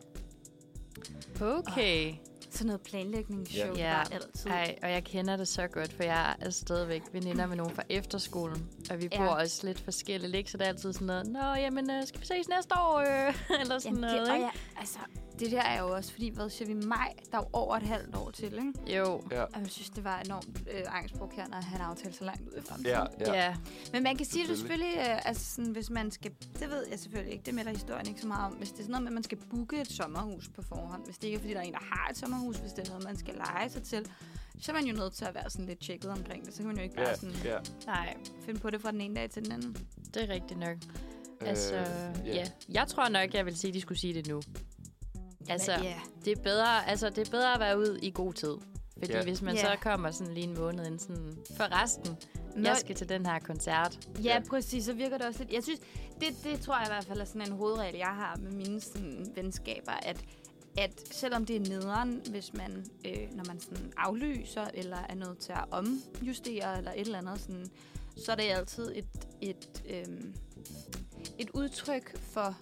Okay. Sådan noget planlægningsshow, Ja. ja. Ja. der er altid. Ej, og jeg kender det så godt, for jeg er stadigvæk veninder med nogen fra efterskolen. Og vi Ja. bor også lidt forskelligt, ikke? Så det er altid sådan noget, Nå, jamen, øh, skal vi ses næste år? øh?" Eller sådan Jamen, det, noget, og ikke? ja, altså, det der er jo også, fordi, hvad siger vi, maj, der er jo over et halvt år til, ikke? Jo. Ja, Og jeg synes, det var enormt øh, angstprovokerende at have en aftale så langt ud i fremtiden. ja, ja. Ja. Men man kan sige det Selvfølgelig. selvfølgelig, øh, altså sådan, hvis man skal, det ved jeg selvfølgelig ikke, det melder historien ikke så meget om, hvis det er sådan noget med, at man skal booke et sommerhus på forhånd, hvis det ikke er, fordi der er en, der har et sommerhus, hvis det er noget, man skal lege sig til, så er man jo nødt til at være sådan lidt tjekket omkring det. Så kan man jo ikke bare Ja, sådan ja. Nej, finde på det fra den ene dag til den anden. det er rigtigt nok. Altså, Øh, ja. Jeg tror nok, jeg vil sige, at de skulle sige det nu. Altså, Men ja, det er bedre, altså, det er bedre at være ude i god tid. Fordi Ja. hvis man Ja. så kommer sådan lige en måned inden sådan, for resten, jeg skal til den her koncert. Ja, Ja. ja, præcis. Så virker det også lidt... Jeg synes, det, det tror jeg i hvert fald er sådan en hovedregel, jeg har med mine sådan, venskaber, at at selvom det er nederen, hvis man, øh, når man sådan aflyser, eller er nødt til at omjustere, eller et eller andet, sådan, så er det altid et, et, øh, et udtryk for,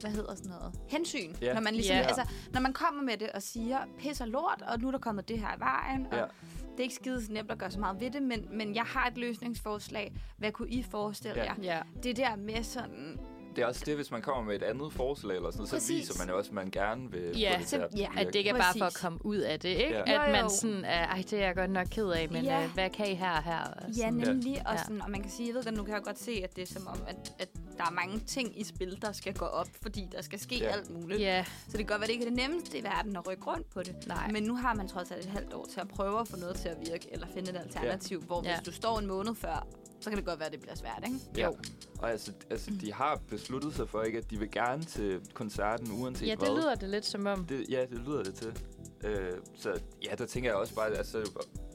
hvad hedder sådan noget, hensyn. Ja. Når, man ligesom, Ja. altså, når man kommer med det og siger, pisser lort, og nu er der kommet det her i vejen, og Ja. det er ikke skide nemt at gøre så meget ved det, men, men jeg har et løsningsforslag. Hvad kunne I forestille Ja. ja. jer? Ja. Det der med sådan... Det er også det, hvis man kommer med et andet forslag eller sådan noget, så Præcis. viser man jo også, at man gerne vil Ja, få det til så- at ja, At det ikke er bare for at Præcis. komme ud af det, ikke? Ja. Ja. At Jo, man jo. sådan er, ej, det er jeg godt nok ked af, men Ja. ja. øh, hvad kan I her og her? Og Ja, sådan. nemlig. Og, Ja. sådan, og man kan sige, jeg ved godt, nu kan jeg godt se, at det er som om, at, at der er mange ting i spil, der skal gå op, fordi der skal ske Ja. ja. alt muligt. Ja, Så det kan godt være, det ikke er det nemmeste i verden at rykke rundt på det. Nej. Men nu har man trods alt et halvt år til at prøve at få noget til at virke, eller finde et alternativ, ja. hvor Ja. hvis du står en måned før, så kan det godt være, at det bliver svært, ikke? Ja. Og altså, altså, de har besluttet sig for ikke, at de vil gerne til koncerten, uanset ja hvad. det lyder det lidt som om. Det, ja, det lyder det til. Øh, så ja, der tænker jeg også bare, at altså, jo,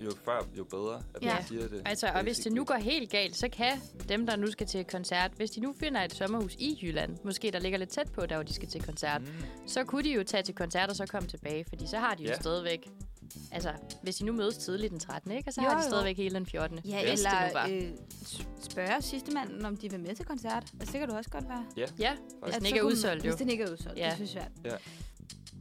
jo før, jo bedre, at Ja. man siger det. Altså, og hvis det nu går helt galt, så kan dem, der nu skal til koncert, hvis de nu finder et sommerhus i Jylland, måske der ligger lidt tæt på, der hvor de skal til koncert, Mhm. mm. så kunne de jo tage til koncert og så komme tilbage, fordi så har de jo Ja. stadigvæk... Altså, hvis de nu mødes tidligt den 13, ikke? Og så Jo, har de jo. stadigvæk hele den 14. Ja, Hvis det nu eller var. øh, s- spørge sidste manden, om de vil med til koncert. Altså, det kan du også godt være. Ja, hvis Altså, den så ikke er kunne- udsolgt jo. Hvis den ikke er udsolgt, Ja. ja. det synes jeg.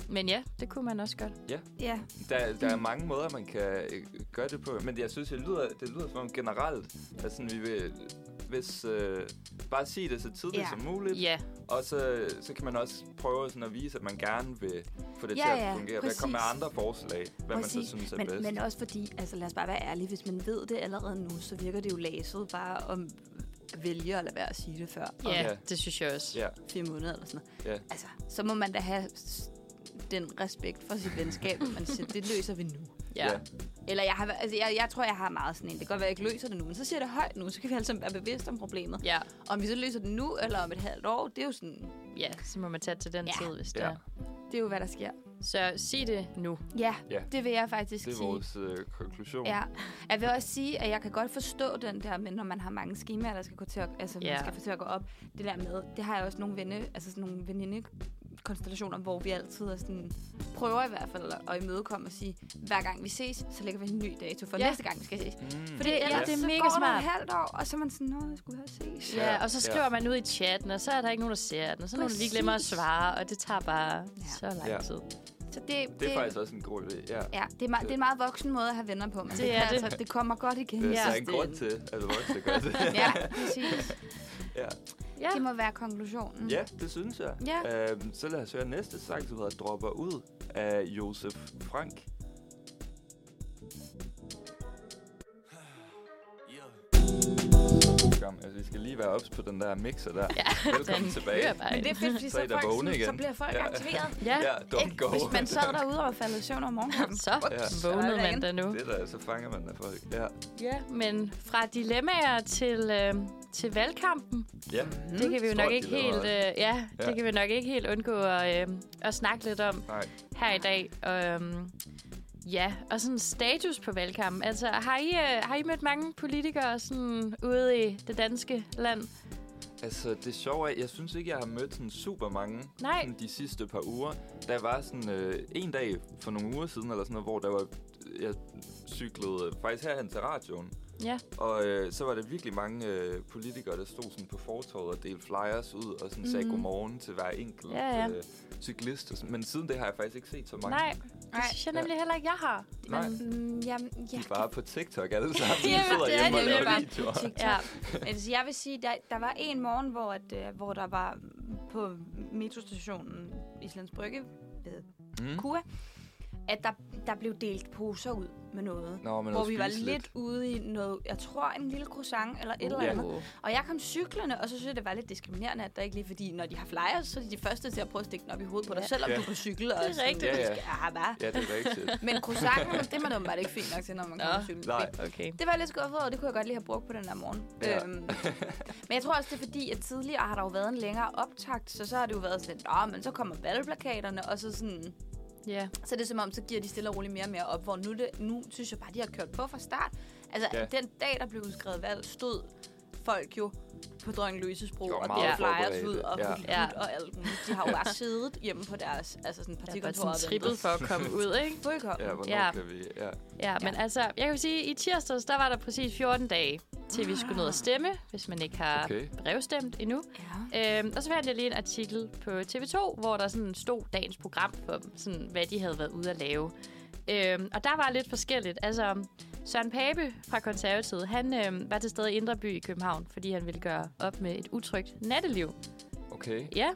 Men ja, det kunne man også godt. Ja, Der, der er mange måder, man kan øh, gøre det på, men jeg synes, det lyder, det lyder som om generelt, at sådan, vi vil hvis, øh, bare sige det så tidligt Ja. som muligt, Ja, og så, så kan man også prøve sådan at vise, at man gerne vil få det Ja, til at ja, fungere. Hvad præcis. kommer med andre forslag, hvad man så synes er men, bedst. men også fordi, altså lad os bare være ærlige, hvis man ved det allerede nu, så virker det jo laset bare om at vælge at lade være at sige det før om ja, Ja. det synes jeg også. Ja, fire måneder eller sådan noget. Ja. Altså, så må man da have s- den respekt for sit venskab, at man siger, det løser vi nu. Ja. Ja. Eller jeg, har, altså, jeg, jeg tror, jeg har meget sådan en. Det kan godt være, at jeg ikke løser det nu, men så siger jeg det højt nu, så kan vi alle sammen være bevidste om problemet. Ja, Om vi så løser det nu, eller om et halvt år, det er jo sådan, ja, så må man tage til den Ja. tid, hvis det Ja. er. det er jo, hvad der sker. Så sig det nu. Ja, Ja. det vil jeg faktisk det er sige. vores øh, konklusion. Ja, jeg vil også sige, at jeg kan godt forstå den der med, når man har mange skemaer, der skal gå til at, altså, Ja. man skal få til at gå op. Det der med, det har jeg også nogle venne, altså sådan nogle venindekonstellationer, hvor vi altid er sådan, prøver i hvert fald at- at imødekomme og sige, hver gang vi ses, så lægger vi en ny dato for Ja. ja. næste gang, vi skal ses. Mm. Fordi ellers det er så mega går der smart. et halvt år, og så er man sådan, nå, jeg skulle have ses. Ja, Ja, og så ja. skriver ja. man ud i chatten, og så er der ikke nogen, der ser den, og så er nogen, der lige glemmer at Præcis. svare, og det tager bare ja. så Ja. lang tid. Så det, det, Det er faktisk også en god idé, ja. Ja, det er, meget, det er en meget voksen måde at have venner på, men det, er kan det. Altså, det kommer godt igen. Det Øh, er Ja. der en grund til, at voksne gør det. Ja, præcis. ja. Ja. Det må være Mm. konklusionen. ja, det synes jeg. Ja. Øhm, så lad os høre næste sang, som hedder Dropper ud af Josef Frank. Kom, altså, vi skal lige være ops på den der mixer der. Ja, Velkommen tilbage. kører bare. Men det er fedt, fordi Så er så, I da folk, vågne sådan, så igen. bliver folk Ja. aktiveret. Ja, Ja, don't go. Hvis man sad derude og faldt i søvn om morgenen. så Ja. vågnede man Sådan. da nu. Det der, så fanger man af folk. Ja. Ja, men fra dilemmaer til, øh, til valgkampen, ja. mm. det kan vi jo Stort nok ikke dilemma helt, øh, også. ja, Ja. det kan vi nok ikke helt undgå at, øh, at snakke lidt om Nej. her i dag. Øh, ja, og sådan status på valgkampen. Altså, har I, øh, har I mødt mange politikere sådan ude i det danske land? Altså, det sjove er, jeg synes ikke, jeg har mødt sådan super mange Nej. sådan de sidste par uger. Der var sådan øh, en dag for nogle uger siden, eller sådan noget, hvor der var, jeg cyklede øh, faktisk herhen til radioen. Ja. Og øh, så var der virkelig mange øh, politikere, der stod sådan på fortorvet og delte flyers ud og sådan mm-hmm. sagde godmorgen til hver enkelt Mhm. Ja, ja. Øh, cyklist. Og sådan. Men siden det har jeg faktisk ikke set så mange. Nej, det Nej. synes jeg nemlig heller ikke, jeg har. Nej. Mm, jamen, De ja. er bare på TikTok alle sammen. Ja, De sidder det er hjemme de og laver bare. videoer. Ja. Altså, jeg vil sige, der, der var en morgen, hvor, at, øh, hvor der var på metrostationen Islands Brygge ved Mm. Kua, at der, der blev delt poser ud med noget. Nå, men hvor at vi var spise lidt, lidt ude i noget, jeg tror en lille croissant eller et eller Uh, ja. andet. Og jeg kom cyklerne, og så synes jeg, det var lidt diskriminerende, at der ikke lige, fordi når de har flyers, så er de de første til at prøve at stikke den op i hovedet på dig, selvom Ja. du er på cykel. Og Det er sådan, rigtigt. Ja, ja. Ja, hvad? Ja, det er rigtigt. Men croissanten, det er man åbenbart ikke fint nok til, når man Nå. kommer på cykel. Nej. Okay. Det var jeg lidt skuffet over, det kunne jeg godt lige have brugt på den der morgen. Ja. Ja. Øhm, men jeg tror også, det er fordi, at tidligere har der jo været en længere optakt, så så har det jo været sådan, at men så kommer valgplakaterne, og så sådan, Ja. så er det som om, så giver de stille og roligt mere og mere op, hvor nu, det, nu synes jeg bare, de har kørt på fra start. Altså, Ja. ja. den dag, der blev udskrevet valg, stod folk jo på Dronning Louises bro, De var og meget delt flyers forberedte, ud og ja. ja. Ja. og alt muligt. De har jo bare siddet hjemme på deres altså sådan Det var partikontor sådan trippet for at komme ud, ikke? Fuldkommen. Ja, hvornår Ja. ja. kan vi... Ja. Ja, men altså, jeg kan sige, at i tirsdags, der var der præcis 14 dage, til vi skulle ned og stemme, hvis man ikke har okay. Okay. brevstemt endnu. Ja. Øhm, og så fandt jeg lige en artikel på TV2, hvor der sådan stod dagens program for dem, sådan, hvad de havde været ude at lave. Øhm, og der var lidt forskelligt. Altså, Søren Pape fra Konservativet, han øhm, var til stede i Indre By i København, fordi han ville gøre op med et utrygt natteliv. Okay. Ja.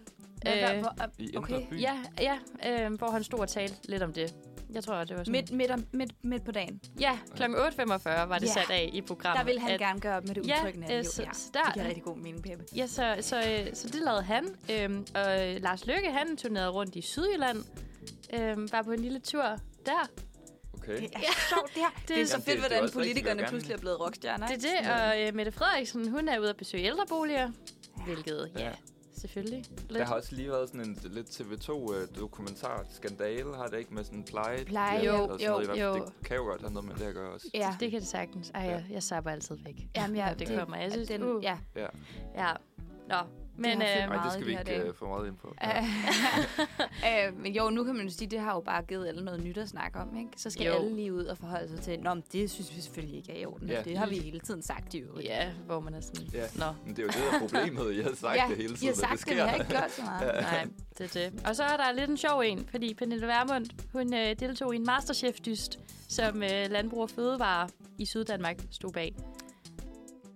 Hvad- Øh, hvor- hvor- I Indre Okay. By? ja, ja øh, hvor han stod og talte lidt om det. Jeg tror, det var sådan... Midt, midt, om, midt, midt på dagen. Ja, kl. 8.45 var det Ja. sat af i programmet. Der vil han at- gerne gøre op med det Ja, udtrykkende. øh, Ja, så- så, så der- der, det giver rigtig god mening, Peppe. Ja, så, så, øh, så det lavede han. Øhm, og øh, Lars Løkke, han turnerede rundt i Sydjylland. Øhm, var på en lille tur der. Okay. Det er sjovt, det her. Det, det er så fedt, Jamen, det- det er hvordan også rigtigt, politikerne det er jo pludselig er blevet rockstjerner. Det er ikke? det, og øh, Mette Frederiksen, hun er ude at besøge ældreboliger. Hvilket, ja, Ja. selvfølgelig. Der Lidt. har også lige været sådan en lidt TV2-dokumentar. øh, Skandale har det ikke med sådan pleje? Pleje, jo, eller sådan noget. I jo, hvert fald, jo. Det kan jo godt have noget med det at gøre også. Ja. Det kan det sagtens. Ej, Ja. jeg, jeg sapper altid væk. Jamen, Når det kommer. Jeg synes, den, uh. ja. Ja. Ja. Nå, men... Øh, har fyldt Nej, det meget skal de vi her ikke dage. øh, få meget ind på. Ja. øh, men jo, nu kan man jo sige, at det har jo bare givet alle noget nyt at snakke om, ikke? Så skal Jo. jo. alle lige ud og forholde sig til, Nå, men det synes vi selvfølgelig ikke er i orden. Ja. Ja. Det har vi hele tiden sagt i øvrigt. ja, hvor man er sådan... Ja. Nå, Men det er jo det, der er problemet. I har sagt det hele tiden, I har at sagt det det, men sker. jeg har ikke gjort så meget. Nej, det er det. Og så er der lidt en sjov en, fordi Pernille Vermund, hun øh, deltog i en masterchef-dyst, som øh, Landbrug og Fødevare i Syddanmark stod bag.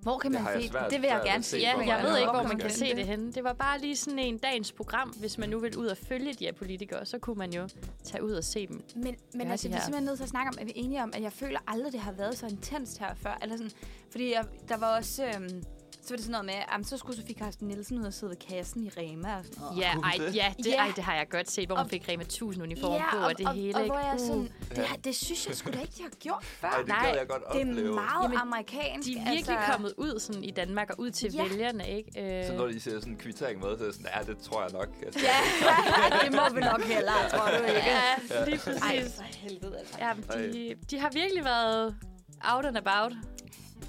Hvor kan Det man har jeg se svært- Det vil jeg svært gerne at se, se. Ja, hvor jeg man ved er ikke, hvor oppe man på kan den. se det henne. Det var bare lige sådan en dagens program. Hvis man nu vil ud og følge de her politikere, så kunne man jo tage ud og se dem. Men, men Ja, altså, de vi er her. simpelthen nødt til at snakke om, at vi er enige om, at jeg føler aldrig, det har været så intenst her før. Eller sådan, fordi jeg, der var også... Øhm, så var det sådan noget med, at så skulle Sofie Carsten Nielsen ud og sidde ved kassen i Rema og sådan noget. Ja, kunne ej, det? ja, det, Ja. ej, det har jeg godt set, hvor hun Og- fik Rema 1000 uniform på og det hele. og, ikke? hvor jeg er Uh. sådan, det, her, det synes jeg sgu da ikke, de har gjort før. Ej, det Nej, gad jeg godt det opleve. er meget Jamen, Jamen, amerikansk. De er virkelig kommet ud sådan, i Danmark og ud til altså- Ja. vælgerne, ikke? Øh, Så når de ser sådan en kvittering med, så er jeg sådan, ja, det tror jeg nok. Altså, Ja, det må vi nok hellere, tror du ikke? Ja, lige Ej, præcis. for helvede altså. Ja, de, de har virkelig været out and about.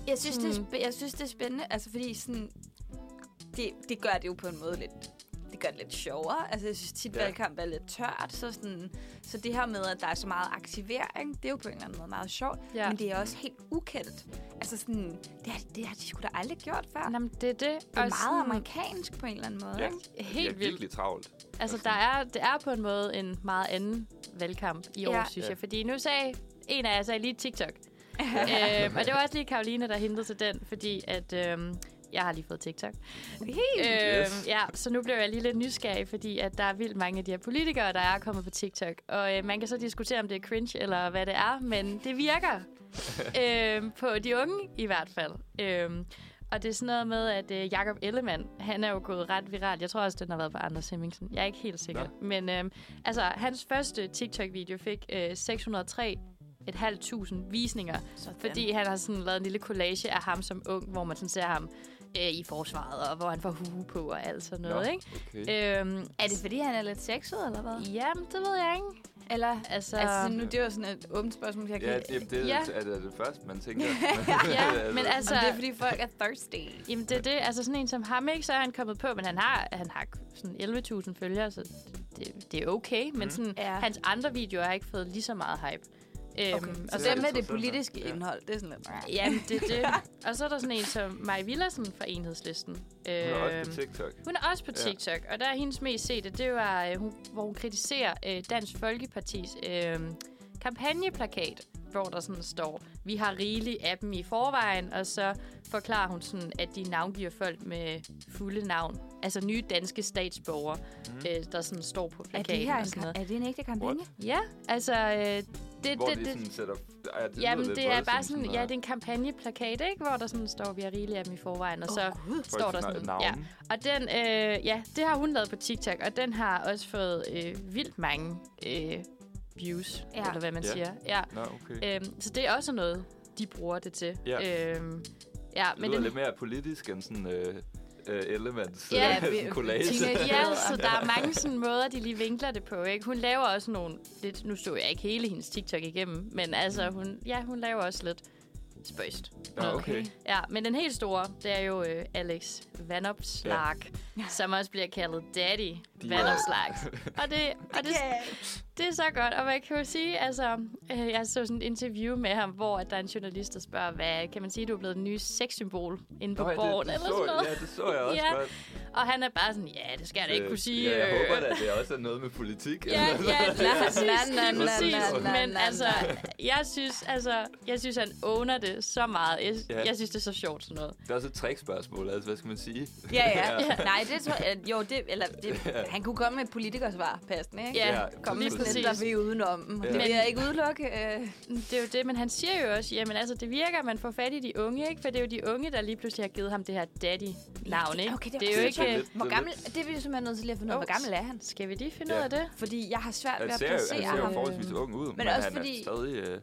Jeg synes, det Mm. er, sp- jeg synes, det er spændende, altså fordi sådan, det, det gør det jo på en måde lidt det gør det lidt sjovere. Altså, jeg synes tit, Ja. valgkamp er lidt tørt. Så, sådan, så det her med, at der er så meget aktivering, det er jo på en eller anden måde meget sjovt. Ja. Ja. Men det er også helt ukendt. Altså, sådan, det, har, det har de sgu da aldrig gjort før. Jamen, det er det. det er meget amerikansk på en eller anden måde. Ja, ikke? det er Helt vildt. virkelig travlt. Altså, der er, det er på en måde en meget anden valgkamp i år, ja. Ja. synes Ja. jeg. Fordi nu sagde en af jer sagde lige TikTok. øhm, og det var også lige Karoline, der hentede til den, fordi at... Øhm, jeg har lige fået TikTok. Øhm, Yes. ja, så nu blev jeg lige lidt nysgerrig, fordi at der er vildt mange af de her politikere, der er kommet på TikTok. Og øh, man kan så diskutere, om det er cringe eller hvad det er, men det virker øhm, på de unge i hvert fald. Øhm, og det er sådan noget med, at øh, Jakob Ellemann, han er jo gået ret viral. Jeg tror også, den har været på Anders Hemmingsen. Jeg er ikke helt sikker. Nå. Men øhm, altså, hans første TikTok-video fik øh, 603 et halvt tusind visninger. Sådan. Fordi han har sådan lavet en lille collage af ham som ung, hvor man sådan ser ham øh, i forsvaret, og hvor han får hue på og alt sådan noget, Nå, ikke? Okay. Øhm, Er det, fordi han er lidt sexet, eller hvad? jamen, det ved jeg ikke. Eller, Altså, altså, nu det er jo sådan et åbent spørgsmål, jeg kan... Ja, det, det Ja. er, er det første, man tænker. ja, men altså... Om det er, fordi folk er thirsty. Øhm, Jamen, det er det. Altså, sådan en som ham, ikke? Så er han kommet på, men han har, han har sådan 11.000 følgere, så det, det er okay. Men sådan, ja. Ja. hans andre videoer har ikke fået lige så meget hype. Øhm, okay. og Og det så, er det med interessant, det politiske ja. indhold, det er sådan lidt... jamen, det er det. Og så er der sådan en som Maja Villersen fra Enhedslisten. Hun er også Øhm, på TikTok. Hun er også på Ja. TikTok, ja. og der er hendes mest sete, det var, øh, hun, hvor hun kritiserer øh, Dansk Folkepartis øh, kampagneplakat, hvor der sådan står, vi har rigeligt af dem i forvejen, og så forklarer hun sådan, at de navngiver folk med fulde navn, altså nye danske statsborgere, Mhm. mm. øh, der sådan står på Er det, plakaten her og sådan en, noget. er det en ægte kampagne? Ja, altså, øh, det, Hvor det, de det, sådan sætter... Ja, det Jamen, lyder lidt det er bare voldsomt, øh, sådan, ja, noget. det er en kampaagneplakat, ikke? Hvor der sådan står, vi har rigeligt af dem i forvejen, og oh, så står Folk der snakker sådan, navne. ja. Og den, øh, ja, det har hun lavet på TikTok, og den har også fået øh, vildt mange øh, views, ja. Ja. eller hvad man Ja. siger. Ja. Nå, okay. Øhm, så det er også noget, de bruger det til. Ja. Øhm, ja, Det men lyder den, lidt mere politisk end sådan øh, øh, elements Ja, ja, vi- sådan collage. teenage- ja, så der er mange sådan måder, de lige vinkler det på. Ikke? Hun laver også nogle... Lidt, nu så jeg ikke hele hendes TikTok igennem, men altså, hun, ja, hun laver også lidt spøjst. Nå, okay. Ja, men den helt store, det er jo øh, Alex Vanopslag, ja. som også bliver kaldet Daddy Vanopslag. og det, og det, det er så godt, og man kan jo sige, altså, øh, jeg så sådan et interview med ham, hvor at der er en journalist, der spørger, hvad kan man sige, du er blevet den nye sexsymbol inde på Nå, ja, borgen, det, eller det, sådan så, noget. ja, det så jeg også Ja. godt. Og han er bare sådan, ja, det skal jeg da ikke Øh, kunne sige. Ja, jeg øh, håber da, at det også er noget med politik. Altså, Ja, eller ja, noget. lige præcis, na, lige na, præcis. na, na, Men na, altså, jeg synes, altså, jeg synes, han owner det så meget. Jeg, Ja. jeg synes, det er så sjovt sådan noget. Det er også et trickspørgsmål, altså hvad skal man sige? Ja, ja. Nej, det tror jeg... Jo, det, eller det, han kunne komme med et politikersvar, passende, ikke? Ja, Ja, Kom med lige sådan præcis. et, der vi udenom. Det vil jeg ikke udelukke. Øh. Det er jo det, men han siger jo også, jamen altså, det virker, at man får fat i de unge, ikke? For det er jo de unge, der lige pludselig har givet ham det her daddy-navn, ikke? okay, det er det er jo også ikke... øh, lidt- Hvor det er gammel... Det er vi jo simpelthen nødt til lige at finde ud af. Ups. Hvor gammel er han? Skal vi lige finde Ja. ud af det? Fordi jeg har svært ved Han at ser, jo, han placere ser jo ham. forholdsvis ung ud, men, men også han fordi- er stadig... Øh,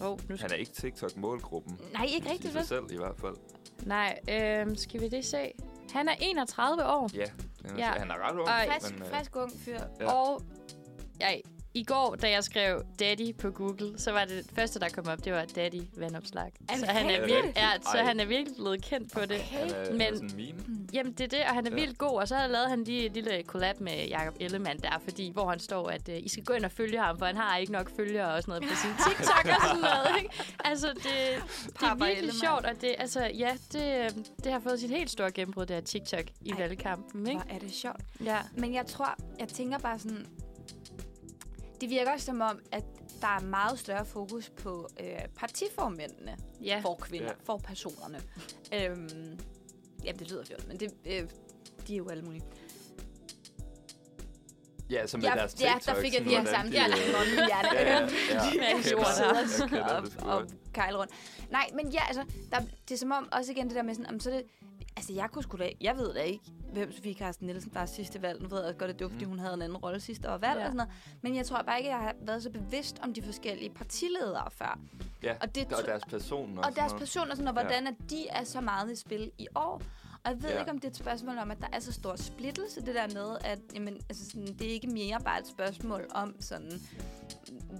Åh, oh, nu han skal... er ikke TikTok-målgruppen. Nej, ikke I rigtigt, vel? sig selv i hvert fald. Nej, øhm, skal vi det se? Han er 31 år, Ja, han, Ja. ja. han er ret ung. Og Frisk, øh, frisk ung fyr. Ja. og... Jeg, I går, da jeg skrev daddy på Google, så var det første, der kom op, det var daddy vandopslag. Er Så det han er, rigtigt? virkelig, ja, så Ej. han er virkelig blevet kendt på det. han er, men... men- er sådan en meme. Jamen, det er det, og han er Ja. vildt god. Og så havde lavede han lige et lille collab med Jakob Ellemann der, fordi, hvor han står, at øh, I skal gå ind og følge ham, for han har ikke nok følgere og sådan noget på sin TikTok og sådan noget, ikke? Altså, det, det er Papa virkelig Ellemann. sjovt, og det, altså, ja, det, øh, det har fået sit helt store gennembrud, det her TikTok i Ej. valgkampen, ikke? Hvor er det sjovt. Ja. Men jeg tror, jeg tænker bare sådan... Det virker også som om, at der er meget større fokus på øh, partiformændene Ja. for kvinder, Ja. for personerne. øhm, jamen, det lyder fjollet, men det, øh, de er jo alle mulige. Ja, som med Ja, deres ja, TikTok. der fik jeg sådan, lige hvordan samme de, øh, Ja, ja, hjerne. ja. Med de ord Jeg der. kender- jeg kender det sgu og, og godt. kejle rundt. Nej, men ja, altså, der, det er som om, også igen det der med sådan, om så er det, altså jeg kunne sgu da, jeg ved da ikke, hvem Sofie Carsten Nielsen var sidste valg. Nu ved jeg godt, at det var, fordi hun havde en anden rolle sidste år valg Ja. ja. og sådan noget. Men jeg tror bare ikke, at jeg har været så bevidst om de forskellige partiledere før. Ja, og det- og deres person og, Og deres person. personer, sådan, og hvordan at de er så meget i spil i år. Og jeg ved Ja. ja. ikke, om det er et spørgsmål om, at der er så stor splittelse, det der med, at jamen, altså sådan, det er ikke mere bare et spørgsmål om, sådan,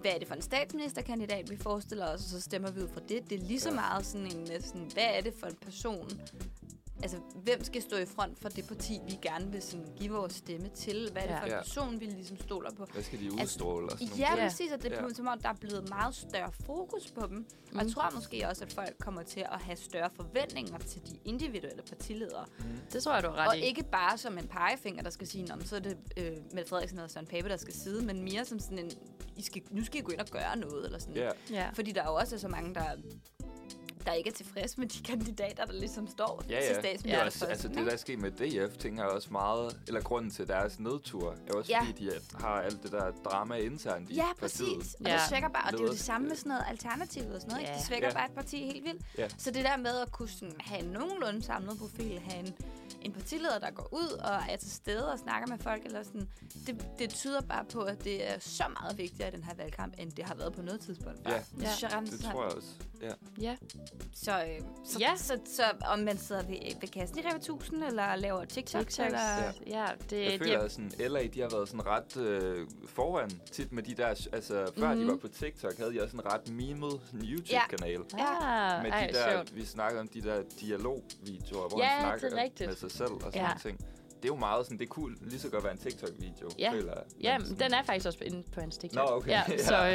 hvad er det for en statsministerkandidat, vi forestiller os, og så stemmer vi ud fra det. Det er lige så Ja. meget sådan en, øh, sådan, hvad er det for en person? Altså, hvem skal stå i front for det parti, vi gerne vil sådan, give vores stemme til? Hvad er det Ja. for en Ja. person, vi ligesom stoler på? Hvad skal de Altså, udstråle og sådan nogle Ja, ting? præcis, og det er Ja. ja. som om, der er blevet meget større fokus på dem. Mm. Og jeg tror måske også, at folk kommer til at have større forventninger til de individuelle partiledere. Det tror jeg, du har ret Og i. ikke bare som en pegefinger, der skal sige, "Nå, men så er det øh, Mette Frederiksen og Søren Pape, der skal sidde, men mere som sådan en, I skal, nu skal I gå ind og gøre noget, eller sådan. Ja, Ja. Fordi der er jo også så mange, der der ikke er tilfredse med de kandidater, der ligesom står ja, til ja. Det er også, statsministerposten. altså, det, ikke? der er sket med DF, tænker jeg også meget, eller grunden til deres nedtur, er også Ja. fordi, de er- har alt det der drama internt i Ja, partiet. præcis. Og ja. Ja. det svækker bare, og det er jo det Ledet, samme med øh, sådan noget alternativet og sådan noget. Ikke? Ja. Det svækker Ja. bare et parti helt vildt. Ja. Så det der med at kunne sådan have en nogenlunde samlet profil, have en, en partileder, der går ud og er til stede og snakker med folk, eller sådan, det, det tyder bare på, at det er så meget vigtigere i den her valgkamp, end det har været på noget tidspunkt. før. Ja. Det synes jeg er ret Det interessant. tror jeg også. Ja. ja. Så, øh, så, Ja. ja. så, så, så om man sidder ved, ved kassen i Rema 1000, eller laver TikTok, TikTok. eller... Ja. ja, Øh, det Jeg de føler, har- at sådan, LA de har været sådan ret øh, foran tit med de der... Altså, før mm-hmm. de Mhm. var på TikTok, havde de også en ret memet sådan YouTube-kanal. Ja. Ah, Med ej, de der, sjovt. vi snakkede om de der dialogvideoer, hvor Ja, han det er snakker rigtigt. med sig selv og sådan Ja. ja. ting. Det er jo meget sådan, det kunne lige så godt være en TikTok-video, Ja. føler jeg. Ja, Men sådan- den er faktisk også inde på hans TikTok. Nå, okay. Ja, Ja. så, øh,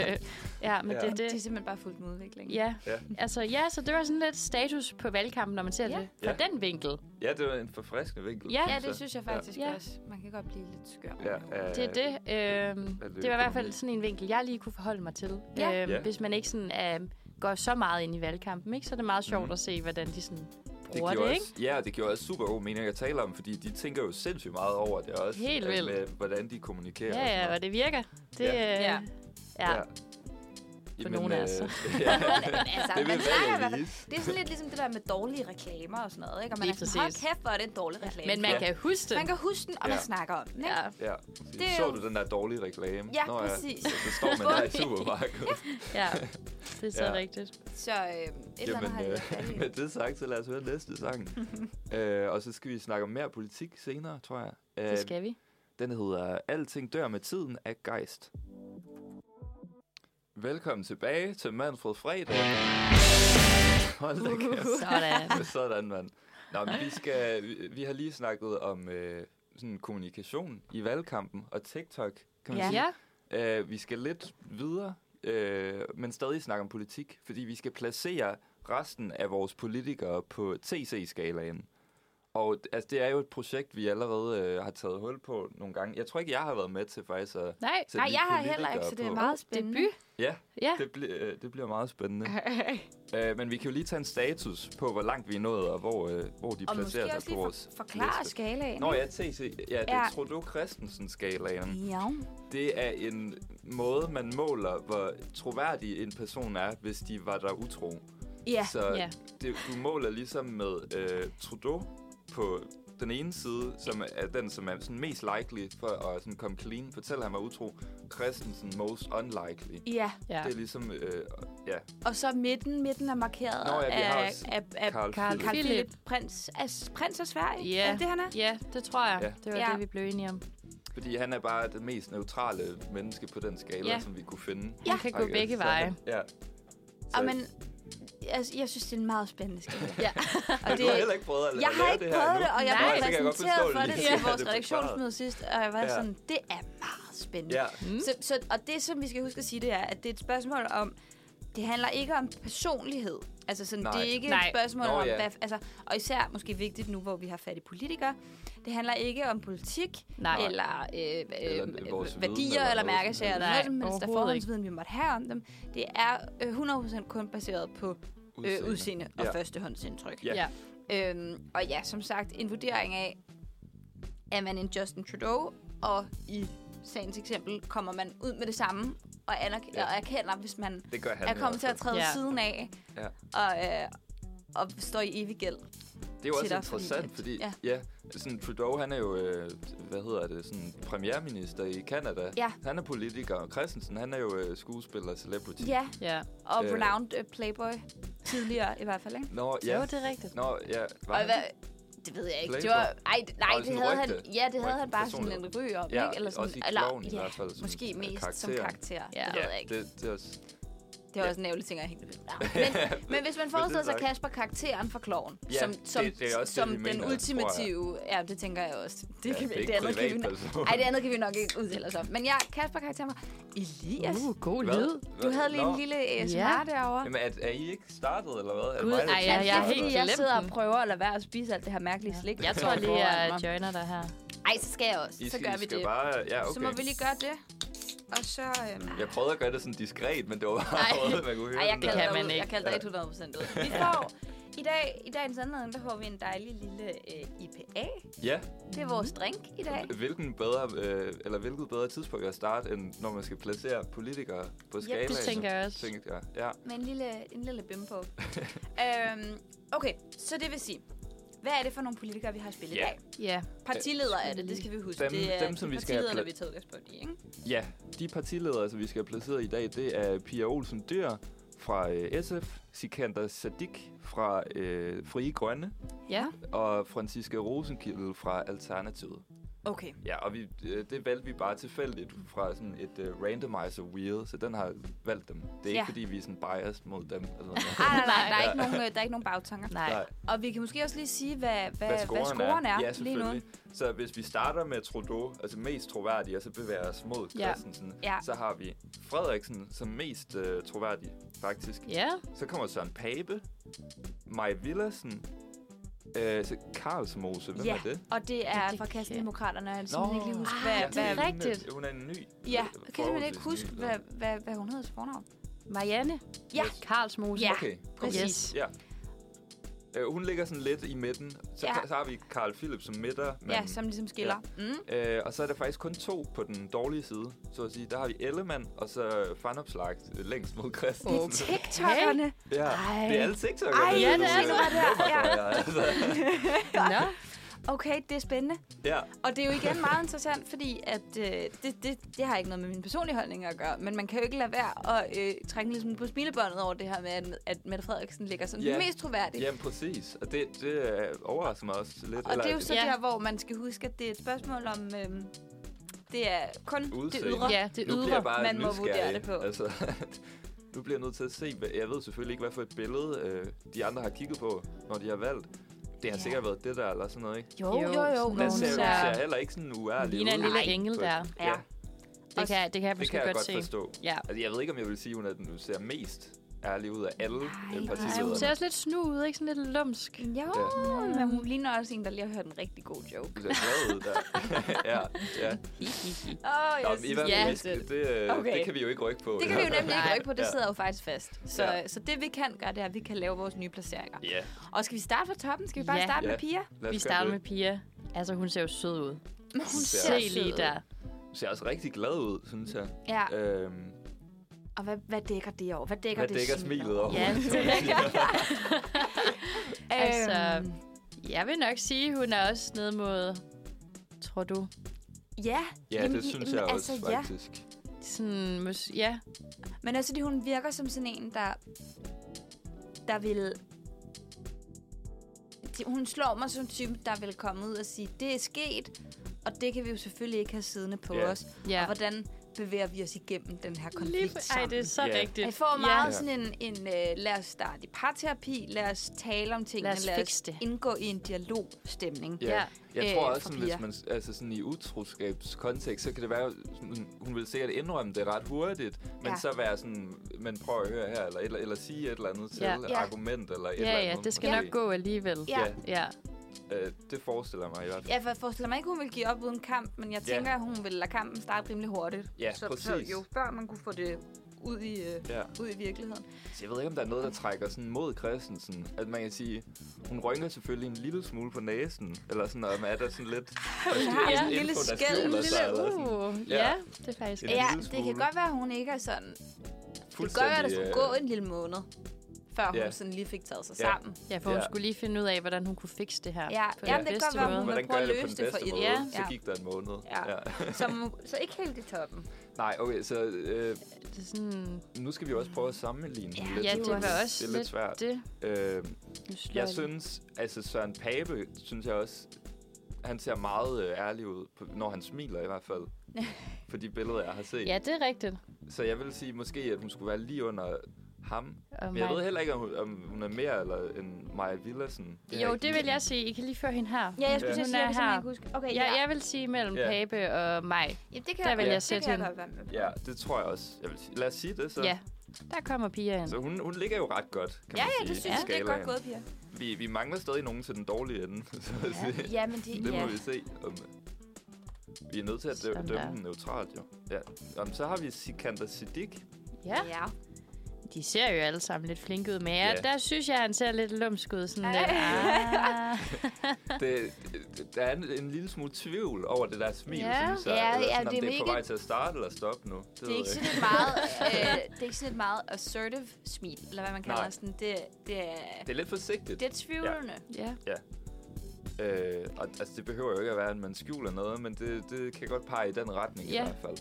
ja men Ja. ja. det er De er det. simpelthen bare fuldt med udviklingen. Ja. Ja. altså ja, så det var sådan lidt status på valgkampen, når man ser Ja. det fra Ja. den vinkel. Ja, det var en forfriskende vinkel. Ja, Ja, jeg. det synes jeg faktisk Ja. ja. også. Man kan godt blive lidt skør. Ja, øh, Det er det. Øhm, er det det var i hvert fald økonomi? sådan en vinkel, jeg lige kunne forholde mig til. Ja. Øhm, Ja. Hvis man ikke sådan, øh, går så meget ind i valgkampen, ikke? så er det meget Mm-hmm. sjovt at se, hvordan de sådan bruger det, gjorde ikke? Også, ja, og det giver også super god mening at tale om, fordi de tænker jo sindssygt meget over det også. Helt øh, vildt. Med, hvordan de kommunikerer. og Ja, ja, og sådan det virker. Det, Ja. øh, Ja. ja. noget. Jamen, nogle af os, så. øh, ja, Altså, det vil man snakker i hvert jeg fald- vise. Det er sådan lidt ligesom det der med dårlige reklamer og sådan noget, ikke? Og man Lige er sådan, hold præcis. kæft, hvor er det en dårlig reklame. Men man Ja. kan huske det. man kan huske den, og man Ja. snakker om den, ikke? Ja, Ja, Det det er så jo- du den der dårlige reklame? Ja, Nå, præcis. Ja, så står man der i supermarkedet. ja, det er så Ja. rigtigt. Så øh, et eller andet har Jamen, jeg øh, været fat i. med det sagt, så lad os høre næste sang. øh, og så skal vi snakke om mere politik senere, tror jeg. Øh, Det skal vi. Den hedder Alting dør med tiden af Geist. Velkommen tilbage til Manfred Fredag. Hold da Uh-huh. kæft. Sådan. Sådan, mand. Nå, men vi, skal, vi, vi har lige snakket om øh, sådan kommunikation i valgkampen og TikTok, kan man Ja. sige. Ja, Øh, vi skal lidt videre, øh, men stadig snakke om politik, fordi vi skal placere resten af vores politikere på TC-skalaen. Og d- altså, det er jo et projekt, vi allerede øh, har taget hul på nogle gange. Jeg tror ikke, jeg har været med til faktisk at... nej. sætte Nej, nye jeg har politikere heller ikke, så det er på. meget spændende. Debut. Ja, Ja. det, bli, øh, det bliver meget spændende. øh, men vi kan jo lige tage en status på, hvor langt vi er nået, og hvor, øh, hvor de Og måske placerer også sig på lige vores for, forklare liste. skalaen. Nå ikke? ja, TC. Ja, det Ja. er Trudeau Christensen-skalaen. ja. Det er en måde, man måler, hvor troværdig en person er, hvis de var der utro. Ja, Så Ja. det, du måler ligesom med øh, Trudeau på den ene side, som er den, som er sådan mest likely for at sådan komme clean. Fortæl ham er utro. Christensen most unlikely. ja. ja. Det er ligesom, øh, ja, Og så midten, midten er markeret Nå ja, vi har af, også af, af Carl Carl, Carl Philip. Philip, prins, af, prins af Sverige. Ja. Er det det, han er? Ja, det tror jeg. Ja. Det var Ja. det, vi blev enige om. fordi han er bare det mest neutrale menneske på den skala, Ja. som vi kunne finde. Ja. Han kan gå Okay, begge så- veje. Ja. Og men, jeg, jeg synes, det er en meget spændende skala. Ja. Og Du har heller ikke prøvet at jeg har lære ikke det her prøvet endnu. det, og jeg Nej. blev Så kan jeg godt præsenteret for forstå det, det lige til at vores det er redaktionsmøde sidst, og jeg var Ja. sådan, det er meget spændende. Ja, Så, så, og det, som vi skal huske at sige, det er, at det er et spørgsmål om, det handler ikke om personlighed. Altså sådan, Nej. det er ikke Nej. Nej. et spørgsmål Nå, om, ja. hvad, altså, og især måske vigtigt nu, hvor vi har fat i politikere, det handler ikke om politik, Nej. eller, øh, øh, Eller vores øh, viden, værdier, eller eller noget mærkesager, eller Nej, noget som helst af overhovedet ikke. forhåndsviden, vi måtte have om dem. Det er øh, 100% kun baseret på øh, udseende og Ja. førstehåndsindtryk. Ja. Ja. Øhm, og ja, som sagt, en vurdering af, er man en Justin Trudeau, og i sagens eksempel kommer man ud med det samme, og, anerk- Ja. ja. og erkender, hvis man Det gør han er i kommet hvert til at fald. træde Ja. ja. siden af, Ja. og, øh, og står i evig gæld. Det er jo også til dig, fordi at- interessant, fordi, ja. ja. ja sådan Trudeau, han er jo, øh, hvad hedder det, sådan premierminister i Kanada. Ja. Han er politiker, og Christensen, han er jo øh, skuespiller og celebrity. Ja, Ja. og Øh. øh. renowned øh, playboy tidligere i hvert fald, ikke? Nå, ja. ja. Jo, det er rigtigt. Nå, ja. Var Og han- hvad, det ved jeg ikke. Det Playboy? var, ej, d- nej, Og det sådan havde han, rygte. ja, det havde Rygte, han bare sådan en personlighed. ryg om, Ja, ikke? Eller sådan, også i klovn i ja, hvert fald, som måske sådan, øh, mest som karakter. karakter. Ja. Ja. Det ved jeg ikke. Det, det er også... Det er Ja. også en ærgerlig ting at hænge det ved. Nå, Men, men hvis man forestiller sig nok- Kasper karakteren for kloven, Ja, som, det- som, det er også som det, vi den mener, tror jeg. ultimative... Ja, det tænker jeg også. Det, kan vi, det er det, ikke andet kan vi, nok- privatperson. ej, det andet kan vi nok ikke udtale os om. Men ja, Kasper karakteren var... Elias? Uh, god Hvad? lyd. Du havde lige Nå. en lille øh, ASMR ja. derovere. Jamen, er, er I ikke startet, eller hvad? Er det Gud, mig, der ej, ja, tænker jeg er på det? helt- jeg glemt sidder og den. prøver at lade være at spise alt det her mærkelige slik. Jeg tror lige, at... jeg joiner dig her. Ej, så skal jeg også. Så I skal, gør I vi skal det. Bare, ja, okay. Så må vi lige gøre det. Og så... øhm, Jeg prøvede at gøre det sådan diskret, men det var bare Ej. noget, man kunne høre. Ej, jeg den kalder der. kan dig man ud. ikke. Jeg kalder dig 100 ud. Vi får, i, dag, I dagens anledning, der får vi en dejlig lille øh, IPA. Ja, Det er vores drink i dag. hvilken bedre, øh, eller hvilket bedre tidspunkt at starte, end når man skal placere politikere på skalaen. tænker jeg også. Tænkte jeg. Ja. Med en lille, en lille bim på. øhm, okay, så det vil sige, hvad er det for nogle politikere, vi har spillet Ja. yeah. i dag? Ja. Partiledere er det, det skal vi huske. Dem- det er dem, som de vi skal have partiledere, pla- vi tager udgangspunkt i, ikke? Ja, de partiledere, som vi skal have placeret i dag, det er Pia Olsen Dyr fra øh, SF, Sikander Sadik fra øh, Frie Grønne Ja. og Franziska Rosenkilde fra Alternativet. Okay. Ja, og vi, øh, det valgte vi bare tilfældigt fra sådan et øh, randomizer wheel, så den har valgt dem. Det er ikke, Ja. fordi vi er sådan biased mod dem. Eller noget. Ej, Ah, nej, nej, der er ikke nogen, øh, der er ikke nogen bagtanker. Nej. Nej. Og vi kan måske også lige sige, hvad, hvad, hvad scoren, hvad scoren er, er. Ja, lige nu. selvfølgelig. Så hvis vi starter med Trudeau, altså mest troværdig, og så bevæger os mod Ja. Christensen, Ja. så har vi Frederiksen som mest øh, troværdig, faktisk. Ja. Så kommer Søren Pape, Maja Villersen, øh, så Karlsmose, hvem ja, er det? og det er det fra kan- Kristendemokraterne, og jeg kan simpelthen ikke lige huske, Ah, hvad, det er hvad, hun en- rigtigt. Hun er en ny. Ja, øh, jeg kan simpelthen ikke forholdsvis huske, ny, hvad, hvad, hvad hun hedder til fornavn. Marianne. Ja. Karlsmose. Ja. Okay, Præcis. Yes. ja. Øh, hun ligger sådan lidt i midten. Så, Ja. så har vi Karl Philip som midter. Men, Ja, som ligesom skiller. Mm. øh, og så er der faktisk kun to på den dårlige side. Så at sige, der har vi Ellemann, og så Fanopslag øh, længst mod Christensen. Okay. TikTok'erne. Ja, Ej. det er alle TikTok'ere. Ej, ja, det er det var der, ja. altså, Nå. Okay, det er spændende. ja. Og det er jo igen meget interessant, fordi at, øh, det, det, det har ikke noget med min personlige holdning at gøre, men man kan jo ikke lade være at øh, trænge ligesom på smilebåndet over det her med, at, at Mette Frederiksen ligger som Ja. yeah. mest troværdig. Jamen præcis, og det, det øh, overrasker mig også lidt. altså, Og det er jo så Ja. der, hvor man skal huske, at det er et spørgsmål om... Øh, det er kun Udseende. det ydre. Ja, det nu bliver ydre. jeg bare man må nysgerrig, vurdere det på. Altså, Nu bliver jeg nødt til at se, hvad, jeg ved selvfølgelig ikke, hvad for et billede øh, de andre har kigget på, når de har valgt. Det har Ja. sikkert været det der, eller sådan noget, ikke? Jo, Jo, jo, jo. jo. sådan Den Nogen ser, ser- ser heller ikke sådan uærlig Ligner en lille Nej. engel der. Ja, Det kan, det kan jeg det måske kan jeg godt, godt se. forstå. Ja. Altså, jeg ved ikke, om jeg vil sige, at hun er den, der ser mest ærlig ud af alle øh, Ej, hun ser partilederne. også lidt snu ud, ikke? Sådan lidt lumsk. Jo, Ja. men hun ligner også en, der lige har hørt en rigtig god joke. Hun ser glad ud der. ja, ja. Åh, Nå, men i hvert Ja. fald, vi skal- det, øh, Okay. det kan vi jo ikke rykke på. Det kan vi jo nemlig ikke Nej. rykke på, det Ja. sidder jo faktisk fast. Så, Ja. så det vi kan gøre, det er, at vi kan lave vores nye placeringer. Ja, Og skal vi starte fra toppen? Skal vi bare Ja. starte Ja. med Pia? lad os Vi gøre starter med det. Pia. Altså, hun ser jo sød ud. Hun Se ser, sød lige ud. der. hun ser også rigtig glad ud, synes jeg. Ja, Øhm, og hvad, hvad dækker det over? Hvad dækker, hvad det dækker smilet over? Ja, det altså, Altså- Jeg vil nok sige, hun er også nede mod, tror du, ja, Ja, Jamen, det synes jamen, jeg altså, også, ja. faktisk. sådan, mås- ja, men også fordi hun virker som sådan en, der, der vil... Det- Hun slår mig som typen, der vil komme ud og sige, det er sket, og det kan vi jo selvfølgelig ikke have siddende på Ja. os. ja. Og hvordan bevæger vi os igennem den her Lige, konflikt ej, sammen? det er så Ja. rigtigt. Jeg får meget Ja. sådan en, en øh, lad os starte i parterapi, lad os tale om tingene, Lad os fikse det. indgå i en dialogstemning. Ja. Jeg øh, tror fra også, sådan, piger. hvis man altså sådan i utroskabskontekst, så kan det være, sådan, hun vil sikkert indrømme det ret hurtigt, men Ja. ja. så være sådan, man prøver at høre her, eller, eller, eller sige et eller andet til Ja. ja. Ja. argument, eller et Ja, eller andet. ja, det skal måske. nok gå alligevel. Ja. Ja, Øh, det forestiller jeg mig i hvert fald. Ja, for jeg forestiller mig ikke, hun vil give op uden kamp, men jeg Ja. tænker, at hun vil lade kampen starte rimelig hurtigt. Ja, så, Så præcis. jo før man kunne få det ud i, øh, Ja. ud i virkeligheden. Så jeg ved ikke, om der er noget, der trækker sådan mod Christensen. At man kan sige, hun rynker selvfølgelig en lille smule på næsen, eller sådan, og man er der sådan lidt... Hun har sådan en lille skæld, en lille Uh, Ja. ja, det er faktisk En Ja, lille det kan smule. godt være, at hun ikke er sådan... uh, Det kan godt være, at der skulle gå øh, en lille måned, før ja. hun sådan lige fik taget sig Ja. sammen. Ja, for hun Ja. skulle lige finde ud af, hvordan hun kunne fikse det her. Ja, på ja, den det kan bedste godt være, måde. hun- Hvordan prøver gør at jeg det på løse den det for bedste en. måde? Ja. Så Ja. gik der en måned. Ja. Så, må- så ikke helt i toppen. Nej, okay, så øh, Det er sådan, nu skal vi også prøve at sammenligne Ja, lidt. ja, med det hende. var også det er lidt lidt svært. det. Nu Øh, slår jeg lige. synes, altså Søren Pape, synes jeg også, han ser meget øh, ærlig ud, på, når han smiler i hvert fald. på de billeder, jeg har set. Ja, det er rigtigt. Så jeg vil sige måske, at hun skulle være lige under ham. Og Men jeg Maja- ved heller ikke, om hun, om hun er mere eller end Maja Villersen. Det har jo, ikke det lige- vil jeg sige. I kan lige føre hende her. Ja, jeg skulle til Hun at sige, er at jeg her. ikke huske. Okay, Ja, ja. jeg vil sige mellem Ja. Pape og mig. Jamen, det kan Der jeg, vil godt- jeg det sætte kan hende. jeg godt være med på. Ja, det tror jeg også. Jeg vil sige. Lad os sige det så. Ja, der kommer Pia ind. Så hun, hun ligger jo ret godt, kan Ja, man ja, sige. det i synes jeg, det er godt skalaen. gået, Pia. Vi, vi mangler stadig nogen til den dårlige ende. Så at sige. Ja, men det, Det må ja. vi se. Om, øh, vi er nødt til at dø- Sådan der. dømme den neutralt, jo. Ja. Jamen, så har vi Sikander Siddiq. Ja, Ja. de ser jo alle sammen lidt flinke ud, men ja. Ja. der synes jeg, han ser lidt lumsk ud. Sådan lidt. Ah. Det, det- der er en, en lille smule tvivl over det der smil, Ja. synes jeg. Ja, Eller ja, sådan, om det er det er på mega- vej til at starte eller stoppe nu. Det, Det er ikke sådan et meget, øh, det er ikke sådan et meget assertive smil, eller hvad man kalder Nej. sådan. Det, det, er, det er lidt forsigtigt. det er tvivlende. ja. Øh, og, altså, det behøver jo ikke at være, at man skjuler noget, men det, det kan godt pege i den retning Ja. i hvert fald.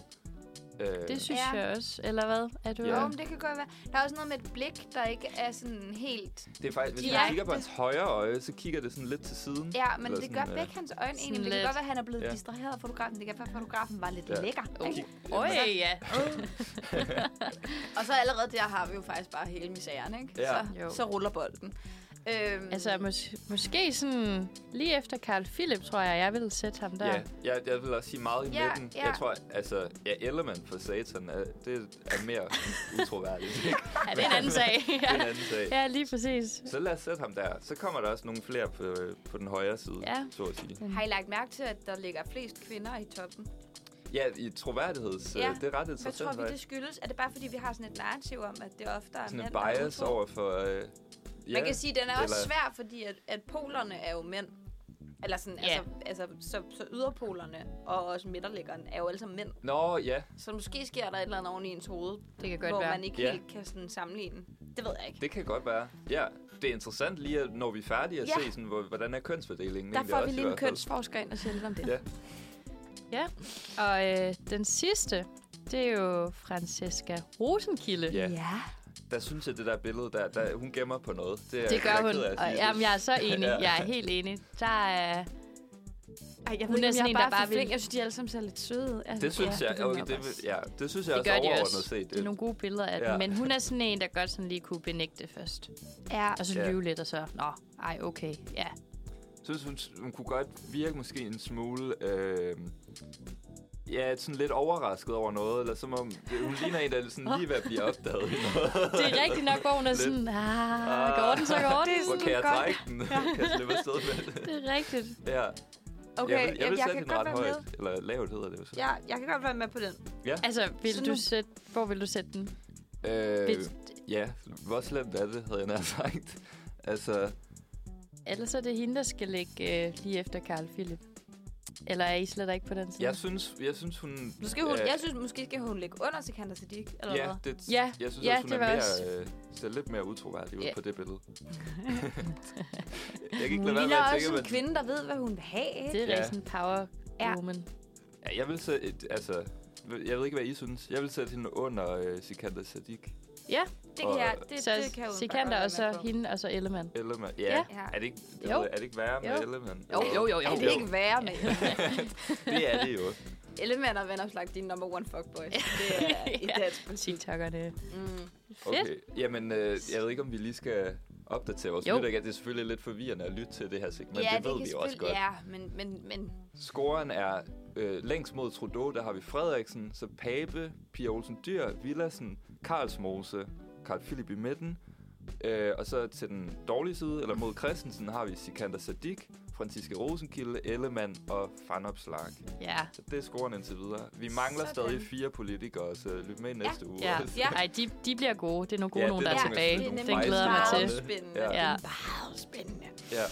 Øh, Det synes Ja. jeg også. Eller hvad? Er du Ja. Ja. ja. Jo, men det kan godt være. Der er også noget med et blik, der ikke er sådan helt... det er faktisk, hvis direkte. man kigger på hans højre øje, så kigger det sådan lidt til siden. Ja, men Eller det gør sådan, øh, begge hans sådan øjne egentlig, men det kan lidt- godt være, at han er blevet Ja. distraheret af fotografen. Det kan være, at fotografen var lidt Ja. lækker. ikke? Åh, Øj, ja. Og så allerede der har vi jo faktisk bare hele misæren, ikke? Ja. Så, Jo. så ruller bolden. Øhm, Altså, mås- måske sådan lige efter Carl Philip, tror jeg, jeg ville sætte ham der. Ja, jeg, jeg vil også sige meget i Ja, midten. ja. Jeg tror, altså, ja, Ellemann for satan, er, det er mere end utroværdigt. det Ja, det er en anden sag. er ja. en anden sag. ja, lige præcis. Så lad os sætte ham der. Så kommer der også nogle flere på, på den højre side, Ja. så at sige. Har I lagt mærke til, at der ligger flest kvinder i toppen? Ja, i troværdigheds, Ja. ja. det er Hvad ret tror interessant. vi, det faktisk. skyldes? Er det bare, fordi vi har sådan et narrativ om, at det oftere er Sådan en mænd, der er bias utro? over for... Øh, ja, Man kan sige, at den er også eller- svær, fordi at, at polerne er jo mænd. Eller sådan, Ja. altså, altså så, så yderpolerne og også midterliggeren er jo alle sammen mænd. Nå, ja, Så måske sker der et eller andet oven i ens hoved, Det kan hvor godt være. man ikke Ja. helt kan sådan sammenligne. Det ved jeg ikke. det kan godt være. Ja, det er interessant lige, at, når vi er færdige, at Ja. se, sådan, hvor, hvordan er kønsfordelingen Der egentlig får også vi i lige en hvert fald. kønsforsker ind og siger lidt om det. Ja. Og øh, den sidste, det er jo Francesca Rosenkilde. Ja, ja. der synes jeg, det der billede der, der hun gemmer på noget. Det, er- Det jeg gør er hun. ked af at Og, sige. jamen, jeg er så enig. Ja. Jeg er helt enig. Der er... Ej, jeg Hun ved er ikke, om sådan jeg en, der er bare, bare for flink. vil- Jeg synes, de alle sammen ser lidt søde. Altså, Det synes ja, jeg, okay, det, vil- ja, det synes jeg Det også gør de overordnet også. set. Det er nogle gode billeder af ja. Ja. dem, men hun er sådan en, der godt sådan lige kunne benægte det først. Ja, Og så Ja. lyve lidt, og så, nå, ej, okay, ja. synes, hun, hun kunne godt virke måske en smule... Øh, ja, sådan lidt overrasket over noget, eller som om... Hun ligner en, der sådan lige ved at blive opdaget i noget. Det er rigtigt nok, hvor hun er Lidt. sådan, ah, går den, så går den. Hvor kan jeg trække den? kan jeg slippe afsted med det? Det er rigtigt. Ja. okay, jeg vil, jeg vil jeg sætte kan den godt ret være højt. med. Eller lavt hedder det jo så. Ja, jeg kan godt være med på den. Altså, vil Så du nu- sætte, hvor vil du sætte den? Øh, Hvis, ja, hvor slemt er det, havde jeg nær sagt. Altså, ellers er det hende, der skal ligge øh, lige efter Carl Philip. Eller er I slet ikke på den side? jeg synes, jeg synes hun... Måske hun, jeg synes, måske skal hun ligge under til Kanter Siddiq, eller Ja, hvad? det, Ja, jeg synes ja, også, hun det er var mere, også- øh, ser lidt mere utroværdig ud Ja. på det billede. jeg kan ikke Hun lade være med ligner at også tænke, en men- kvinde, der ved, hvad hun vil have, ikke? Det er Ja. ja. sådan en power Ja. woman. Ja, jeg vil sætte, et, altså, jeg ved ikke, hvad I synes. Jeg vil sætte hende under øh, Sikander Sadiq. Ja, Det kan Og- jeg, det, så det kan jeg Sikander, og så hende, og så Ellemann. Ellemann. Ja. Ja. Ja. Er det ikke, det Jo. ved jeg, er det ikke værre med Jo. Ellemann? Jo, jo, jo, jo. Er det ikke værre med? det er det jo. Ellemann og venner slagt din number one fuckboy. Det er i Ja. dansk politik. TikTokerne. Mm. Fedt. Okay. Jamen, øh, jeg ved ikke, om vi lige skal opdatere vores Jo. lytter. Det er selvfølgelig lidt forvirrende at lytte til det her segment. ja, det ved kan vi jo også spille- godt. Ja, men, men, men Scoren er øh, længst mod Trudeau, der har vi Frederiksen, så Pape, Pia Olsen Dyr, Villassen, Karlsmose, Karl Philip i midten. Øh, og så til den dårlige side, eller mod Christensen, har vi Sikander Sadik, Franziske Rosenkilde, Ellemann og Fanopslag. Ja. Så det er scoren indtil videre. Vi mangler Sådan. stadig fire politikere, så lyt med i næste uge. Ja, også. ja. Ej, de, de bliver gode. Det er nogle gode Ja, nogen, det der er er nogle tilbage. gode det er nogen. Altså, Den glæder nemlig jeg mig til. meget spændende. Ja. Det Ja. er meget spændende. ja.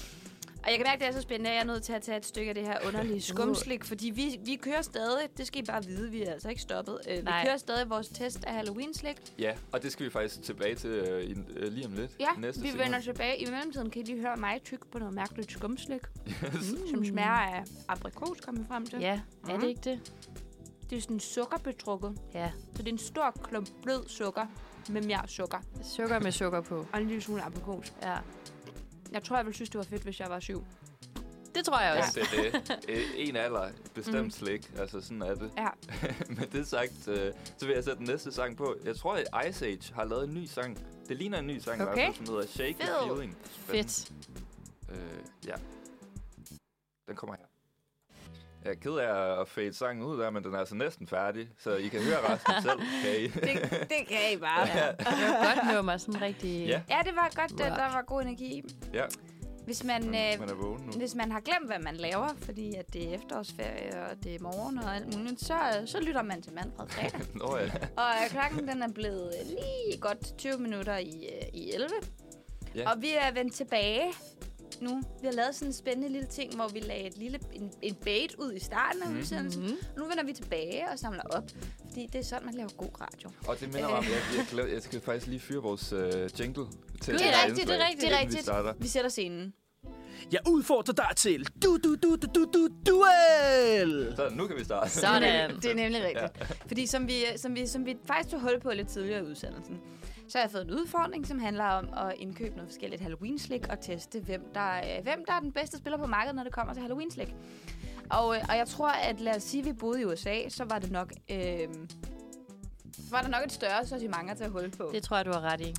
Og jeg kan mærke, at det er så spændende, at jeg er nødt til at tage et stykke af det her underlige skumslik, fordi vi, vi kører stadig, det skal I bare vide, vi er altså ikke stoppet. Øh, vi Nej. kører stadig vores test af Halloween-slik. ja, og det skal vi faktisk tilbage til øh, i, øh, lige om lidt. Ja, Næste vi segment. vender tilbage. I mellemtiden kan I lige høre mig tykke på noget mærkeligt skumslik, mm. som smager af aprikos, kommer vi frem til. Ja, er det ikke det? Det er sådan sukkerbetrukket, Ja, så det er en stor klump blød sukker med mere sukker sukker med sukker på. og en lille smule aprikos. Ja. Jeg tror, jeg ville synes, det var fedt, hvis jeg var syv. Det tror jeg Ja, også. det er det. Øh, En alder, bestemt mm. slik. Altså, sådan er det. Ja. Med det sagt, øh, så vil jeg sætte den næste sang på. Jeg tror, at Ice Age har lavet en ny sang. Det ligner en ny sang, i hvert fald, Okay. som hedder Shake Fed. the Feeling. Fedt. Øh, ja. Den kommer her. Jeg er ked af at fade sangen ud der, men den er altså næsten færdig, så I kan høre resten selv, kan I? Det, det kan I bare. Ja. Det var et godt nummer, sådan rigtig... Ja. Ja, det var godt, at Rock. der var god energi. Ja. Mm, Hvis man, Men, man øh, er vågen nu. hvis man har glemt, hvad man laver, fordi at det er efterårsferie, og det er morgen og alt muligt, så, øh, så lytter man til Manfred fredag. Nå ja. og øh, klokken den er blevet øh, lige godt 20 minutter i, øh, i 11. Ja. Ja. Og vi er vendt tilbage nu. Vi har lavet sådan en spændende lille ting, hvor vi lagde et lille, en, en bait ud i starten af udsendelsen. Mhm. Og nu vender vi tilbage og samler op, fordi det er sådan, man laver god radio. Og det minder mig om, at jeg, jeg, glæder- jeg skal faktisk lige fyre vores øh, jingle til Det er det her rigtigt, det er indslag, rigtigt. Det er inden Vi rigtigt. starter. Vi sætter scenen. Jeg udfordrer dig til du du du du du du duel. Så nu kan vi starte. Sådan. Det er nemlig rigtigt. Ja. Fordi som vi, som, vi, som vi faktisk tog hul på lidt tidligere i udsendelsen, så har jeg fået en udfordring, som handler om at indkøbe noget forskelligt Halloween-slik og teste, hvem der, er- hvem der er den bedste spiller på markedet, når det kommer til Halloween-slik. Og, øh, og jeg tror, at lad os sige, at vi boede i USA, så var det nok... Øh, var der nok et større sortiment at tage hul på. Det tror jeg, du har ret i.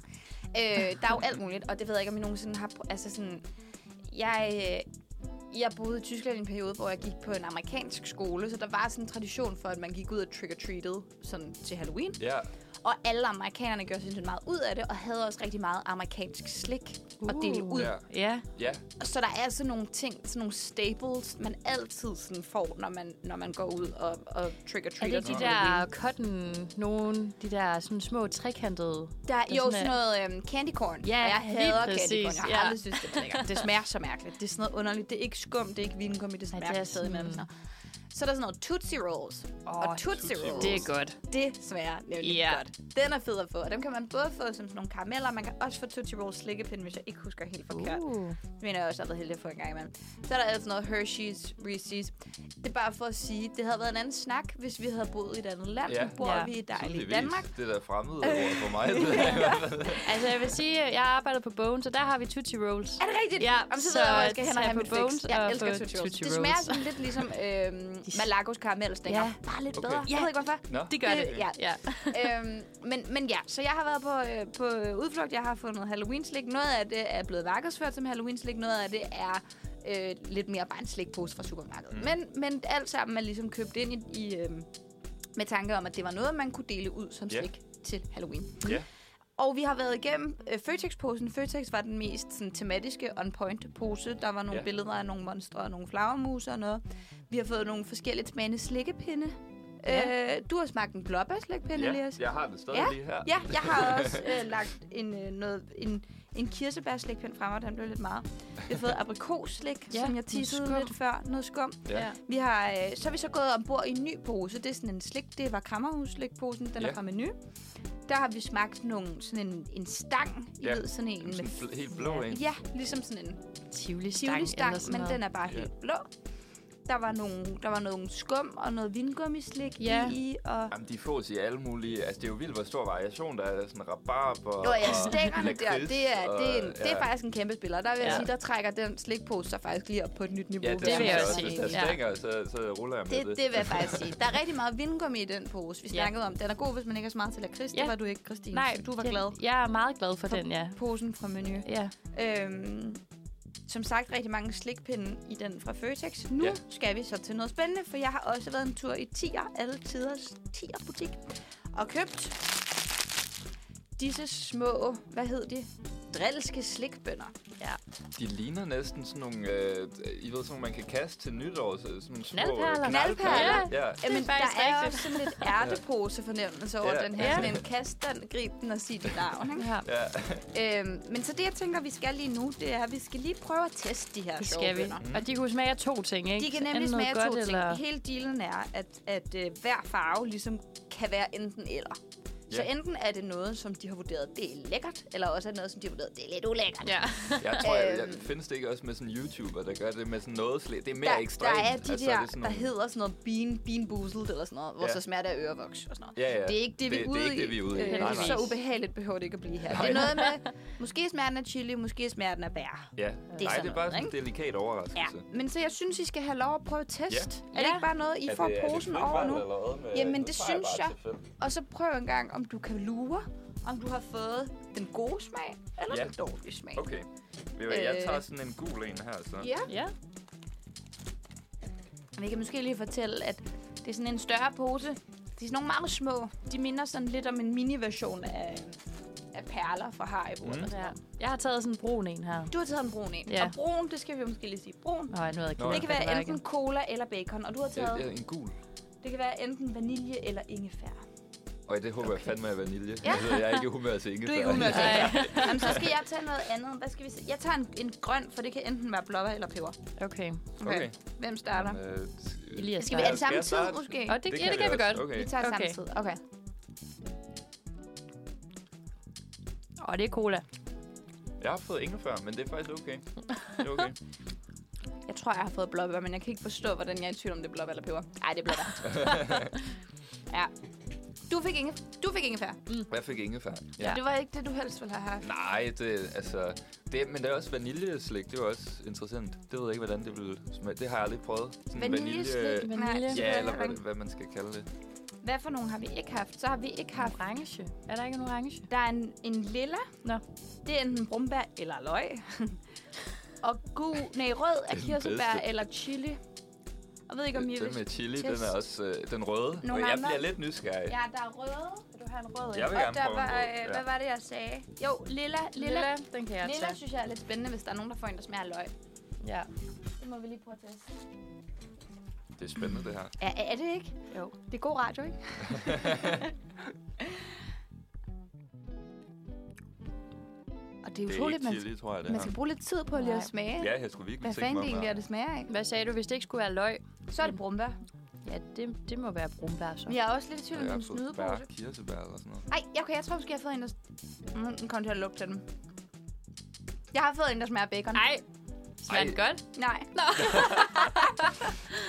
Øh, der er jo alt muligt, og det ved jeg ikke, om I nogensinde har... pr- Altså sådan... Jeg, øh, jeg boede i Tyskland i en periode, hvor jeg gik på en amerikansk skole, så der var sådan en tradition for, at man gik ud og trick-or-treated sådan til Halloween. Ja, Og alle amerikanerne gjorde sindssygt meget ud af det, og havde også rigtig meget amerikansk slik at dele ud. ja, Ja, ja. Så der er sådan nogle ting, sådan nogle staples, man altid sådan får, når man, når man går ud og, og trick-or-treater. er det ikke til de Halloween? der cotton, nogen, de der sådan små trekantede? Der, Der er jo, sådan sådan noget øhm, candy corn. Ja, og jeg lige hader præcis, candy corn. Jeg ja. har aldrig synes, det er lækkert. Det smager så mærkeligt. Det er sådan noget underligt. Det er ikke skum, det er ikke vingummi, det Nej, smager det er mærkeligt stadig med. sådan- Sådan... Så er der sådan noget Tootsie Rolls. Oh, og Tootsie, Tootsie Rolls, Det er godt. det smager nemlig Ja. yeah. godt. Den er fed at få, og dem kan man både få som sådan nogle karameller, man kan også få Tootsie Rolls slikkepinde, hvis jeg ikke husker helt forkert. Uh. Uh. Men jeg har også har været heldig at få en gang imellem. Så er der altså noget Hershey's, Reese's. Det er bare for at sige, det havde været en anden snak, hvis vi havde boet i et andet land. Ja. Yeah. Nu bor Ja. yeah. vi i dejligt Tydeligvis. Danmark. Det der fremmede ord for mig. Det der. Altså, jeg vil sige, at jeg arbejder på Bone, så der har vi Tootsie Rolls. Er det rigtigt? Ja, Jamen, så, så ved jeg, hvor jeg skal hen og tag have på mit fix. Bones Jeg og elsker få Tootsie Rolls. Tootsie Det smager Rolls. sådan lidt ligesom øhm, De- Malacos karamellstænger. Ja. Ja. Bare lidt Okay. bedre. Jeg ved ikke, hvorfor. Nå, Det gør det. Det- ja. ja. øhm, men, men ja, så jeg har været på, øh, på øh, udflugt. Jeg har fundet Halloween-slik. Noget af det er blevet markedsført som Halloween-slik. Noget af det er øh, lidt mere bare en slikpose fra supermarkedet. Mm. Men, men alt sammen er ligesom købt ind i, i øh, med tanke om, at det var noget, man kunne dele ud som Ja. slik til Halloween. Ja. Og vi har været igennem øh, Føtex-posen. Føtex var den mest sådan, tematiske on-point-pose. Der var nogle Ja. billeder af nogle monstre og nogle flagermus og noget. Vi har fået nogle forskellige smagende slikkepinde. Ja. Øh, du har smagt en blåbærslikpinde, ja, Elias. jeg har det stadig Ja. lige her. Ja, jeg har også øh, lagt en, øh, noget, en, en kirsebærslikpind frem, og den blev lidt meget. Vi har fået aprikosslik, Ja, ja, som jeg noget tissede skum. lidt før. Noget skum. Ja. Vi har, øh, så er vi så gået ombord i en ny pose. Det er sådan en slik. Det var krammerhusslikposen. Den Ja. er fra menu. Der har vi smagt nogle, sådan en, en stang. I Ja. ved, sådan en Jamen, med... Sådan en fl- helt blå en. Ja, ligesom sådan en Tivoli stang, tivoli-stang, eller sådan men noget. den er bare Ja. helt blå. Der var, nogle, der var nogle skum og noget vingummislik Ja. ja. i, og... Jamen, de fås i alle mulige... Altså, det er jo vildt, hvor stor variation der er. Der er sådan rabarber Jo, ja, og stængerne der, lakrids det er, det, er en, og- det er faktisk en kæmpe spiller. Der vil jeg Ja. sige, der trækker den slikpose sig faktisk lige op på et nyt niveau. Ja, vil det, vil jeg synes jeg også sige. Hvis sige, der ja. stænger, så, så ruller jeg med Det, det. det vil jeg faktisk sige. Der er rigtig meget vingummi i den pose, vi snakkede om. Den er god, hvis man ikke er så meget til lakrids. Ja. Det var du ikke, Christine. Nej, så du var den- glad. Jeg er meget glad for, For- den, ja. Posen fra menu. Ja, Øhm, som sagt, rigtig mange slikpinde i den fra Føtex. Nu Ja. ja. skal vi så til noget spændende, for jeg har også været en tur i Tier, alle tiders Tier butik, og købt disse små, hvad hed de? Drilske slikbønder. De ligner næsten sådan nogle, øh, I ved, sådan nogle, man kan kaste til nytår. Så sådan nogle små Knaldperler. knaldperler. Ja. Jamen, faktisk der er rigtigt. også sådan lidt ærtepose-fornemmelse over Ja. den her. Ja. Sådan en kast den, grib den og sig dit navn. Ikke? ja. ja. Øhm, men så det, jeg tænker, vi skal lige nu, det er, at vi skal lige prøve at teste de her det sjove skal vi. bønner. Og de kunne smage af to ting, ikke? De kan Enten nemlig noget smage godt, to ting. Eller... Eller... Hele dealen er, at, at øh, hver farve ligesom kan være enten eller. Så Ja. enten er det noget, som de har vurderet, det er lækkert, eller også er det noget, som de har vurderet, det er lidt ulækkert. Ja. Jeg tror, jeg, jeg, Øhm. findes det ikke også med sådan en YouTuber, der gør det med sådan noget slet. Det er mere Der, der ekstremt. er de er der, det sådan der nogle- hedder sådan noget bean, bean boozled eller sådan noget, hvor Ja. så smager det af ørevoks og sådan noget. Ja, ja. Det er ikke det, vi er Det- det er ude ikke det, vi er ude i. Øh, Nej, nej. Så ubehageligt behøver det ikke at blive her. Det er Nej. noget med, måske smerten af chili, måske smerten af bær. Ja. er Nej, sådan det er bare noget, sådan en delikat overraskelse. Ja, men så jeg synes, I skal have lov at prøve at teste. Ja. Er det Ja. ikke bare noget, I Er får det- er det posen frit over valg nu? eller hvad med- Jamen, nu det tager synes bare jeg. tilfældigt. Og så prøv en gang, om du kan lure, om du har fået den gode smag eller Ja. den dårlige smag. Okay. Ved du hvad, Jeg Øh. tager sådan en gul en her, så. Ja, ja. men jeg kan måske lige fortælle, at det er sådan en større pose. De er sådan nogle meget små. De minder sådan lidt om en mini-version af, af perler fra Haribo. Mm. Eller sådan ja. noget. Jeg har taget sådan en brun en her. Du har taget en brun en. Ja. Og brun, det skal vi måske lige sige. Brun. Nå, jeg nåede ikke. Nå, ja. Det kan være enten cola eller bacon, og du har Ja, taget... ja, Øh, en gul. Det kan være enten vanilje eller ingefær. Og det håber okay. jeg fandme er vanilje. Ja. Altså, jeg er ikke i humør til ingefær. Du er ikke humør til Nej. ingefær. Jamen, så skal jeg tage noget andet. Hvad skal vi se? Jeg tager en, en grøn, for det kan enten være blåbær eller peber. Okay. Okay. Hvem starter? Men, øh, Lige at Skal vi er det Skal samme jeg tid, starte? måske? Og det, det, ja, det kan vi også. godt. Okay. Vi tager det Okay. samme tid. Okay. Og det er cola. Jeg har fået ingefær, men det er faktisk okay. Det er okay. Jeg tror, jeg har fået blåbær, men jeg kan ikke forstå, hvordan jeg er i tvivl om, det er blåbær eller peber. Nej, det er blåbær. ja. Du fik, ingefær. du fik ingefær. Jeg fik ingefær. Ja. Det var ikke det, du helst ville have haft. Nej, det, altså, det, men det er også vaniljeslik. Det er jo også interessant. Det ved jeg ikke, hvordan det ville smage. Det har jeg aldrig prøvet. Sådan Vaniljeslik? vanilje- Vanilje. Nej. Ja, eller hvad, hvad man skal kalde det. Hvad for nogen har vi ikke haft? Så har vi ikke haft... Orange. Er der ikke en orange? Der er en, en lilla. Nå. Det er enten brumbær eller løg. og gul, nej, rød er den kirsebær bedste. eller chili. Jeg ved ikke, om I Den vil... med chili, test. den er også øh, den røde. Nogle og jeg andre? bliver lidt nysgerrig. Ja, der er røde. Vil du have en rød? Jeg vil og gerne der prøve en var, øh, rød, ja. Hvad var det, jeg sagde? Jo, lilla. Lilla, Lilla, lilla. den kan jeg lilla tage. synes jeg er lidt spændende, hvis der er nogen, der får en, der smager af løg. Ja. Det må vi lige prøve at teste. Det er spændende, det her. Er, er det ikke? Jo. Det er god radio, ikke? og det er Det er utroligt, ikke man, chili, tror jeg, det man skal her. bruge lidt tid på lige at Nej. smage. Ja, jeg skulle virkelig Hvad tænke fanden mig det egentlig er, om det smager af. Hvad sagde du, hvis det ikke skulle være løg? Så er det brumbær. Ja, det, det må være brunbær så. Jeg er også lidt i tvivl om Jeg har min fået bær, snydepose. kirsebær eller sådan noget. Ej, okay, jeg tror måske, jeg har fået en, der... Mm, den kom til at lugte af dem. Jeg har fået en, der smager af bacon. Nej, smager den godt? Nej. Nå.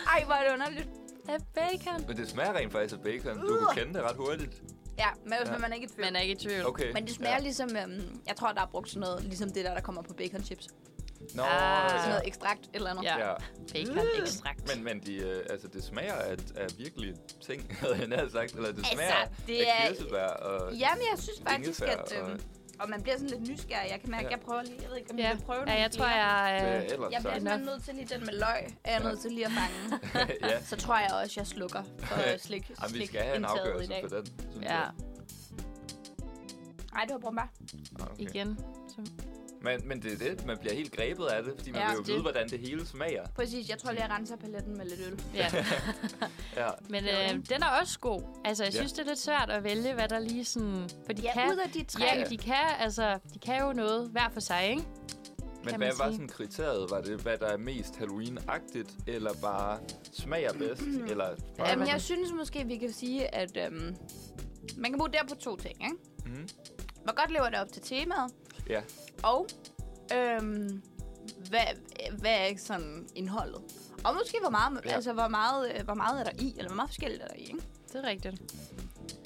Ej, hvor er det underligt. Af bacon. Men det smager rent faktisk af bacon. Du kunne kende det ret hurtigt. Ja, men hvis Ja. man er ikke i tvivl. Man er ikke i tvivl. Okay. Men det smager ja. ligesom, øhm, jeg tror, der er brugt sådan noget, ligesom det der, der kommer på bacon chips. Ja. Nå, Ah. Sådan ja. noget ekstrakt eller noget. Ja. ja. Bacon ekstrakt. Men, men de, øh, altså, det smager af, af virkelige ting, havde jeg nær sagt. Eller det Altså, smager det af er- kirsebær og Jamen, jeg synes faktisk, Ingefær at... Øhm, og- og man bliver sådan lidt nysgerrig. Jeg kan mærke, Ja. at jeg prøver lige, jeg ved ikke, om ja. jeg vil prøve ja, nogle jeg tror, flere. jeg... hvad Øh, ellers Jeg bliver sagt. simpelthen nødt til lige den med løg, er jeg Ja. nødt til lige at fange. ja. Så tror jeg også, jeg slukker for slik, slik Jamen, vi skal have en afgørelse på den, synes ja, jeg. Nej, det var brugbar. Ah, okay. igen. Så, Men, men det er det, man bliver helt grebet af det, fordi man Ja, vil jo det- vide, hvordan det hele smager. Præcis, jeg tror lige, jeg renser paletten med lidt øl. ja. Ja. Men øh, den er også god. Altså, jeg Ja. synes, det er lidt svært at vælge, hvad der lige sådan... For de Ja, kan, ud af de tre. ja, de kan, altså, de kan jo noget hver for sig, ikke? Men Kan hvad man var sige. sådan kriteriet? Var det, hvad der er mest Halloween-agtigt, eller bare smager bedst? Mm. eller bare... Jamen, Øhm, jeg synes måske, vi kan sige, at øhm, man kan bruge der på to ting, ikke? Mhm. Hvor godt lever det op til temaet, Ja. og øhm, hvad, hvad er ikke sådan indholdet? Og måske, hvor meget, ja. Ja. altså, hvor, meget, øh, hvor meget er der i, eller hvor meget forskelligt er der i, ikke? Det er rigtigt.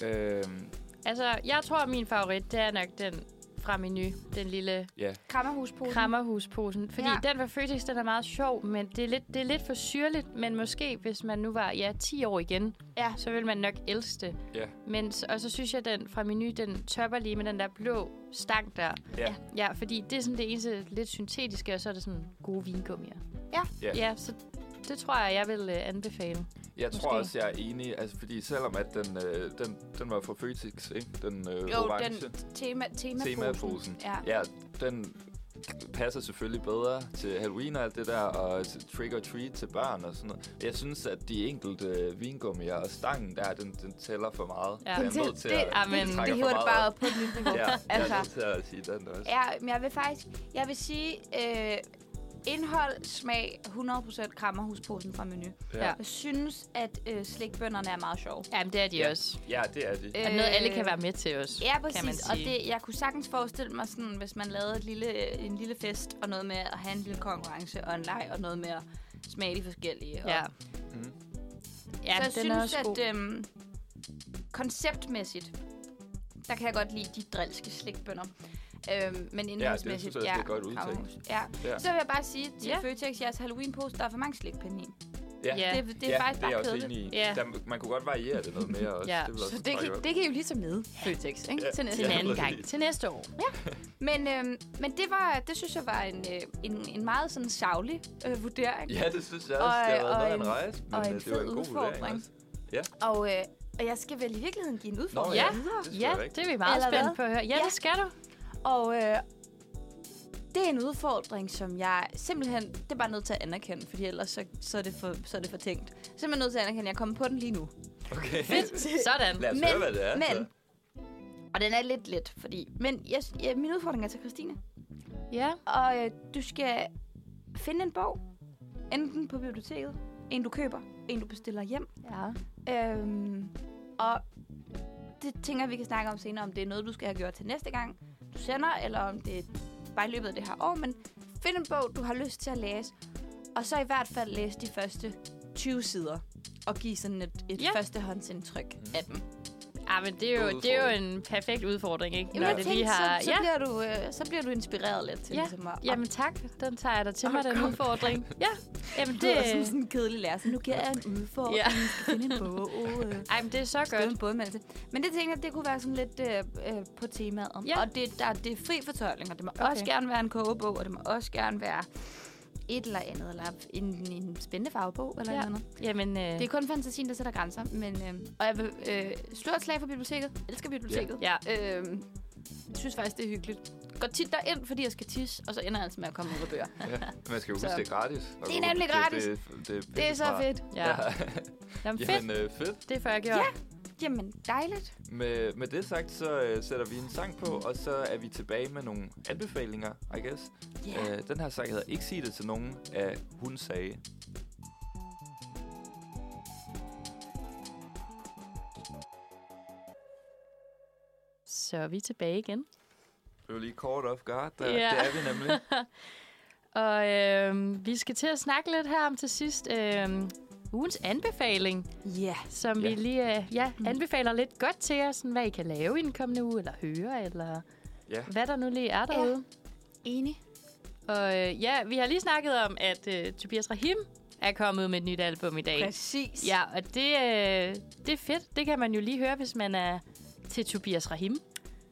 Øhm, Altså, jeg tror, min favorit, det er nok den fra menu. Den lille ja. Krammerhusposen. krammerhusposen. Fordi Ja. ja. den fra Føtex, den er meget sjov, men det er, lidt, det er lidt for syrligt. Men måske, hvis man nu var ja, 10 år igen, Ja. så vil man nok elske det. Ja. Men, s- og så synes jeg, den fra menu, den topper lige med den der blå stang der. Ja. Ja, fordi det er sådan det eneste lidt syntetiske, og så er det sådan gode vingummier. Ja. Ja. Ja, så det tror jeg, jeg vil øh, anbefale. Jeg Måske. tror også, jeg er enig, altså, fordi selvom at den, øh, den, den var fra Føtex, ikke? Den øh, Jo, orange den tema, temaposen. temaposen. Ja. Ja, den passer selvfølgelig bedre til Halloween og alt det der, og til trick or treat til børn og sådan noget. Jeg synes, at de enkelte øh, vingummier og stangen der, den, den tæller for meget. Ja. Jeg Den er nødt til at, Amen. den trækker Det Trækker hiver for det meget bare op på et nyt niveau. Ja, jeg altså. er nødt til at sige den også. Ja, men jeg vil faktisk... Jeg vil sige... Øh, indhold, smag, 100% krammerhusposen fra menu. Ja. Jeg synes, at øh, slikbønderne er meget sjove. Jamen, det er de Ja. også. ja det er det. Øh, Og noget, alle kan være med til os. Ja, kan man præcis. sige. Og det, jeg kunne sagtens forestille mig, sådan, hvis man lavede et lille, en lille fest, og noget med at have en lille konkurrence og en leg, og noget med at smage de forskellige. Ja. Og, Ja, Mhm. så jeg den er synes, også god. at øhm, konceptmæssigt, der kan jeg godt lide de drilske slikbønder. Øhm, men indholdsmæssigt, synes jeg også, det er godt udtænkt. Krammerhus. Ja. Ja. Så vil jeg bare sige til Ja. ja. Føtex, jeres Halloween-pose, der er for mange slikpinde i. Ja, Ja. Det, det er faktisk det er jeg bare også kedeligt. enig i. Ja. Der, man kunne godt variere det noget mere også. Ja, Det ville også Så det meget kan, godt. det kan I jo lige tage med, øh, Føtex, ikke? Ja. Til næste til en Ja, anden præcis. gang. Til næste år. Men, øhm, men det, var, det synes jeg var en, øh, en, en meget sådan savlig øh, vurdering. Ja, det synes jeg også. Og- det har og været noget af en en- rejse, men og en øh, det var fed en god vurdering udfordring. også. Og, øh, og jeg skal vel i virkeligheden give en udfordring ja. videre. Det synes Ja, jeg er rigtigt. det er vi meget Eller hvad? spændt på at høre. Ja, Ja. det skal du. Og øh, det er en udfordring, som jeg simpelthen... Det er bare nødt til at anerkende, fordi ellers så, så, er, det for, så er det for tænkt. Simpelthen nødt til at anerkende, at jeg kommer på den lige nu. Okay. Sådan. Lad os Men- høre, hvad det er. altså. men- så. Og den er lidt let, fordi... Men jeg, ja, min udfordring er til Christine. Ja. Og øh, du skal finde en bog. Enten på biblioteket, en du køber, en du bestiller hjem. ja. Øhm, og det tænker jeg, vi kan snakke om senere, om det er noget, du skal have gjort til næste gang, du sender, eller om det er bare i løbet af det her år. Men find en bog, du har lyst til at læse, og så i hvert fald læse de første 20 sider, og give sådan et, et Ja. ja. førstehåndsindtryk mm. af dem. Ja, Ah, men det er, jo, God det er jo en perfekt udfordring, ikke? Jamen, jeg det tænkte, har... så, så, ja. bliver du, øh, så bliver du inspireret lidt til Ja. ligesom at... Jamen tak, den tager jeg dig til mig, den udfordring. Ja, jamen det er sådan, det... sådan en kedelig lærer, så nu giver jeg en udfordring, Ja. ja. finde en bog, øh, Ej, men det er så skrive en godt. bådmeldelse. Men det tænker jeg, det kunne være sådan lidt øh, øh, på temaet. Ja. Ja. Og det, der, det er fri fortolkning, og det må Okay. okay. også gerne være en kogebog, og det må også gerne være et eller andet, eller en, en spændende farvebog, eller Ja. ja. noget andet. Jamen, øh, Det er kun fantasien, der sætter grænser. Men, øh, og jeg vil øh, slå et slag for biblioteket. Jeg elsker biblioteket. Ja. Øh, jeg synes faktisk, det er hyggeligt. Går tit derind, fordi jeg skal tisse, og så ender jeg altså med at komme ud af bøger. Man skal jo huske, Så- det er gratis. at Det er gå nemlig til- gratis. Det, det, Det er så pissefart. fedt. ja. Jamen, fedt. Jamen, øh, fedt. Det får jeg gjort. Jamen, dejligt. Med, med det sagt, så øh, sætter vi en sang på, og så er vi tilbage med nogle anbefalinger, I guess. Yeah. Øh, den her sang hedder Ikke sig det til nogen af Hun sagde. Så vi er tilbage igen. Det var lige caught off guard. Der. Ja. Yeah. Det er vi nemlig. Og øh, vi skal til at snakke lidt her om til sidst øh, ugens anbefaling, Ja. som ja. Ja. vi lige øh, ja, Mm. anbefaler lidt godt til jer, sådan, hvad I kan lave i den kommende uge, eller høre, eller Ja. hvad der nu lige er derude. Enig. Ja. Og øh, ja, vi har lige snakket om, at øh, Tobias Rahim er kommet med et nyt album i dag. Præcis. Ja, og det, øh, det er fedt. Det kan man jo lige høre, hvis man er til Tobias Rahim.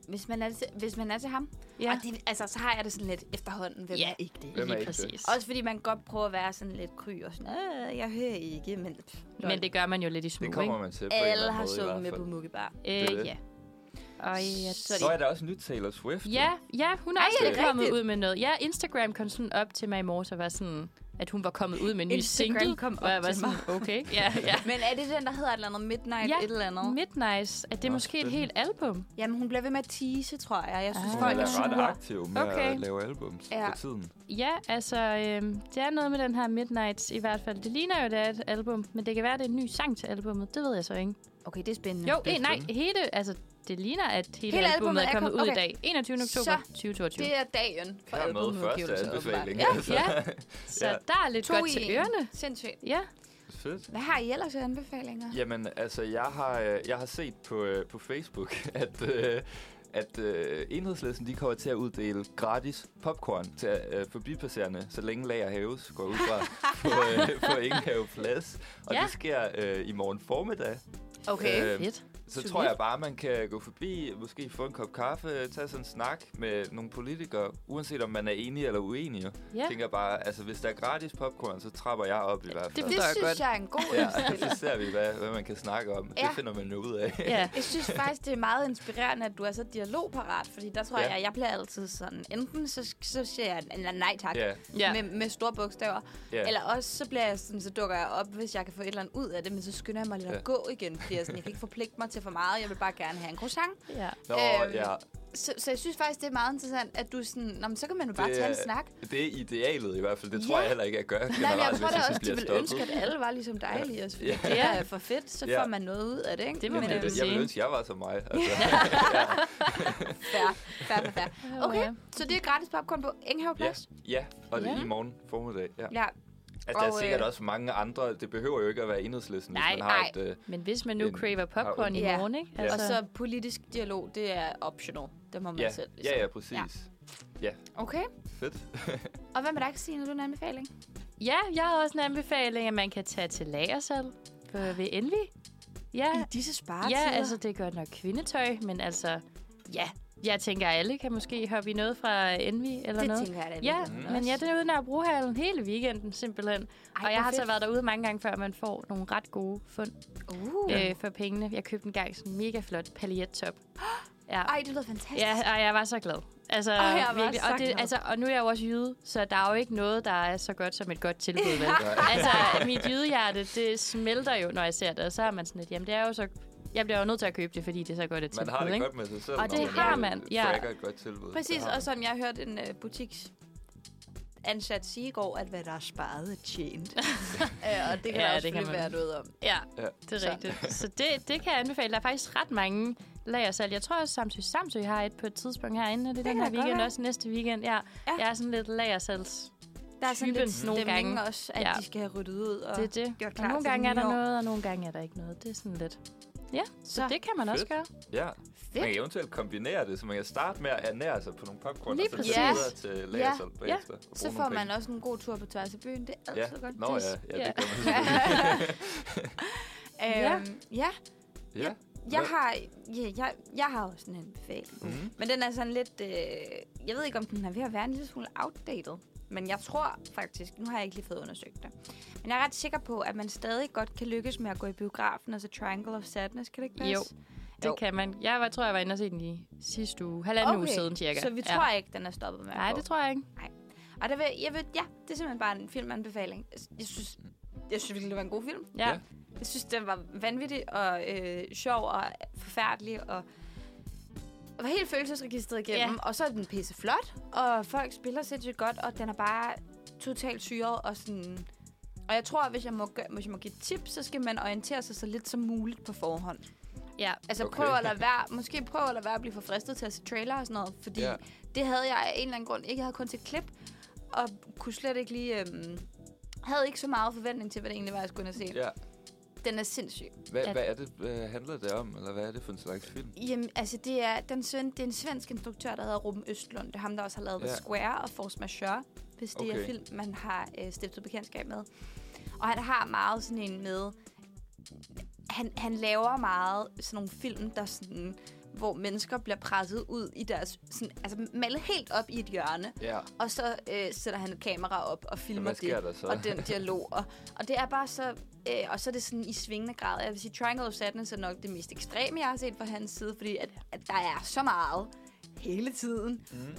Hvis man er til, hvis man er til ham. Ja. Og det, altså, så har jeg det sådan lidt efterhånden. Hvem Ja. ja. er ikke det? Hvem er lige ikke præcis. Også fordi man godt prøver at være sådan lidt kry og sådan, "Øh, jeg hører ikke, men... Pff, Men det gør man jo lidt i smug, Det kommer ikke? man til på en eller alle anden har måde i sunget hvert med fald. på Muggebar. Det er Øh, det. ja. Og øh, ja, Så er Så er der også nyt Taylor Swift. jo. Ja, ja, hun er Ej, er også det kommet rigtigt? ud med noget. Ja, Instagram kom sådan op til mig i morges og var sådan, at hun var kommet ud med en ny Instagram single. kom og jeg op var til sådan, okay, ja, ja. Men er det den, der hedder et eller andet Midnight Ja. et eller andet? Midnights, at det er Nå, måske et spændende. helt album. Jamen, hun bliver ved med at tease, tror jeg. Jeg synes, Ah. ah. Hun er folk da er ret sure. aktiv med Okay. at lave albums Ja. ja. for tiden. Ja, altså, øh, det er noget med den her Midnights i hvert fald. Det ligner jo, det er et album, men det kan være, det er en ny sang til albumet. Det ved jeg så ikke. Okay, det er spændende. Jo, det er eh, nej, spændende. hele, altså, det ligner, at hele, hele albumet er kommet kom- ud i okay. dag. 21. oktober Så 2022. Det er dagen for Hermed første albumudgivelsen, åbenbart. anbefaling. Ja, altså. Ja, så Ja. der er lidt to godt i til en. ørerne. Sindssygt. Ja, Fedt. Hvad har I ellers af anbefalinger? Jamen, altså, jeg har, øh, jeg har set på, øh, på Facebook, at, øh, at øh, enhedslisten de kommer til at uddele gratis popcorn til øh, forbipasserende, så længe lager haves går ud fra på, øh, på Ingenhave Plads. Og Ja. det sker øh, i morgen formiddag. Okay. Øh, fedt. Så Solidt. tror jeg bare, man kan gå forbi, måske få en kop kaffe, tage sådan en snak med nogle politikere, uanset om man er enige eller uenige. Ja. tænker bare, altså hvis der er gratis popcorn, så trapper jeg op i hvert fald. Det Det forstår jeg synes godt. jeg er en god Ja, indstilling. så ser vi, hvad, hvad man kan snakke om. Ja. Det finder man jo ud af. Ja, Jeg synes faktisk, det er meget inspirerende, at du er så dialogparat, fordi der tror ja. Ja. jeg, jeg bliver altid sådan, enten så, så siger jeg eller nej tak, Ja, Ja. Med, med store bogstaver, ja. eller også så, bliver jeg sådan, så dukker jeg op, hvis jeg kan få et eller andet ud af det, men så skynder jeg mig lidt ja. Ja. at gå igen, fordi jeg, sådan, jeg kan ikke forpligte mig til for meget, jeg vil bare gerne have en croissant. ja. Nå, øhm, ja. Så, så jeg synes faktisk, det er meget interessant, at du er sådan, Nå, men så kan man jo bare Det tage en er- snak. Det er idealet i hvert fald. Det tror Ja. jeg heller ikke, jeg gør Nej, men generelt, jeg tror hvis da jeg sådan også, de bliver ville stoppet. ønske, at alle var ligesom dig, Elias. Fordi Ja. det er for fedt, så Ja. får man noget ud af det, ikke? Det må Jamen, man det, jo er det. jeg ville sige. ønske, jeg var som mig. Altså, Fair, fair, fair, fair. Okay, Ja. så det er gratis popcorn på Enghave ja. Plads? ja, og det er Ja. i morgen formiddag. Ja. Ja. Altså, der Og, er sikkert øh, også mange andre. Det behøver jo ikke at være enhedslisten, Nej, hvis man har nej. et... Øh, Men hvis man nu en- craver popcorn i Ja. morgen, ikke? Altså- Ja. Og så politisk dialog, det er optional. Det må man ja. selv. ligesom. ja, ja, præcis. Ja, Okay, fedt. og hvad med dig, Christine? Har du en anbefaling? ja, jeg har også en anbefaling, at man kan tage til lagersal på- ved Envy. Ja, disse sparetider? ja altså det er godt nok kvindetøj, men altså, ja. Jeg tænker, at alle kan måske hoppe i noget fra Envy eller det noget. tænker jeg da. Ja, virkelig men også. ja, det er ude i Nørrebrohallen hele weekenden simpelthen. Ej, og hvor jeg har så fedt. været derude mange gange før, man får nogle ret gode fund Uh. ja. øh, for pengene. Jeg købte en gang sådan en mega flot paljettop. Ja. Ej, det lyder fantastisk. Ja, og jeg var så glad. Altså, Og jeg var virkelig. så og, det, glad. altså, og nu er jeg jo også jyde, så der er jo ikke noget, der er så godt som et godt tilbud. Vel? altså, mit jydehjerte, det smelter jo, når jeg ser det, og så er man sådan lidt, jamen det er jo så... Jeg bliver jo nødt til at købe det, fordi det er så godt et Man tilbud, har det ikke? godt med sig selv. Og når det har øh, man, ja. Tracker et godt tilbud. Præcis, Det har og som jeg hørte en uh, butiks ansat sige i går, at hvad der er sparet er tjent. ja, og det kan Ja, ja, det der også det kan man. være noget om. Ja, Ja. det er Så. rigtigt. Så det, det kan jeg anbefale. Der er faktisk ret mange lagersalg. Jeg tror også, Samsø Samsø har et på et tidspunkt herinde, og det er Det den kan her da godt weekend, være. også næste weekend. Ja, Ja. ja. Jeg er sådan lidt lagersalgs... Der er sådan Typen lidt nogle stemning gange. også, at Ja. ja. de skal have ryddet ud. Og Det er det. gjort Og klar nogle til gange er det nye der år. noget, og nogle gange er der ikke noget. Det er sådan lidt... Ja, så, så Så det kan man også fedt. gøre. Ja, man kan Fedt. eventuelt kombinere det, så man kan starte med at ernære sig på nogle popcorn, Lige og så præcis. tage videre til lagersal Ja. bagefter. og Så bruge får nogle man penge. også en god tur på tværs af byen. Det er Ja, altid godt. Nå, Det- ja, ja, Ja. det gør man selvfølgelig. Ja. øhm, ja. Ja. Jeg Hvad- har, ja, jeg, jeg har også sådan en anbefaling. Mhm. Men den er sådan lidt... Øh, jeg ved ikke, om den er ved at være en lille smule outdated. Men jeg tror faktisk... Nu har jeg ikke lige fået undersøgt det. Men jeg er ret sikker på, at man stadig godt kan lykkes med at gå i biografen. Altså Triangle of Sadness, kan det ikke passe? Jo, Det Jo. kan man. Jeg var, tror, jeg var inde og se den i sidste uge. Halvanden okay. uge siden, cirka. Så vi ja. tror ja. ikke, den er stoppet med at Nej, gå. det tror jeg ikke. Og der vil, jeg vil, ja, det er simpelthen bare en filmanbefaling. Jeg synes, jeg synes virkelig, det var en god film. Ja. Ja. Jeg synes, den var vanvittig og øh, sjov og forfærdelig og var helt følelsesregistret igennem. Ja. Og så er den pisse flot, og folk spiller sindssygt godt, og den er bare totalt syret og sådan... Og jeg tror, at hvis jeg, må, gø- hvis jeg må give et tip, så skal man orientere sig så lidt som muligt på forhånd. Ja. Altså okay. Okay. prøv at lade være, måske prøv at lade være at blive forfristet til at se trailer og sådan noget, fordi Ja. yeah. det havde jeg af en eller anden grund ikke. Jeg havde kun set klip, og kunne slet ikke lige... Øhm, havde ikke så meget forventning til, hvad det egentlig var, jeg skulle ind og se. Ja. Den er sindssyg. Hvad, At- hvad er det, hvad handler det om? Eller hvad er det for en slags film? Jamen, altså, det er, den sven, det er en svensk instruktør, der hedder Ruben Østlund. Det er ham, der også har lavet yeah. Ja. The Square og Force Majeure, hvis det okay. er Okay. film, man har øh, stiftet bekendtskab med. Og han har meget sådan en med... Han, han laver meget sådan nogle film, der sådan hvor mennesker bliver presset ud i deres... Sådan, altså malet helt op i et hjørne, Ja. og så øh, sætter han et kamera op og filmer Hvad sker det, der så? og den dialog. Og, og det er bare så... Øh, og så er det sådan i svingende grad. Jeg vil sige, Triangle of Sadness er nok det mest ekstreme, jeg har set fra hans side, fordi at, at der er så meget hele tiden. Mm.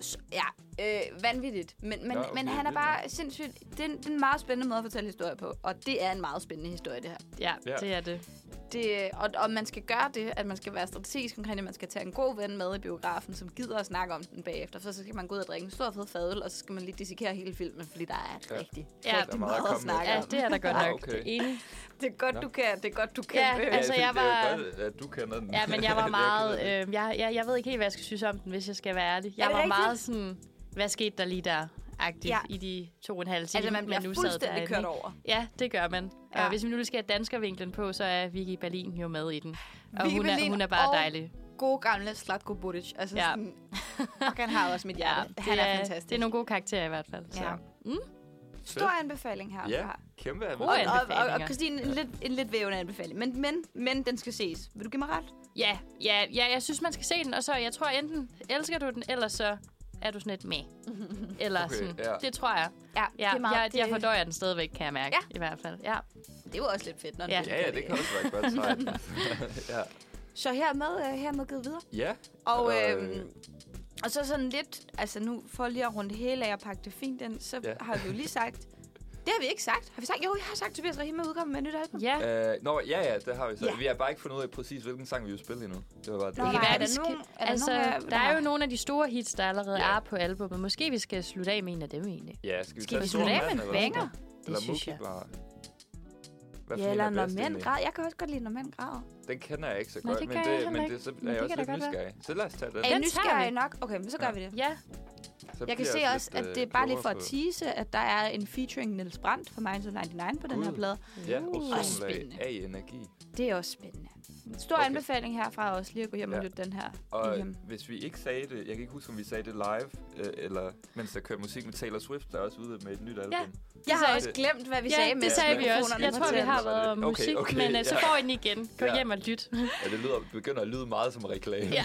Så, ja, øh, vanvittigt. Men, men, Nå, okay, okay, men han er vildt bare sindssygt... Det er, en, det er en meget spændende måde at fortælle historie på, og det er en meget spændende historie, det her Ja, Ja. det er det. det, og, og man skal gøre det, at man skal være strategisk omkring det. Man skal tage en god ven med i biografen, som gider at snakke om den bagefter. Så skal man gå ud og drikke en stor fed fadøl, og så skal man lige dissekere hele filmen, fordi der er ja. Ja. rigtig Ja, ja, der rigtig er meget at meget at komme snakke Ja, om. det er der godt Ah, nok. okay. Det er enig. Det er godt, du kan. Det er godt, du kan. Ja, øh, altså, fordi jeg det er jo var- godt, at du kender den. Ja, men jeg var Det er meget... ked af det. Øh, jeg, jeg, jeg ved ikke helt, hvad jeg skal synes om den, hvis jeg skal være ærlig. Jeg det var rigtigt? meget sådan... Hvad skete der lige der? Agtigt Ja. ja. i de to og en halv time. altså, man bliver nu sad fuldstændig derinde, kørt ikke? over. Ja, det gør man. Ja. Ja. Og hvis vi nu lige skal have danskervinklen på, så er Vicky Berlin jo med i den. Og Vicky hun er, Berlin hun er bare og- og... dejlig. God gamle Slatko Buric. Altså, ja. Ja. sådan, og han har også mit hjerte. Ja, han er, fantastisk. Det er nogle gode karakterer i hvert fald. Ja. Ja. Så. Mm? Stor anbefaling herfra. Ja, kæmpe Og, anbefaling. og, og, og anbefalinger. Christine, en lidt, en lidt vævende anbefaling. Men, men, men den skal ses. Vil du give mig ret? Ja, ja, ja, jeg synes, man skal se den. Og så, jeg tror enten elsker du den, eller så er du sådan lidt med. Eller Okay, sådan. ja. Det tror jeg. Ja, det jeg, jeg fordøjer den stadigvæk, kan jeg mærke. Ja. Ja. I hvert fald. Ja. det er jo også lidt fedt, når den Ja. bliver Ja, ja, kørt det af. kan også være et godt tegn. ja. Så hermed, øh, hermed givet videre. ja. Og, Og, øh, og så sådan lidt, altså nu for lige at runde det hele af og pakke det fint ind, så ja. Ja. har vi jo lige sagt, det har vi ikke sagt. Har vi sagt, jo, jeg har sagt, Tobias Rahim er udkommet med et nyt album. ja. Øh, nå, ja, ja, det har vi så. Ja. Vi har bare ikke fundet ud af præcis, hvilken sang vi vil spille endnu. Det var bare det. Nå, kan nej, være, er vi der skal- nogen, er altså, der, nogen, af- der, er jo nogle af de store hits, der allerede Ja. er på albumet. Måske vi skal slutte af med en af dem egentlig. Ja, skal vi Skal tage vi Stor slutte af Mand, med en eller banger? sådan noget? Det Eller synes Mookie jeg. bare. Hvad for Ja, en eller er når bedst mænd egentlig? græder. Jeg kan også godt lide, når mænd græder. Den kender jeg ikke så Nej, godt, det men, gør jeg det, heller men ikke. det, så Men er det jeg også kan lidt da godt være. nysgerrig. Så lad os tage den. Er I tager nysgerrige vi. nok? Okay, men så gør Ja. vi det. Ja, Så Jeg kan bliver se jeg også, lidt, at øh, det er bare lige for klogere at tease, at der er en featuring Niels Brandt fra Minds of 99 på den her Gud. plade. Ja, spændende. ozonlag af energi. Det er også spændende. Stor Okay. anbefaling herfra også lige at gå hjem og Ja. lytte den her Og igennem. hvis vi ikke sagde det, jeg kan ikke huske, om vi sagde det live, øh, eller mens der kører musik med Taylor Swift, der er også ude med et nyt album. Jeg har sagde- også glemt, hvad vi ja sagde med det sagde vi også. mikrofonerne Jeg på tror, vi tænden. har været om Okay, musik, okay, men øh, så ja. får I den igen. Gå Ja. hjem og lyt. Ja, det lyder, begynder at lyde meget som reklame. Ja.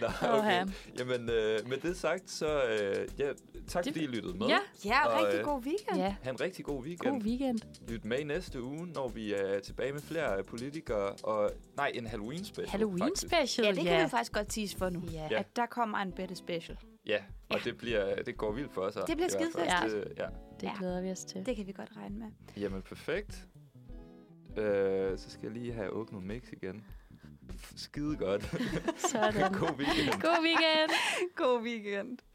Nå, Åha. okay. Jamen, øh, med det sagt, så øh, ja, tak Det- fordi I lyttede med. Ja, Ja, Og, rigtig øh, god weekend. ja. Ha' en rigtig god weekend. God weekend. Lyt med i næste uge, når vi er tilbage med flere øh, politikere. Og, nej, en Halloween special. Halloween faktisk. special, Ja, det kan vi jo faktisk godt tease for nu. Ja. Ja. At der kommer en bedre special. Ja, og det, bliver, det går vildt for os. Det bliver i hvert fald. skidefedt. Det- Ja. Det Ja. glæder vi os til. Det kan vi godt regne med. Jamen, perfekt. Øh, så skal jeg lige have åbnet mix igen. Skide godt. Sådan. god weekend. God weekend. God weekend.